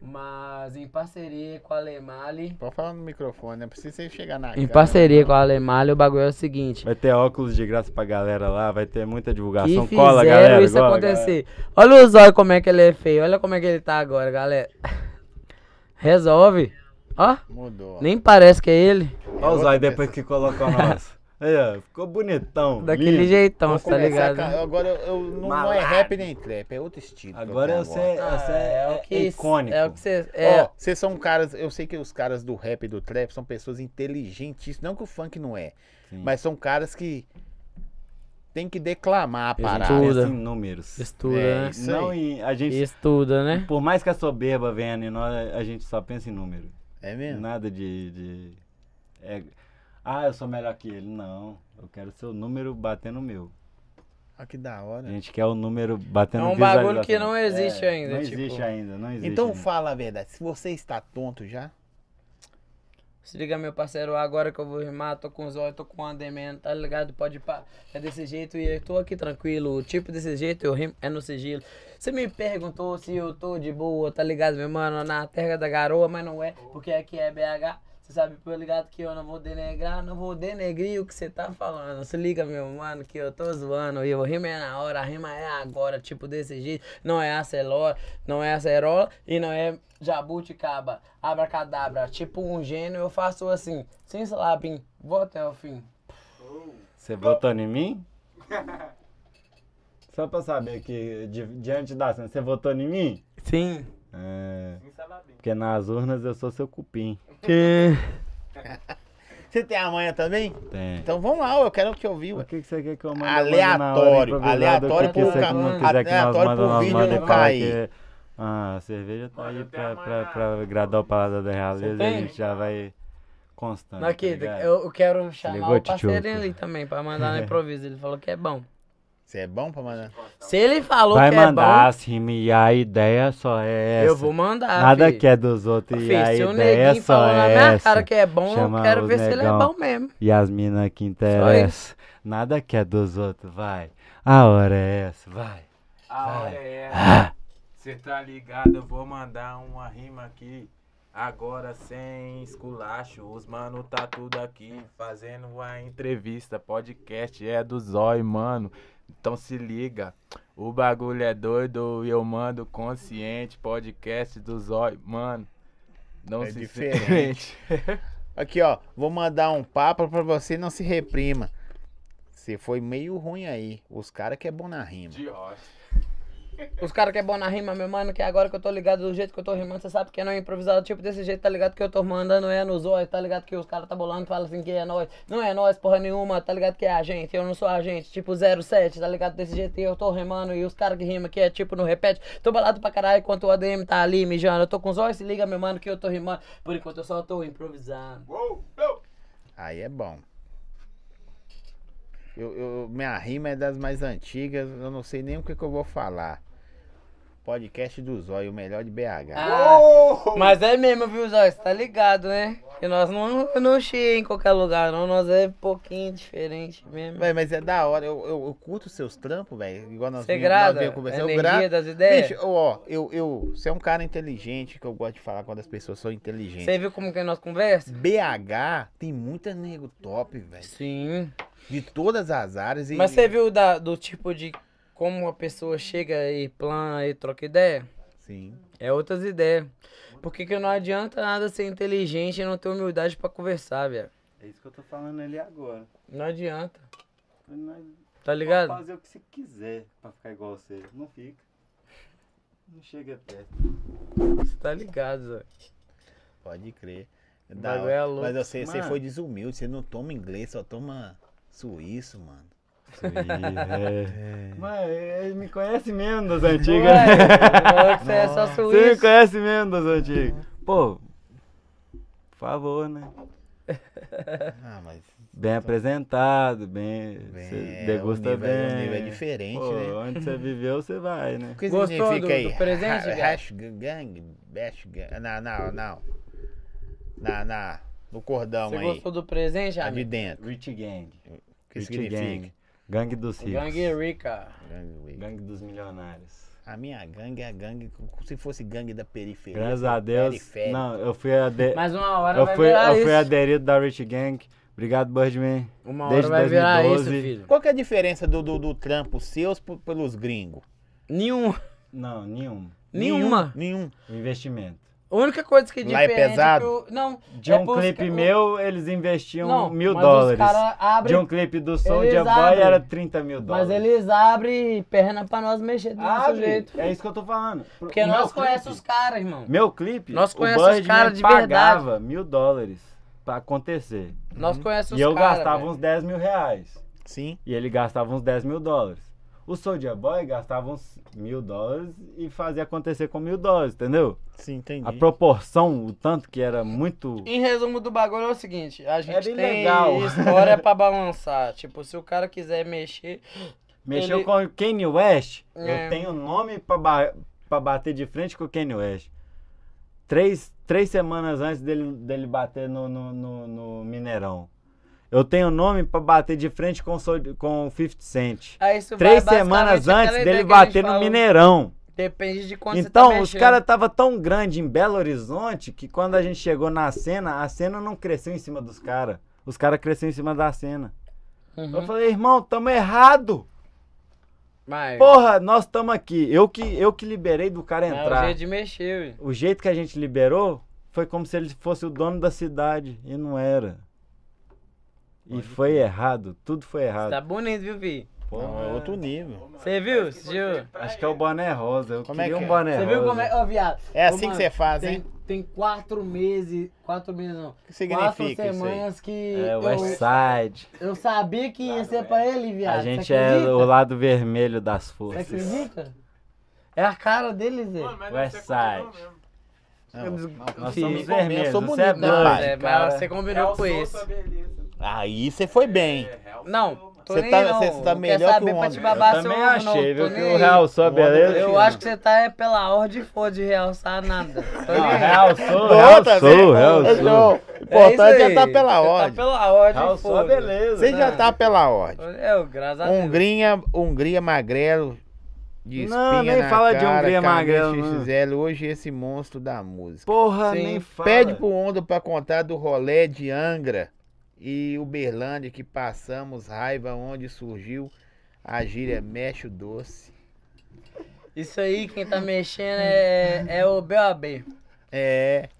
mas em parceria com a Lemali. Pode falar no microfone, né? não precisa você chegar na Em câmera. parceria com a Lemali, o bagulho é o seguinte. Vai ter óculos de graça pra galera lá, vai ter muita Que divulgação. fizeram Tá, cola, galera. isso cola, acontecer. Olha o zóio como é que ele é feio. Olha como é que ele tá agora, galera. Resolve. Ó, Mudou. nem parece que é ele. galera. Olha o zóio depois que colocou nós. Aí, ó, ficou bonitão. Daquele lindo. jeitão, Vou cê tá começar ligado? com- né? Agora eu, eu- não, não é Malado. rap nem trap, é outro estilo. que eu Agora Tá tenho você é, você é, icônico. É Ah, o que você. Ó, É, vocês são caras, eu sei que os caras do rap e do trap são pessoas inteligentes, não que o funk não é, Sim. mas são caras que tem que declamar a Eles parada. Pensa Tudo. em números. estuda, é, né? isso Não aí. em. A gente. Estuda, né? Por mais que a soberba venha em nós, a gente só pensa em número. É mesmo? Nada de. de- é, ah, eu sou melhor que ele. Não. Eu quero seu número batendo o meu. Olha que da hora. A gente quer o número batendo É um visualização. É, bagulho que não existe ainda, Não tipo- existe ainda, não existe. Então ainda. fala a verdade, se você está tonto já, Se liga, meu parceiro, agora que eu vou rimar, tô com os olhos, tô com o andamento, tá ligado? Pode ir pra... É desse jeito e eu tô aqui tranquilo. O tipo desse jeito eu rimo, é no sigilo. Você me perguntou se eu tô de boa, tá ligado, meu mano? Na terra da garoa, mas não é, porque aqui é BH. Você sabe, tô ligado que eu não vou denegrar, não vou denegrir o que você tá falando. Se liga, meu mano, que eu tô zoando. E o rima é na hora, a rima é agora, tipo desse jeito. Não é acelora, não é acerola e não é jabuticaba. Abracadabra, tipo um gênio, eu faço assim, sem slapim, vou até o fim. Você votou em mim? Só pra saber que di- diante da cena, você votou em mim? Sim. É, Sim, salabim. porque nas urnas eu sou seu cupim. Você tem a manha também? Tem. Então vamos lá, eu quero te ouvir. O ué. que, que você quer que eu mande? Aleatório, Eu mando na hora improvisada, aleatório o que que por você ca- não quiser que nós aleatório manda, por nós vídeo manda e não fala cair. que, ah, a cerveja tá Olha, aí eu tenho pra, a pra, manha. pra agradar o paladar da Você realeza, a tem? gente já vai constando. Naquita, tá ligado? eu eu quero chamar Ligou, o parceirinho tchutchuco? ali também pra mandar no improviso. Ele falou que é bom. Você é bom pra mandar? Se ele falou Vai que mandar, é assim, e a ideia só é bom, essa. eu vou mandar. Nada filho. que é dos outros, e Filho, a se o ideia neguinho só falou na é minha essa. cara que é bom, Chama eu quero os ver se ele é negão. bom mesmo. E as minas que interessam. Nada que é dos outros, vai. A hora é essa, vai. Ah, A hora é essa. Você tá ligado? Eu vou mandar uma rima aqui. Agora sem esculacho, os mano tá tudo aqui fazendo uma entrevista. Podcast é do zóio, mano. Então se liga. O bagulho é doido e eu mando consciente. Podcast do zóio, mano. Não É se diferente. Aqui, ó. Vou mandar um papo pra você não se reprima. Você foi meio ruim aí. Os caras que é bom na rima. De rocha. Os caras que é bom na rima, meu mano, que agora que eu tô ligado do jeito que eu tô rimando, você sabe que não é improvisado, tipo desse jeito, tá ligado? Que eu tô mandando é nos olhos, tá ligado? Que os caras tá bolando, fala assim que é nós. Não é nós, porra nenhuma, tá ligado? Que é a gente, eu não sou a gente, tipo 07, tá ligado? Desse jeito e eu tô rimando e os caras que rimam que é tipo não repete. Tô balado pra caralho enquanto o ADM tá ali mijando. Eu tô com os olhos, se liga, meu mano, que eu tô rimando. Por enquanto eu só tô improvisando. Uou, uou. Aí é bom. Eu, eu- minha rima é das mais antigas, eu não sei nem o que, que eu vou falar. Podcast do Zóio, o melhor de BH. Ah, Oh! mas é mesmo, viu, Zóio? Você tá ligado, né? Que nós não, não chia em qualquer lugar, não. Nós é um pouquinho diferente mesmo. Véi, mas é da hora, eu, eu, eu curto seus trampos, velho. Igual nós Você vimos- grada? nós vimos conversar, eu energia É. grado. das ideias? Bicho, eu, ó, eu, eu, você é um cara inteligente, que eu gosto de falar quando as pessoas são inteligentes. Você viu como que nós conversa? BH tem muita nego top, velho. Sim. De todas as áreas. E... Mas você viu da- do tipo de como a pessoa chega e plana e troca ideia? Sim. É outras ideias. Porque que não adianta nada ser inteligente e não ter humildade pra conversar, velho. É isso que eu tô falando ali agora. Não adianta. Nós Tá ligado? fazer o que você quiser pra ficar igual você. Não fica. Não chega perto. Você tá ligado, Zé. Pode crer. É O da bagulho hora. é louco. Mas você, você Mano. foi desumilde, você não toma inglês, só toma suíço, mano. é. Mano, ele me conhece mesmo das antigas. é né? Ué, você é só Você me suíço. conhece mesmo das antigas. Pô, por favor, né? Ah, mas Bem Então. apresentado, bem. bem, Você é, degusta o nível, bem. o nível é diferente, Pô, né? onde você viveu, você vai, né? O que Gostou significa do- aí? do presente, Ha- Gabi? Hash gang, bash gang. Não, não, não. Na, na, no cordão Você aí. É gostou do presente, Lá de amigo? dentro. Rich Gang. O que Rich significa? Gang. Gangue dos ricos. Gangue Rica. Gangue, ué. Gangue dos milionários. a minha gangue é a gangue, co- se fosse gangue da é periferia. Graças seria a Deus. periférico. Não, eu fui ade... Mas uma hora eu vai fui, virar eu fui isso. aderido da Rich Gang. Obrigado, Birdman. Uma hora desde vai virar isso, 2012. filho. Qual que é a diferença do, do, do trampo seus p- pelos gringos? Nenhum. Não, nenhum. Nenhuma. Nenhum. Investimento. A única coisa que é Lá é diferente pesado? que eu- Não. De é um porque clipe o- meu, eles investiam Não, mil mas dólares. Os cara abre, De um clipe do Eles Soulja Boy abrem. era 30 mil dólares. Mas eles abrem perna pra nós mexer do nosso Abre. jeito. É isso que eu tô falando. Pro- Porque o meu nós clipe- conhecemos os caras, irmão. Meu clipe, Nós o conhecemos os Birdman cara de pagava mil dólares pra acontecer. Nós conhecemos os Uhum. e eu caras. gastava velho. uns 10 mil reais. Sim. E ele gastava uns 10 mil dólares. O Soulja Boy gastava uns mil dólares e fazia acontecer com mil dólares, entendeu? Sim, entendi. A proporção, o tanto que era muito... Em resumo do bagulho é o seguinte, a gente tem ilegal. história pra balançar. Tipo, se o cara quiser mexer, Mexeu Ele- com o Kanye West. É. Eu tenho nome pra, ba- pra bater de frente com o Kanye West. Três, três semanas antes dele, dele bater no, no, no- no Mineirão. Eu tenho nome pra bater de frente com, o Soul- com o 50 Cent. aí isso Três vai semanas basicamente antes aquela dele ideia que a gente bater no falou. Mineirão. Depende de quando então, você tá os mexendo. caras estavam tão grande em Belo Horizonte que quando a gente chegou na cena, a cena não cresceu em cima dos caras. Os caras cresceram em cima da cena. Eu Uhum. falei, irmão, tamo errado. Mas Porra, nós estamos aqui. Eu que, eu que liberei do cara é o entrar. jeito de mexer, velho. O jeito que a gente liberou foi como se ele fosse o dono da cidade. E não era. E foi errado. Tudo foi Você errado. Tá bonito, viu, Vi? Pô, Não, é é- outro nível. Você viu, Gil? Acho que é o boné rosa. Eu Como é queria um que é? boné Você rosa. viu como é. Ô, viado. É ô, assim mano, que você faz, tem, hein? Tem quatro meses. Quatro meses não. O que Quatro significa isso aí? semanas que. É o eu, Westside. eu sabia que ia ser pra ele, viado. A Você gente é acredita? o lado vermelho das Você forças. acredita? É a cara dele, Zé. Westside. Não. Nós Sim. somos Eu sou vermelhos. bonito, Você é né, branco. pai? é, mas cara. você combinou com esse. Aí você foi bem. É, Não, tô Você nem tá- aí, não. você tá Não quer melhor que saber o pra Honda. te Eu babar Eu seu também ovo, não, achei, tô viu? um nem Que o aí. Real só, O outro beleza? tá Eu filho. acho que você tá é pela ordem for de realçar nada. Tô nem Não, aí. Real sou, Real é. Outra vez. sou, Real tá É, Não, sou. O importante é isso aí. estar pela Você ordem. Tá pela ordem, Real sou, foda. beleza. Você já né? tá pela ordem. Eu, graças a Deus. Hungria, Hungria magrelo. De Não, espinha nem na fala de cara, Hungria camisa magrelo, não. XXL, hoje esse monstro da música. Porra, Sim. nem fala. Pede pro Ondo pra contar do rolê de Angra e Uberlândia que passamos raiva onde surgiu a gíria mexe o doce. Isso aí, quem tá mexendo é, é o BAB. É,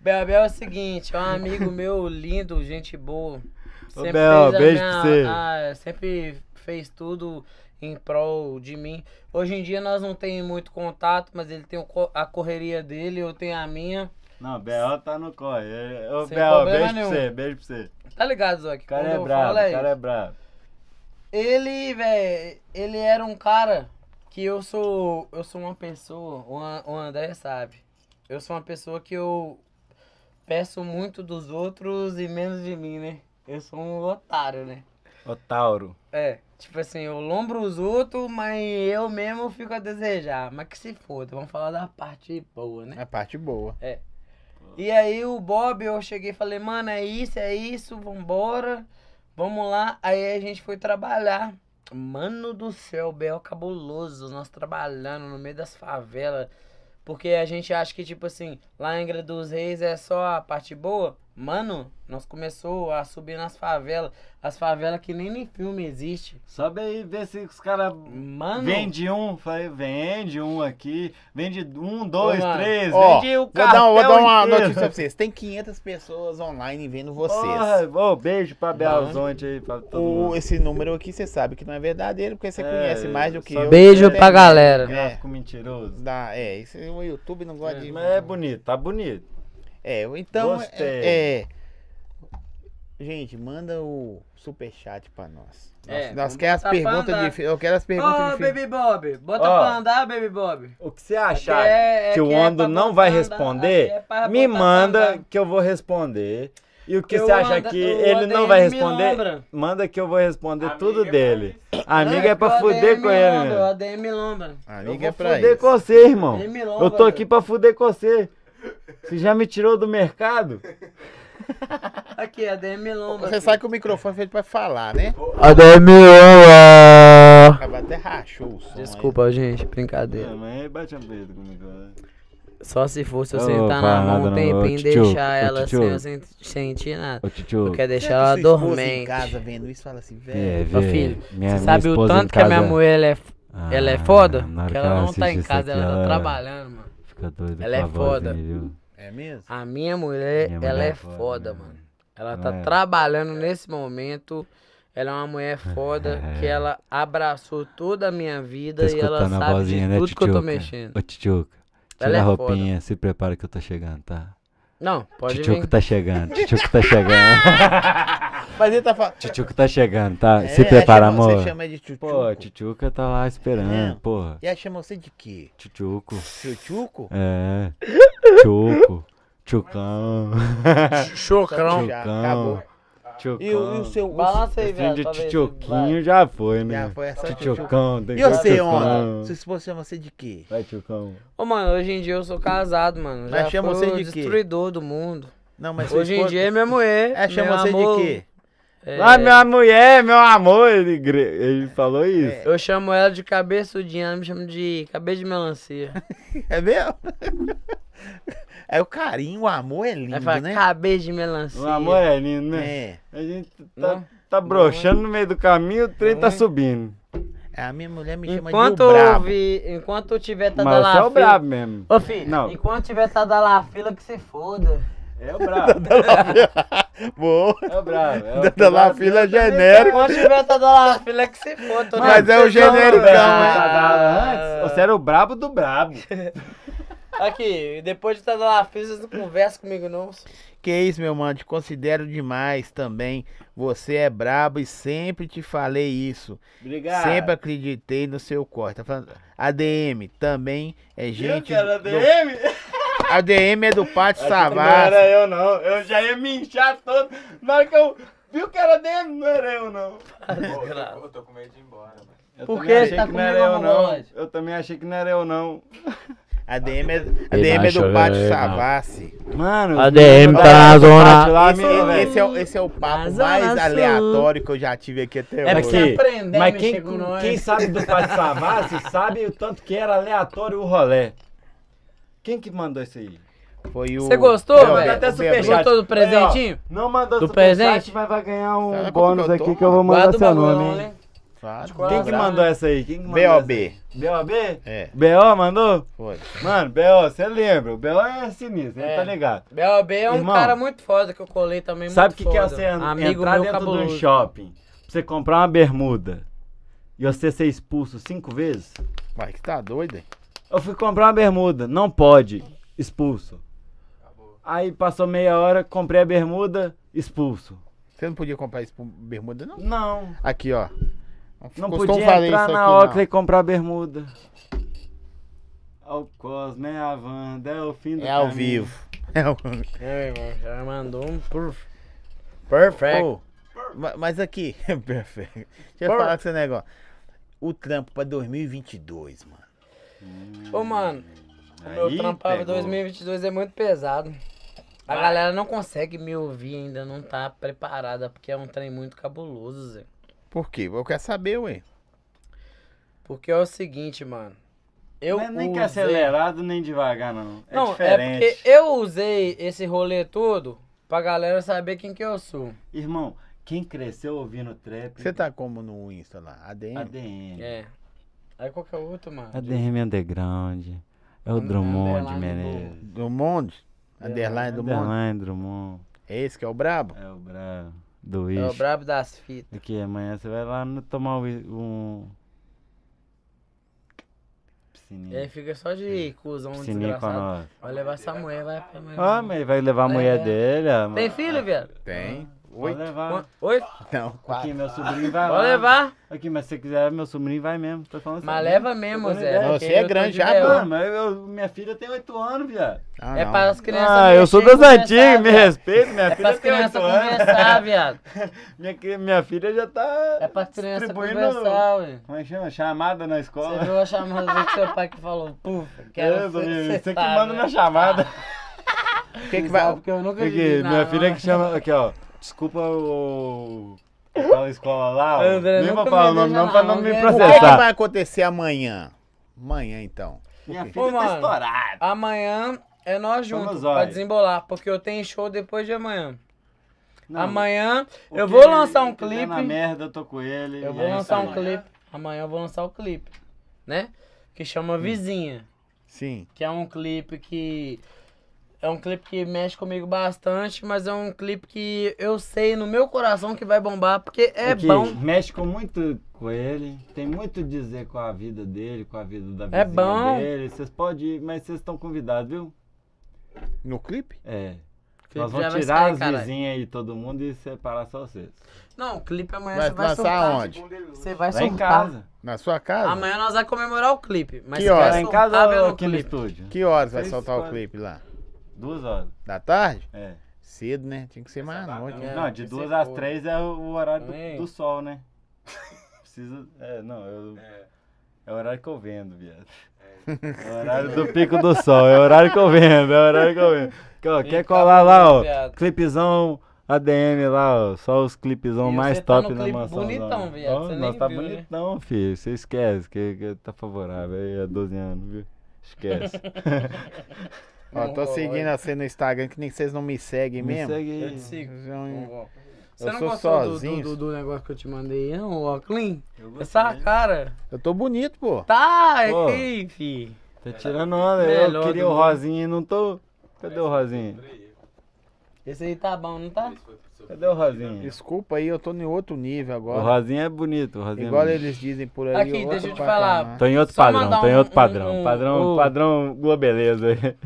BAB é o seguinte, é um amigo meu lindo, gente boa. Sempre Bel, fez a beijo pra minha- você. a- sempre fez tudo em prol de mim. Hoje em dia nós não tem muito contato, mas ele tem o co- a correria dele, eu tenho a minha. Não, B.O. tá no corre. Ô, Sem B.O., problema beijo nenhum. pra você, beijo pra você. Tá ligado, Zoc? O cara Quando é eu brabo, o falo é cara é isso. brabo. Ele, velho, ele era um cara que eu sou. Eu sou uma pessoa, o An- o André sabe. Eu sou uma pessoa que eu peço muito dos outros e menos de mim, né? Eu sou um otário, né? Ô, Tauro. É, tipo assim, eu lombro os outros, mas eu mesmo fico a desejar. Mas que se foda, vamos falar da parte boa, né? É a parte boa. E aí o Bob, eu cheguei e falei, mano, é isso, é isso, vambora, vamos lá. Aí a gente foi trabalhar. Mano do céu, Bel cabuloso, nós trabalhando no meio das favelas. Porque a gente acha que, tipo assim, lá em Angra dos Reis é só a parte boa. Mano, nós começou a subir nas favelas. As favelas que nem em filme existe. Sobe aí, vê se os caras... Mano, Vende um, falei, vende um aqui, vende um, dois, mano. três, Ó, vende o Vou dar, um- cartel vou dar uma inteiro. notícia pra vocês. Tem 500 pessoas online vendo vocês. Porra, ô, beijo pra Belzonte aí, pra todo O, mundo. esse número aqui você sabe que não é verdadeiro, porque você É, conhece mais do que só eu. beijo Você pra tem- galera. Gráfico mentiroso. Da, é, isso, o YouTube não gosta de. Mas é bonito, tá bonito. É, então. Gostei. É, é. Gente, manda o superchat pra nós. Nós, É, nós vamos queremos as botar pra perguntas andar. difíceis. Eu quero as Ô, perguntas difíceis. Baby Bob, bota Ó. pra andar, Baby Bob. O que você achar Aqui é- que aqui o é Ondo pra não botar vai andar, responder, aqui é pra me botar manda andar. que eu vou responder. E o que Eu você acha ando- que o ele não ADM vai me responder, lombra. manda que eu vou responder tudo Amiga, dele. Amiga é pra porque o fuder ADM com ele, lombra, O meu. ADM lombra. Amiga é eu vou pra fuder isso. com você, irmão. ADM lombra. Eu tô aqui pra fuder com você. Você já me tirou do mercado? Aqui, ADM lombra. Você sabe que o microfone é feito pra falar, né? ADM. Acaba até rachou o som. aí. Desculpa, gente, É, brincadeira. mas aí bate a preta comigo. né? Só se fosse eu Ô, sentar na mão parada, um não. tempinho Ô, e tchutchuco, deixar ô, ela sem eu tchutchuco. sen- sentir nada. Ô, Eu Titio. quero Será que deixar ela sua esposa em dormente. casa vendo isso fala assim, É, velho. velho. Ô, filho, minha- você minha sabe o esposa em tanto que a minha casa- mulher ela é, f- Ah, ela é foda? na hora Que ela não tá assiste em isso casa, aqui, é ela tá trabalhando, mano. Fica doida Ela com é a voz foda. dele, viu? É mesmo? A minha mulher, Minha ela mulher é foda, né, mano. Ela Não tá é? trabalhando nesse momento. Ela é uma mulher foda que ela abraçou toda a minha Tá vida e ela escutando a sabe vozinha, de né, tudo que eu tô Tchutchuca? mexendo. Ô, Titioca, Ela tira é a roupinha, se prepara que eu tô chegando, tá? Não, pode Titioca vir. tá chegando, Titioca tá chegando. Mas ele tá falando. Titioca tá chegando, tá? É, se prepara, chama- amor. Você chama de tchutchuco. Pô, Titioca tá lá É. esperando, porra. E aí chama você de quê? Titioco. Tchutchuco? É. Tchuco. Tchucão. tá- Chocrão. Já, Tchucão. acabou. Tchucão. E o, e o seu. Balança aí, Esse velho. de pra ver se Titioquinho já foi, né? Já foi essa tchutchuco. Tchutchucão, tem E você, Tchutchucão. onda? Sua esposa chama você de quê? Vai, Tchucão. vai. Ô, mano, hoje em dia eu sou casado, mano. Mas chama Já chama você o de quê? destruidor do mundo. Não, mas sua Hoje em esposa- dia é minha mulher. Ela chama meu você amor, de quê? é, Ah, minha mulher, meu amor, ele, gre- ele falou isso. Eu chamo ela de cabeçudinha, ela me chama de cabeça de melancia. É mesmo? É o carinho, o amor é lindo, Ela fala, né? cabeça de melancia. O amor é lindo, né? É. A gente tá, Não. tá broxando no meio do caminho, o trem tá subindo. É, A minha mulher me chama Enquanto de o eu, brabo. vi, enquanto eu tiver tá Mas lá. você é o brabo mesmo. Ô filho, Não. enquanto tiver tá da lá a fila que se foda. É o brabo. Bom, É o brabo. É o da La Fila é genérico. Quando tiver tá dando fila que se for, tô Mas tá nem- é o genericão, velho. né? Ah, antes. Você era o brabo do brabo. Aqui, depois de tá estar na fila, vocês não conversam comigo, não. Que isso, meu mano, te considero demais também. Você é brabo e sempre te falei isso. Obrigado. Sempre acreditei no seu corte. Tá falando- ADM também é gente. eu que era do- DM? ADM é do Pátio Não Savassi. era eu, não. Eu já ia me inchar todo. Na hora que eu vi o cara DM, não era eu, não. Pô, eu tô- eu tô com medo de ir embora, mano. Eu Por também quê? achei Tá que com não era medo, eu, não. Ronald? Eu também achei que não era eu, não. ADM é, ADM é do Pátio Savassi. Mano, ADM tá na zona. Esse, esse é, o- esse é o papo Mas mais olha só. aleatório que eu já tive aqui até É hoje. porque- Você aprendeu, Mas mexer quem, com nós. quem sabe do Pátio Savassi sabe o tanto que era aleatório o rolê. Quem que mandou isso aí? Foi o. Você gostou, Não, velho? o Até Beto. superchat. Gostou do presentinho? Aí, ó, não mandou Do superchat, presente? mas vai ganhar Sabe um quanto bônus que eu tô, aqui que eu vou mandar Guarda o seu bagulho, né? nome, não, hein? hein? Claro. Quem que mandou essa aí? Quem que mandou B.O.B.. essa aí? B.O.B.? É, B.O. mandou? foi. Mano, B.O., você lembra. O B.O. é sinistro, ele É. tá ligado. BOB é um Irmão, cara muito foda que eu colei também. Sabe o muito que, que é foda. você en- Amigo entrar meu dentro de um cabuloso. shopping, pra você comprar uma bermuda e você ser expulso cinco vezes? Mas que tá doido, hein? Eu fui comprar uma bermuda, não pode, expulso. Aí passou meia hora, comprei a bermuda, expulso. Você não podia comprar isso por bermuda, não? Não, Aqui, ó. não Costumam podia fazer entrar isso na aqui, Ocla e comprar bermuda. É o Cosme, é a Wanda, é o fim do não. É ao caminho. vivo. É ao vivo. É, irmão, já mandou um proof. Perfect. Ô, mas aqui, perfect. Deixa eu falar com esse negócio. O trampo pra 2022, mano. Ô, mano, o meu Aí trampo pra pegou. 2022 é muito pesado. A galera não consegue me ouvir ainda, não tá preparada, porque é um trem muito cabuloso, Zé. Por quê? Eu quero saber, ué. Porque é o seguinte, mano. Eu Não é nem que usei- acelerado, nem devagar, não. É Não, diferente. é porque eu usei esse rolê todo pra galera saber quem que eu sou. Irmão, quem cresceu ouvindo trap, Você tá como no Insta lá? ADM? ADM. É. Aí qualquer outro, mano. ADM Underground. É o Under- Drummond underline Menezes. Do Monde? Underline do Monde? Underline Drummond. É esse que é o brabo? É o brabo. Do É o Ish. brabo das fitas. Aqui, amanhã você vai lá no- tomar um. um... E aí Piscininha. fica só de cuzão Piscininha com a desgraçado. nós. Vai levar essa mulher, vai pra mulher. Ah, mas vai levar a Vai mulher levar. dele. a- É. Tem filho, viado? Tem. Vai Oito? levar. Oi? Não, Aqui, É quatro. meu sobrinho vai lá. Pode levar? Aqui, mas se você quiser, meu sobrinho vai mesmo. Tô falando Mas sério. leva mesmo, é Tô dando Zé. ideia. Não, porque você é eu tô grande de já, leão. Mano, mas eu- minha filha tem 8 anos, viado. Ah, É não. para as crianças. Ah, eu sou das mexer e antigas, me conversar, viado. respeita. Minha É para filha tem 8 as crianças anos. conversar, viado. Minha, cri- minha filha já tá. É para as crianças distribuindo- conversar, ué. Como é que chama? Chamada na Você escola. viu a chamada do seu pai que falou, puf, quero Eu, ser É, você que citado, manda né? na chamada. O que que Sabe, vai... Porque eu nunca Aqui, vi minha nada, filha não. que chama. Aqui, ó. Desculpa o. Aquela escola lá. ó. André, Nem vou nunca falar o me nome, deixa não, pra na não me mão, O que que processar. vai acontecer amanhã? Amanhã, então. Minha Ô, filha tá mano. estourada. Amanhã é nós Vamos juntos lá. pra desembolar, porque eu tenho show depois de amanhã. Não, amanhã o eu que vou ele lançar um tiver Na clipe. merda, eu tô com ele. Eu e vou é lançar isso um aí. clipe. Amanhã eu vou lançar o clipe, né? Que chama Vizinha. Sim. Que é um clipe que. É um clipe que mexe comigo bastante, mas é um clipe que eu sei no meu coração que vai bombar, porque é Aqui, bom. Mexe com muito com ele, tem muito a dizer com a vida dele, com a vida da vizinha É bom. dele. Vocês podem ir, mas vocês estão convidados, viu? No clipe? É. O clipe Nós já vamos vai tirar sair, as caralho. vizinhas aí, todo mundo, e separar só vocês. Não, o clipe amanhã Vai você vai lançar surtar. aonde? Você vai Lá em surtar. casa. Na sua casa? Amanhã nós vamos comemorar o clipe. Mas Que você hora? Lá vai Tá em surtar casa vendo ou o aqui no É clipe. estúdio? Que horas vai Seis, soltar o quatro. clipe lá? Duas horas. Da tarde? É. Cedo, né? Tinha que ser mais à noite. né? É, não, de se duas for. às três é o o horário do, Também. do sol, né? Precisa. É, não, eu. É o horário que eu vendo, viado. É o horário do pico do sol, é o horário que eu vendo, é o horário que eu vendo. Que, ó, quer Fica colar lá, ó, Então, viado. clipezão ADM lá, ó, só os clipezão E mais você tá no top na clipe mansão. bonitão, viado, você nem nós tá viu, né? bonitão, filho, você esquece que, que tá favorável aí há 12 anos, viu? Esquece. é Ó, tô seguindo você no Instagram, que nem vocês não me seguem Me mesmo. segue Eu te aí. sigo. Vocês vão- Você não sou gostou do- sozinho. Do, do, do negócio que eu te mandei, aí, não, ó, Clean? Eu gostei. Essa cara. Eu tô bonito, pô. Tá, é Pô. que, fi. Tá tirando onda, Melhor eu queria do o mundo. Rosinha e não tô. Cadê o Rosinha? Esse aí tá bom, não tá? Esse foi pro seu- Cadê o Rosinha? Desculpa aí, eu tô em outro nível O agora. Rosinha é bonito, o Rosinha é Igual bonito. eles dizem por aí. Aqui, outro deixa eu te patamar. falar. Tô em outro Só padrão, mandar tô em um- outro um- padrão. um- Padrão, um- padrão globeleza aí.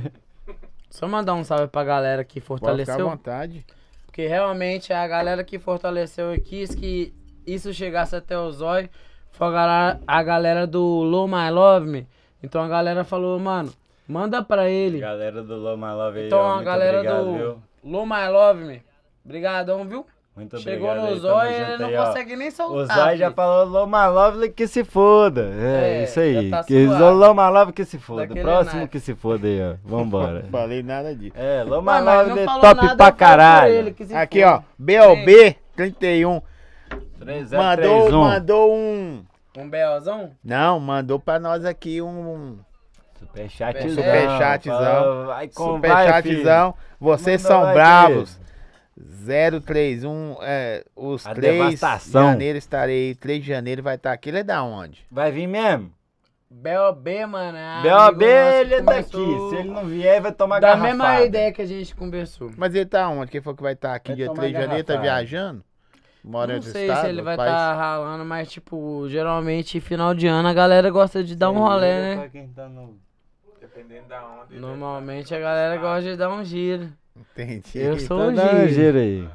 Só mandar um salve pra galera que Pode ficar à fortaleceu. vontade. Porque realmente a galera que fortaleceu e quis que isso chegasse até o Zói foi a galera, a galera do Low My Love Me. Então a galera falou, mano, manda pra ele. Galera do Loma Love aí, Então ó, a muito galera obrigado, do viu? Low My Love Me. Obrigadão, viu? Muito Chegou obrigado aí, no tamo Zói junto ele não aí, ó. consegue nem soltar. O Zói já fi. falou Loma Love que se foda. É, É, isso aí. já tá que suave. Loma Love que se foda. Daquele Próximo naipe. que se foda aí, ó. Vambora. Não falei nada disso. é, Loma Mano, mas Love não é falou top nada, eu pra falo por caralho. ele, que se Aqui, ó. foda. BLB 31. 3031. Mandou, mandou um. Um belzão? Não, mandou pra nós aqui um Superchatzão. Superchatzão. Fala, Vai com vai, superchatzão. Vocês Manda são lá, bravos. 031, é, os A 3 de devastação. janeiro estarei. 3 de janeiro vai estar aqui. Ele é da onde? filho. Vai vir mesmo? BOB, mano. é amigo B.O.B. nosso que ele é daqui. começou- Se ele não vier, vai tomar Da garrafada. mesma ideia que a gente conversou. Mas ele tá onde? Quem falou que vai estar aqui Vai dia tomar 3 de janeiro? Tá garrafada. viajando? Mora em não outro sei estado? se ele vai tá- outro estar país? ralando, mas, tipo, geralmente final de ano a galera gosta de dar um rolê, né? Pra quem tá no- Dependendo da onda. um Normalmente a galera gosta de dar um giro. Entendi. Eu sou Tá um dando um giro. giro aí.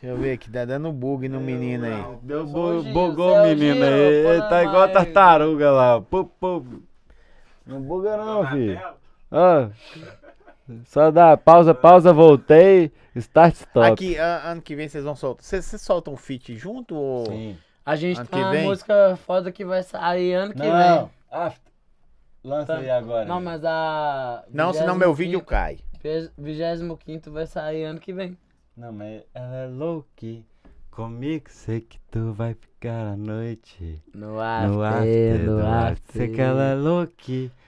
Deixa eu ver aqui, tá dando bug no menino aí. Deu Só bu- um giro, bugou só o um menino giro, aí. Ele pô, tá igual a mas- tartaruga lá. Pu, pu. Não buga não, filho. Ó. Só dá pausa, pausa, voltei. Start, stop. Aqui, a- ano que vem vocês vão soltar. Vocês vocês soltam um feat junto ou. Sim. A gente Ano tem que uma vem? música foda que vai sair ano que Não. vem. After. Lança Tá. aí agora. Não, mas a. Não, senão meu um vídeo cai. 25 vai sair ano que vem. Não, mas ela é louca. Comigo sei que tu vai ficar à noite. No no after, do after. Sei que ela é louca.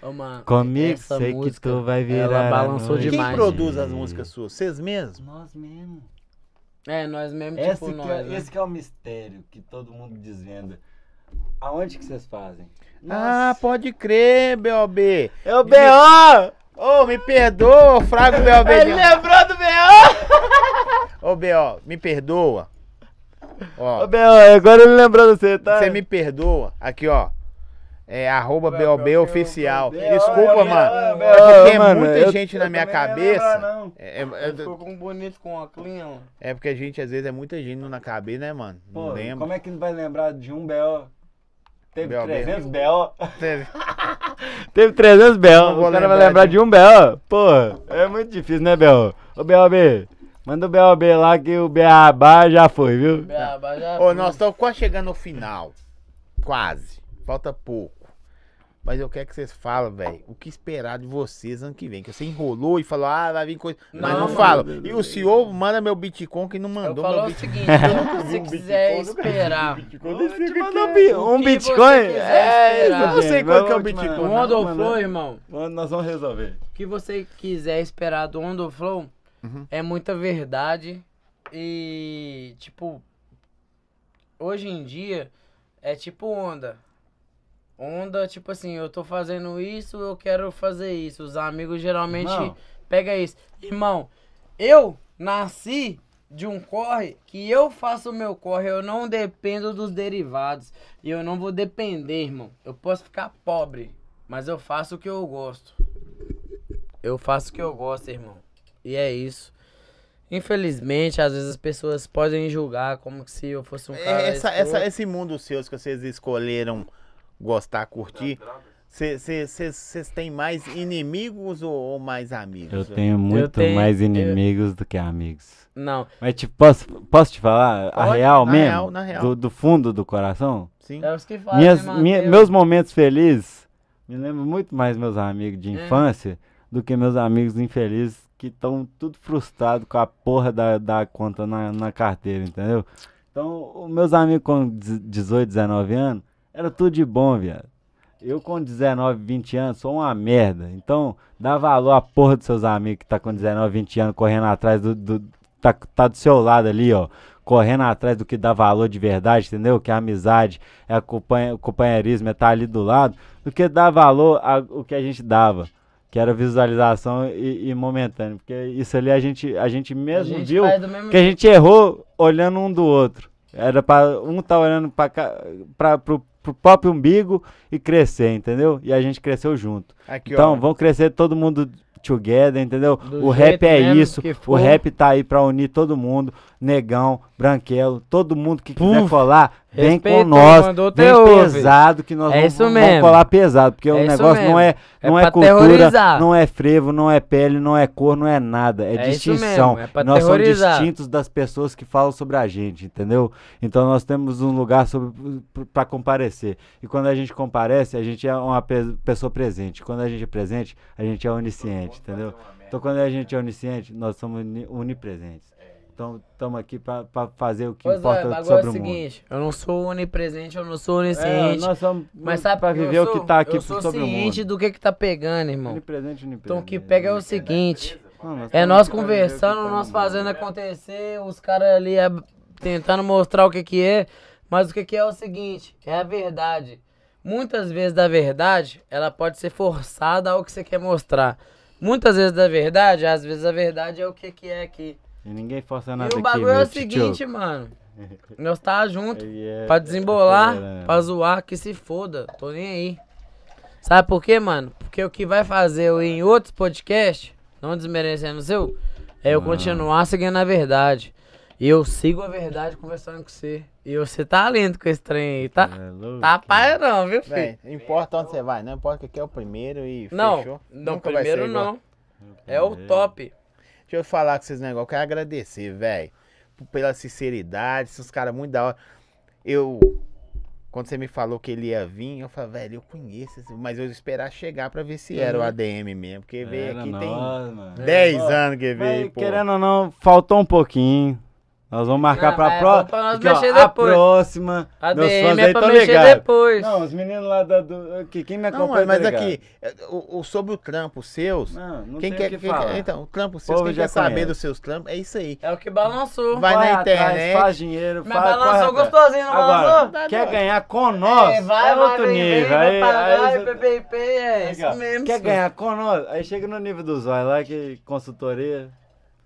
Ô, mano, Comigo essa sei que música, tu vai virar Ela à balançou noite. Quem demais. produz as músicas suas? Vocês mesmos? Nós mesmos. É, nós mesmo, tipo, Esse, nós. que é, né? esse que é o mistério que todo mundo desvenda. Aonde que vocês fazem? Ah, pode crer, B.O.B. é o B.O. Ô, me perdoa, Frago B.O.B. Ele de- lembrou do B.O. Ô, B.O., me perdoa. Ô, Ó, B.O., agora ele lembrou de você, tá? você me perdoa. Aqui, ó. É arroba Ué, B.O.B. eu- oficial. B.O., Desculpa, é o mano. B.O., É porque é mano, muita eu- gente eu na minha também não ia lembrar, cabeça. não. É, é- Ele ficou com um bonito com a clean. é porque a gente, às vezes, é muita gente na cabeça, né, mano? Não Pô, lembro. como é que não vai lembrar de um B.O.? Teve B.O.. 300 B.O. Teve- Teve 300 Não B.O. vou O cara vai lembrar lembrar de de um B.O. Pô, é muito difícil, né, B.O.? Ô, B.O.B., manda o B.O.B. lá que o B.A.B.A. já foi, viu? Braba, já. Ô, nós estamos quase chegando no final. Quase. Falta pouco. Mas eu quero que vocês falem, velho, o que esperar de vocês ano que vem. Que você enrolou e falou, ah, vai vir coisa. Mas não, Não, mano. fala. E o senhor manda meu Bitcoin que não Eu mandou falo assim, meu o Bitcoin. seguinte, tudo que você quiser esperar. Te mandou né? um bi- um que Bitcoin? você É, quiser isso, esperar. Eu não sei gente, quanto que é o vamos te Bitcoin. mandar. O Onda ou Flow, irmão, Mano, é- nós vamos resolver. o que você quiser esperar do Onda ou Flow Uhum. é muita verdade. E, tipo, hoje em dia é tipo onda. Onda, tipo assim, eu tô fazendo isso, eu quero fazer isso. Os amigos geralmente Irmão. pega isso. Irmão, eu nasci de um corre que eu faço o meu corre, eu não dependo dos derivados. E eu não vou depender, irmão. Eu posso ficar pobre, mas eu faço o que eu gosto. Eu faço o que eu gosto, irmão. E é isso. Infelizmente, às vezes as pessoas podem julgar como que se eu fosse um cara. É, Essa, escroto. essa- esse mundo seus que vocês escolheram gostar, curtir, Tá vocês têm mais inimigos ou, ou mais Eu amigos? tenho muito tenho- mais eu- inimigos do que amigos. Não, Mas te, posso, posso te falar a Pode, real na mesmo? real, na real. Do, do fundo do coração? Sim. é os que fazem. Minhas, mano, minha- eu- meus momentos felizes me lembro muito mais meus amigos de infância do que meus amigos infelizes que estão tudo frustrado com a porra da, da conta na, na carteira, entendeu? Então, os meus amigos com 18, 19 anos, era tudo de bom, viado. Eu com 19, 20 anos sou uma merda. Então, dá valor à porra dos seus amigos que tá com 19, 20 anos correndo atrás do. do tá, tá do seu lado ali, ó. Correndo atrás do que dá valor de verdade, entendeu? Que a amizade, é a companhia- o companheirismo, é tá ali do lado. Do que dá valor ao que a gente dava. que era visualização e, e momentâneo. Porque isso ali a gente, a gente mesmo a gente viu faz do mesmo que a gente errou olhando um do outro. Era para um tá olhando para pro, pro próprio umbigo e crescer, entendeu? E a gente cresceu junto. Aqui, Então, ó. vão crescer todo mundo together, entendeu? Do o jeito rap é mesmo isso. que O for. rap tá aí pra unir todo mundo. Negão, Branquelo, todo mundo que quiser Puf, colar, vem com respeitou, nós. mandou Vem teu, filho. pesado que nós É vamos, isso vamos mesmo. colar pesado, porque É o isso negócio mesmo. não é não é, pra cultura, terrorizar. não é frevo, não é pele, não é cor, não é nada. É, É isso distinção. mesmo, é pra nós somos terrorizar. distintos das pessoas que falam sobre a gente, entendeu? Então nós temos um lugar sobre- pra comparecer. E quando a gente comparece, a gente é uma pe- pessoa presente. Quando a gente é presente, a gente é onisciente, entendeu? Então quando a gente é onisciente, nós somos uni- onipresentes. Então estamos aqui pra pra fazer o que Pois é, o importa bagulho é sobre o o mundo. seguinte, eu não sou onipresente, eu não sou É, onisciente. nós somos mas sabe pra que eu viver o sou? que tá aqui Eu sou sobre o ciente mundo. do que que tá pegando, irmão. Onipresente, onipresente. Então o que pega é o seguinte, Não, nós É estamos nós aqui pra viver o que tá conversando, no nós mundo. fazendo acontecer, os caras ali ab- tentando mostrar o que que é, mas o que que é é o seguinte, é a verdade. Muitas vezes da verdade, ela pode ser forçada ao que você quer mostrar. Muitas vezes da verdade, às vezes a verdade é o que que é aqui. E ninguém força nada E aqui, o bagulho é meu o seguinte, mano. Nós tá junto tio. E é- pra é, desembolar, é. pra zoar, que se foda. Tô nem aí. Sabe por quê, mano? Porque o que vai fazer eu ir em outros podcasts, não desmerecendo o seu, é eu continuar seguindo a verdade. E eu sigo a verdade conversando com você. E você tá lento com esse trem aí, tá? É louco. Tá paia não, viu, filho? Véi, não importa onde você vai, não importa que aqui é o primeiro e não, fechou. não, Nunca vai ser primeiro igual. não. É o top. Deixa eu falar com vocês um negócio. Quero agradecer, velho. Pela sinceridade. Esses caras muito da hora. Eu. Quando você me falou que ele ia vir, eu falei, velho, eu conheço esse. Mas eu ia esperar chegar pra ver se era o Uhum. ADM mesmo. Porque veio Era aqui nós, mano. tem 10 Ó, anos que mas veio, pô. Querendo ou não, faltou um pouquinho. Nós vamos marcar Não, pra mas é próxima. bom pra nós Aqui, ó, mexer a depois. próxima. meus fãs ADM é aí pra tão mexer ligados. depois. Não, os meninos lá da, do. aqui, quem me Não, acompanha. mas, mas tá ligado. aqui, é, o, o- sobre o trampo seus. Não, não quem tem quer, o que quem quer- falar. Então, o trampo O seus, povo quem já quer saber conhece. dos seus trampos, é isso aí. É o que balançou. Vai atrás, na internet. faz dinheiro, Mas faz. corre balançou atrás. gostosinho, não balançou? Agora, Tá quer doido. ganhar com nós? É, vai, é vai, outro vem, vem, nível. vai aí- pagar, aí e você- PPP, é Aqui, ó, isso mesmo. Quer senhor. ganhar com nós? Aí chega no nível do Zóio lá, que consultoria,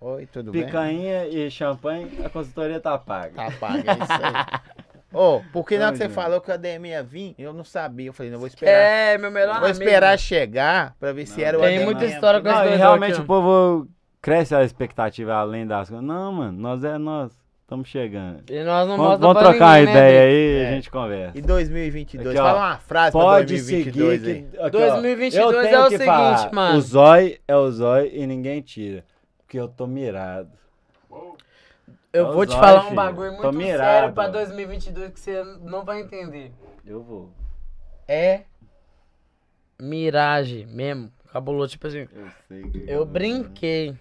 Oi, tudo bem? picanha e champanhe, a consultoria tá paga. Tá pago, é isso aí. Ô, porque na hora que você Olha. falou que o ADM ia vir, eu não sabia. Eu falei, não vou esperar. É, meu melhor Vou amigo. esperar chegar pra ver se Não, era o tem ADM. muita história com- Não, dois e dois realmente aqui, ó. o povo cresce a expectativa além das coisas. Não, mano, nós é nós. Estamos chegando. E nós não Vamos, vamos, vamos trocar uma ideia né, aí e É. a gente conversa. E 2022, Aqui, ó. fala uma frase pra Pode 2022 seguir. seguir aí. Que, aqui, ó, 2022 eu é tenho o que seguinte, falar, mano. O Zói é o Zói e ninguém tira. Porque eu tô mirado. Big? Eu Tá vou te usado, falar um filho. bagulho Tô muito sério mirado, pra ó. 2022 que você não vai entender. Eu vou. É miragem mesmo. Cabulou, tipo assim. Eu sei que. Eu brinquei.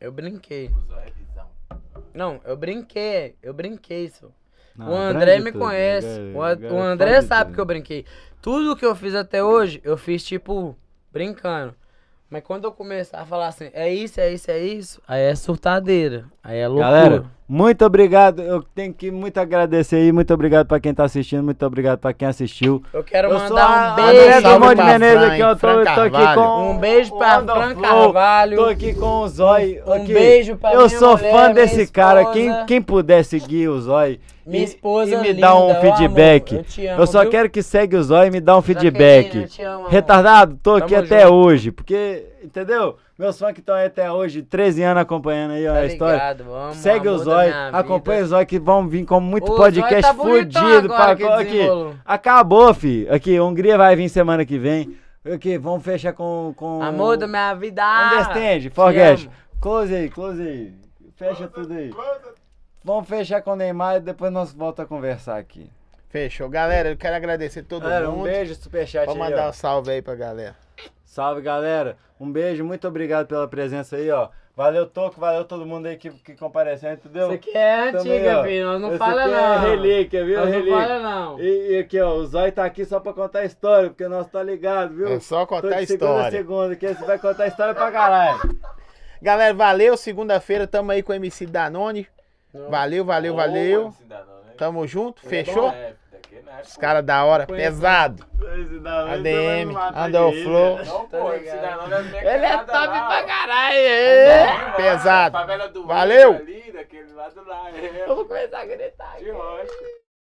Eu brinquei. é Não, eu brinquei. Eu brinquei, senhor. Não, o grande André me tudo, né? conhece. grande, o, A- grande, o André pode sabe tudo. que eu brinquei. Tudo que eu fiz até hoje, eu fiz tipo, brincando. Mas quando eu começar a falar assim, é isso, é isso, é isso, aí é surtadeira. Aí é loucura. Galera, muito obrigado. Eu tenho que muito agradecer aí. Muito obrigado pra quem tá assistindo. Muito obrigado pra quem assistiu. eu quero eu sou mandar a- um André beijo. do Monte pra Menezes Fran, aqui. Eu tô, Fran eu tô aqui Carvalho. com. Um beijo pra Wanda Fran Flow. Carvalho. Tô aqui com o Zói. Um aqui. beijo pra Eu minha sou mulher, fã minha desse cara. esposa. Quem, quem puder seguir o Zói Minha esposa e me linda, dar ó, um amor, feedback. eu te amo, Eu só viu? quero que segue o Zói e me dá um Jaqueline, eu feedback. te amo, amor. Retardado, tô aqui Tamo até junto. hoje. Porque, entendeu? Meus fãs que estão aí até hoje, 13 anos acompanhando aí ó, Tá a história. ligado, vamos, Segue o amor da Zói, minha vida. acompanha o Zói que vão vir com muito O podcast Zói tá bonitão fudido agora pra que co- aqui. desenrolou. Acabou, fi. Aqui, Hungria vai vir semana que vem. Aqui, vamos fechar com com Amor da minha vida. Understand, te forget. amo. Close aí, close aí. Fecha tudo aí. Vamos fechar com o Neymar e depois nós volta a conversar aqui. Fechou. Galera, eu quero agradecer todo Galera, um mundo. beijo, superchat Vou aí, mandar ó. um salve aí pra galera. Salve, galera. Um beijo, muito obrigado pela presença aí, ó. Valeu, Toco, valeu todo mundo aí que, que compareceu, entendeu? Isso aqui é antiga, Também, ó. filho. Nós não Esse fala aqui não. É relíquia, viu? Nós não relíquia. fala não. E, e aqui, ó, o Zói tá aqui só pra contar a história, porque nós tá ligado, viu? É só Tô contar a de segunda a história. segunda, que esse vai contar a história pra caralho. Galera, valeu. Segunda-feira tamo aí com o MC Danone. Valeu, valeu, né? Tá, é valeu. Tamo junto. Fechou? Os caras da hora, pesado. Esse da vez eu ADM, não matei Andou ele. Flow. Não, Tá pô, ligado. esse danão deve ter Ele é cagada top lá, pra ó. caralho. é. Lá, Pesado. favela do Valeu. Rio Ali, daquele lado lá. É, Eu vou começar a gritar. de rocha.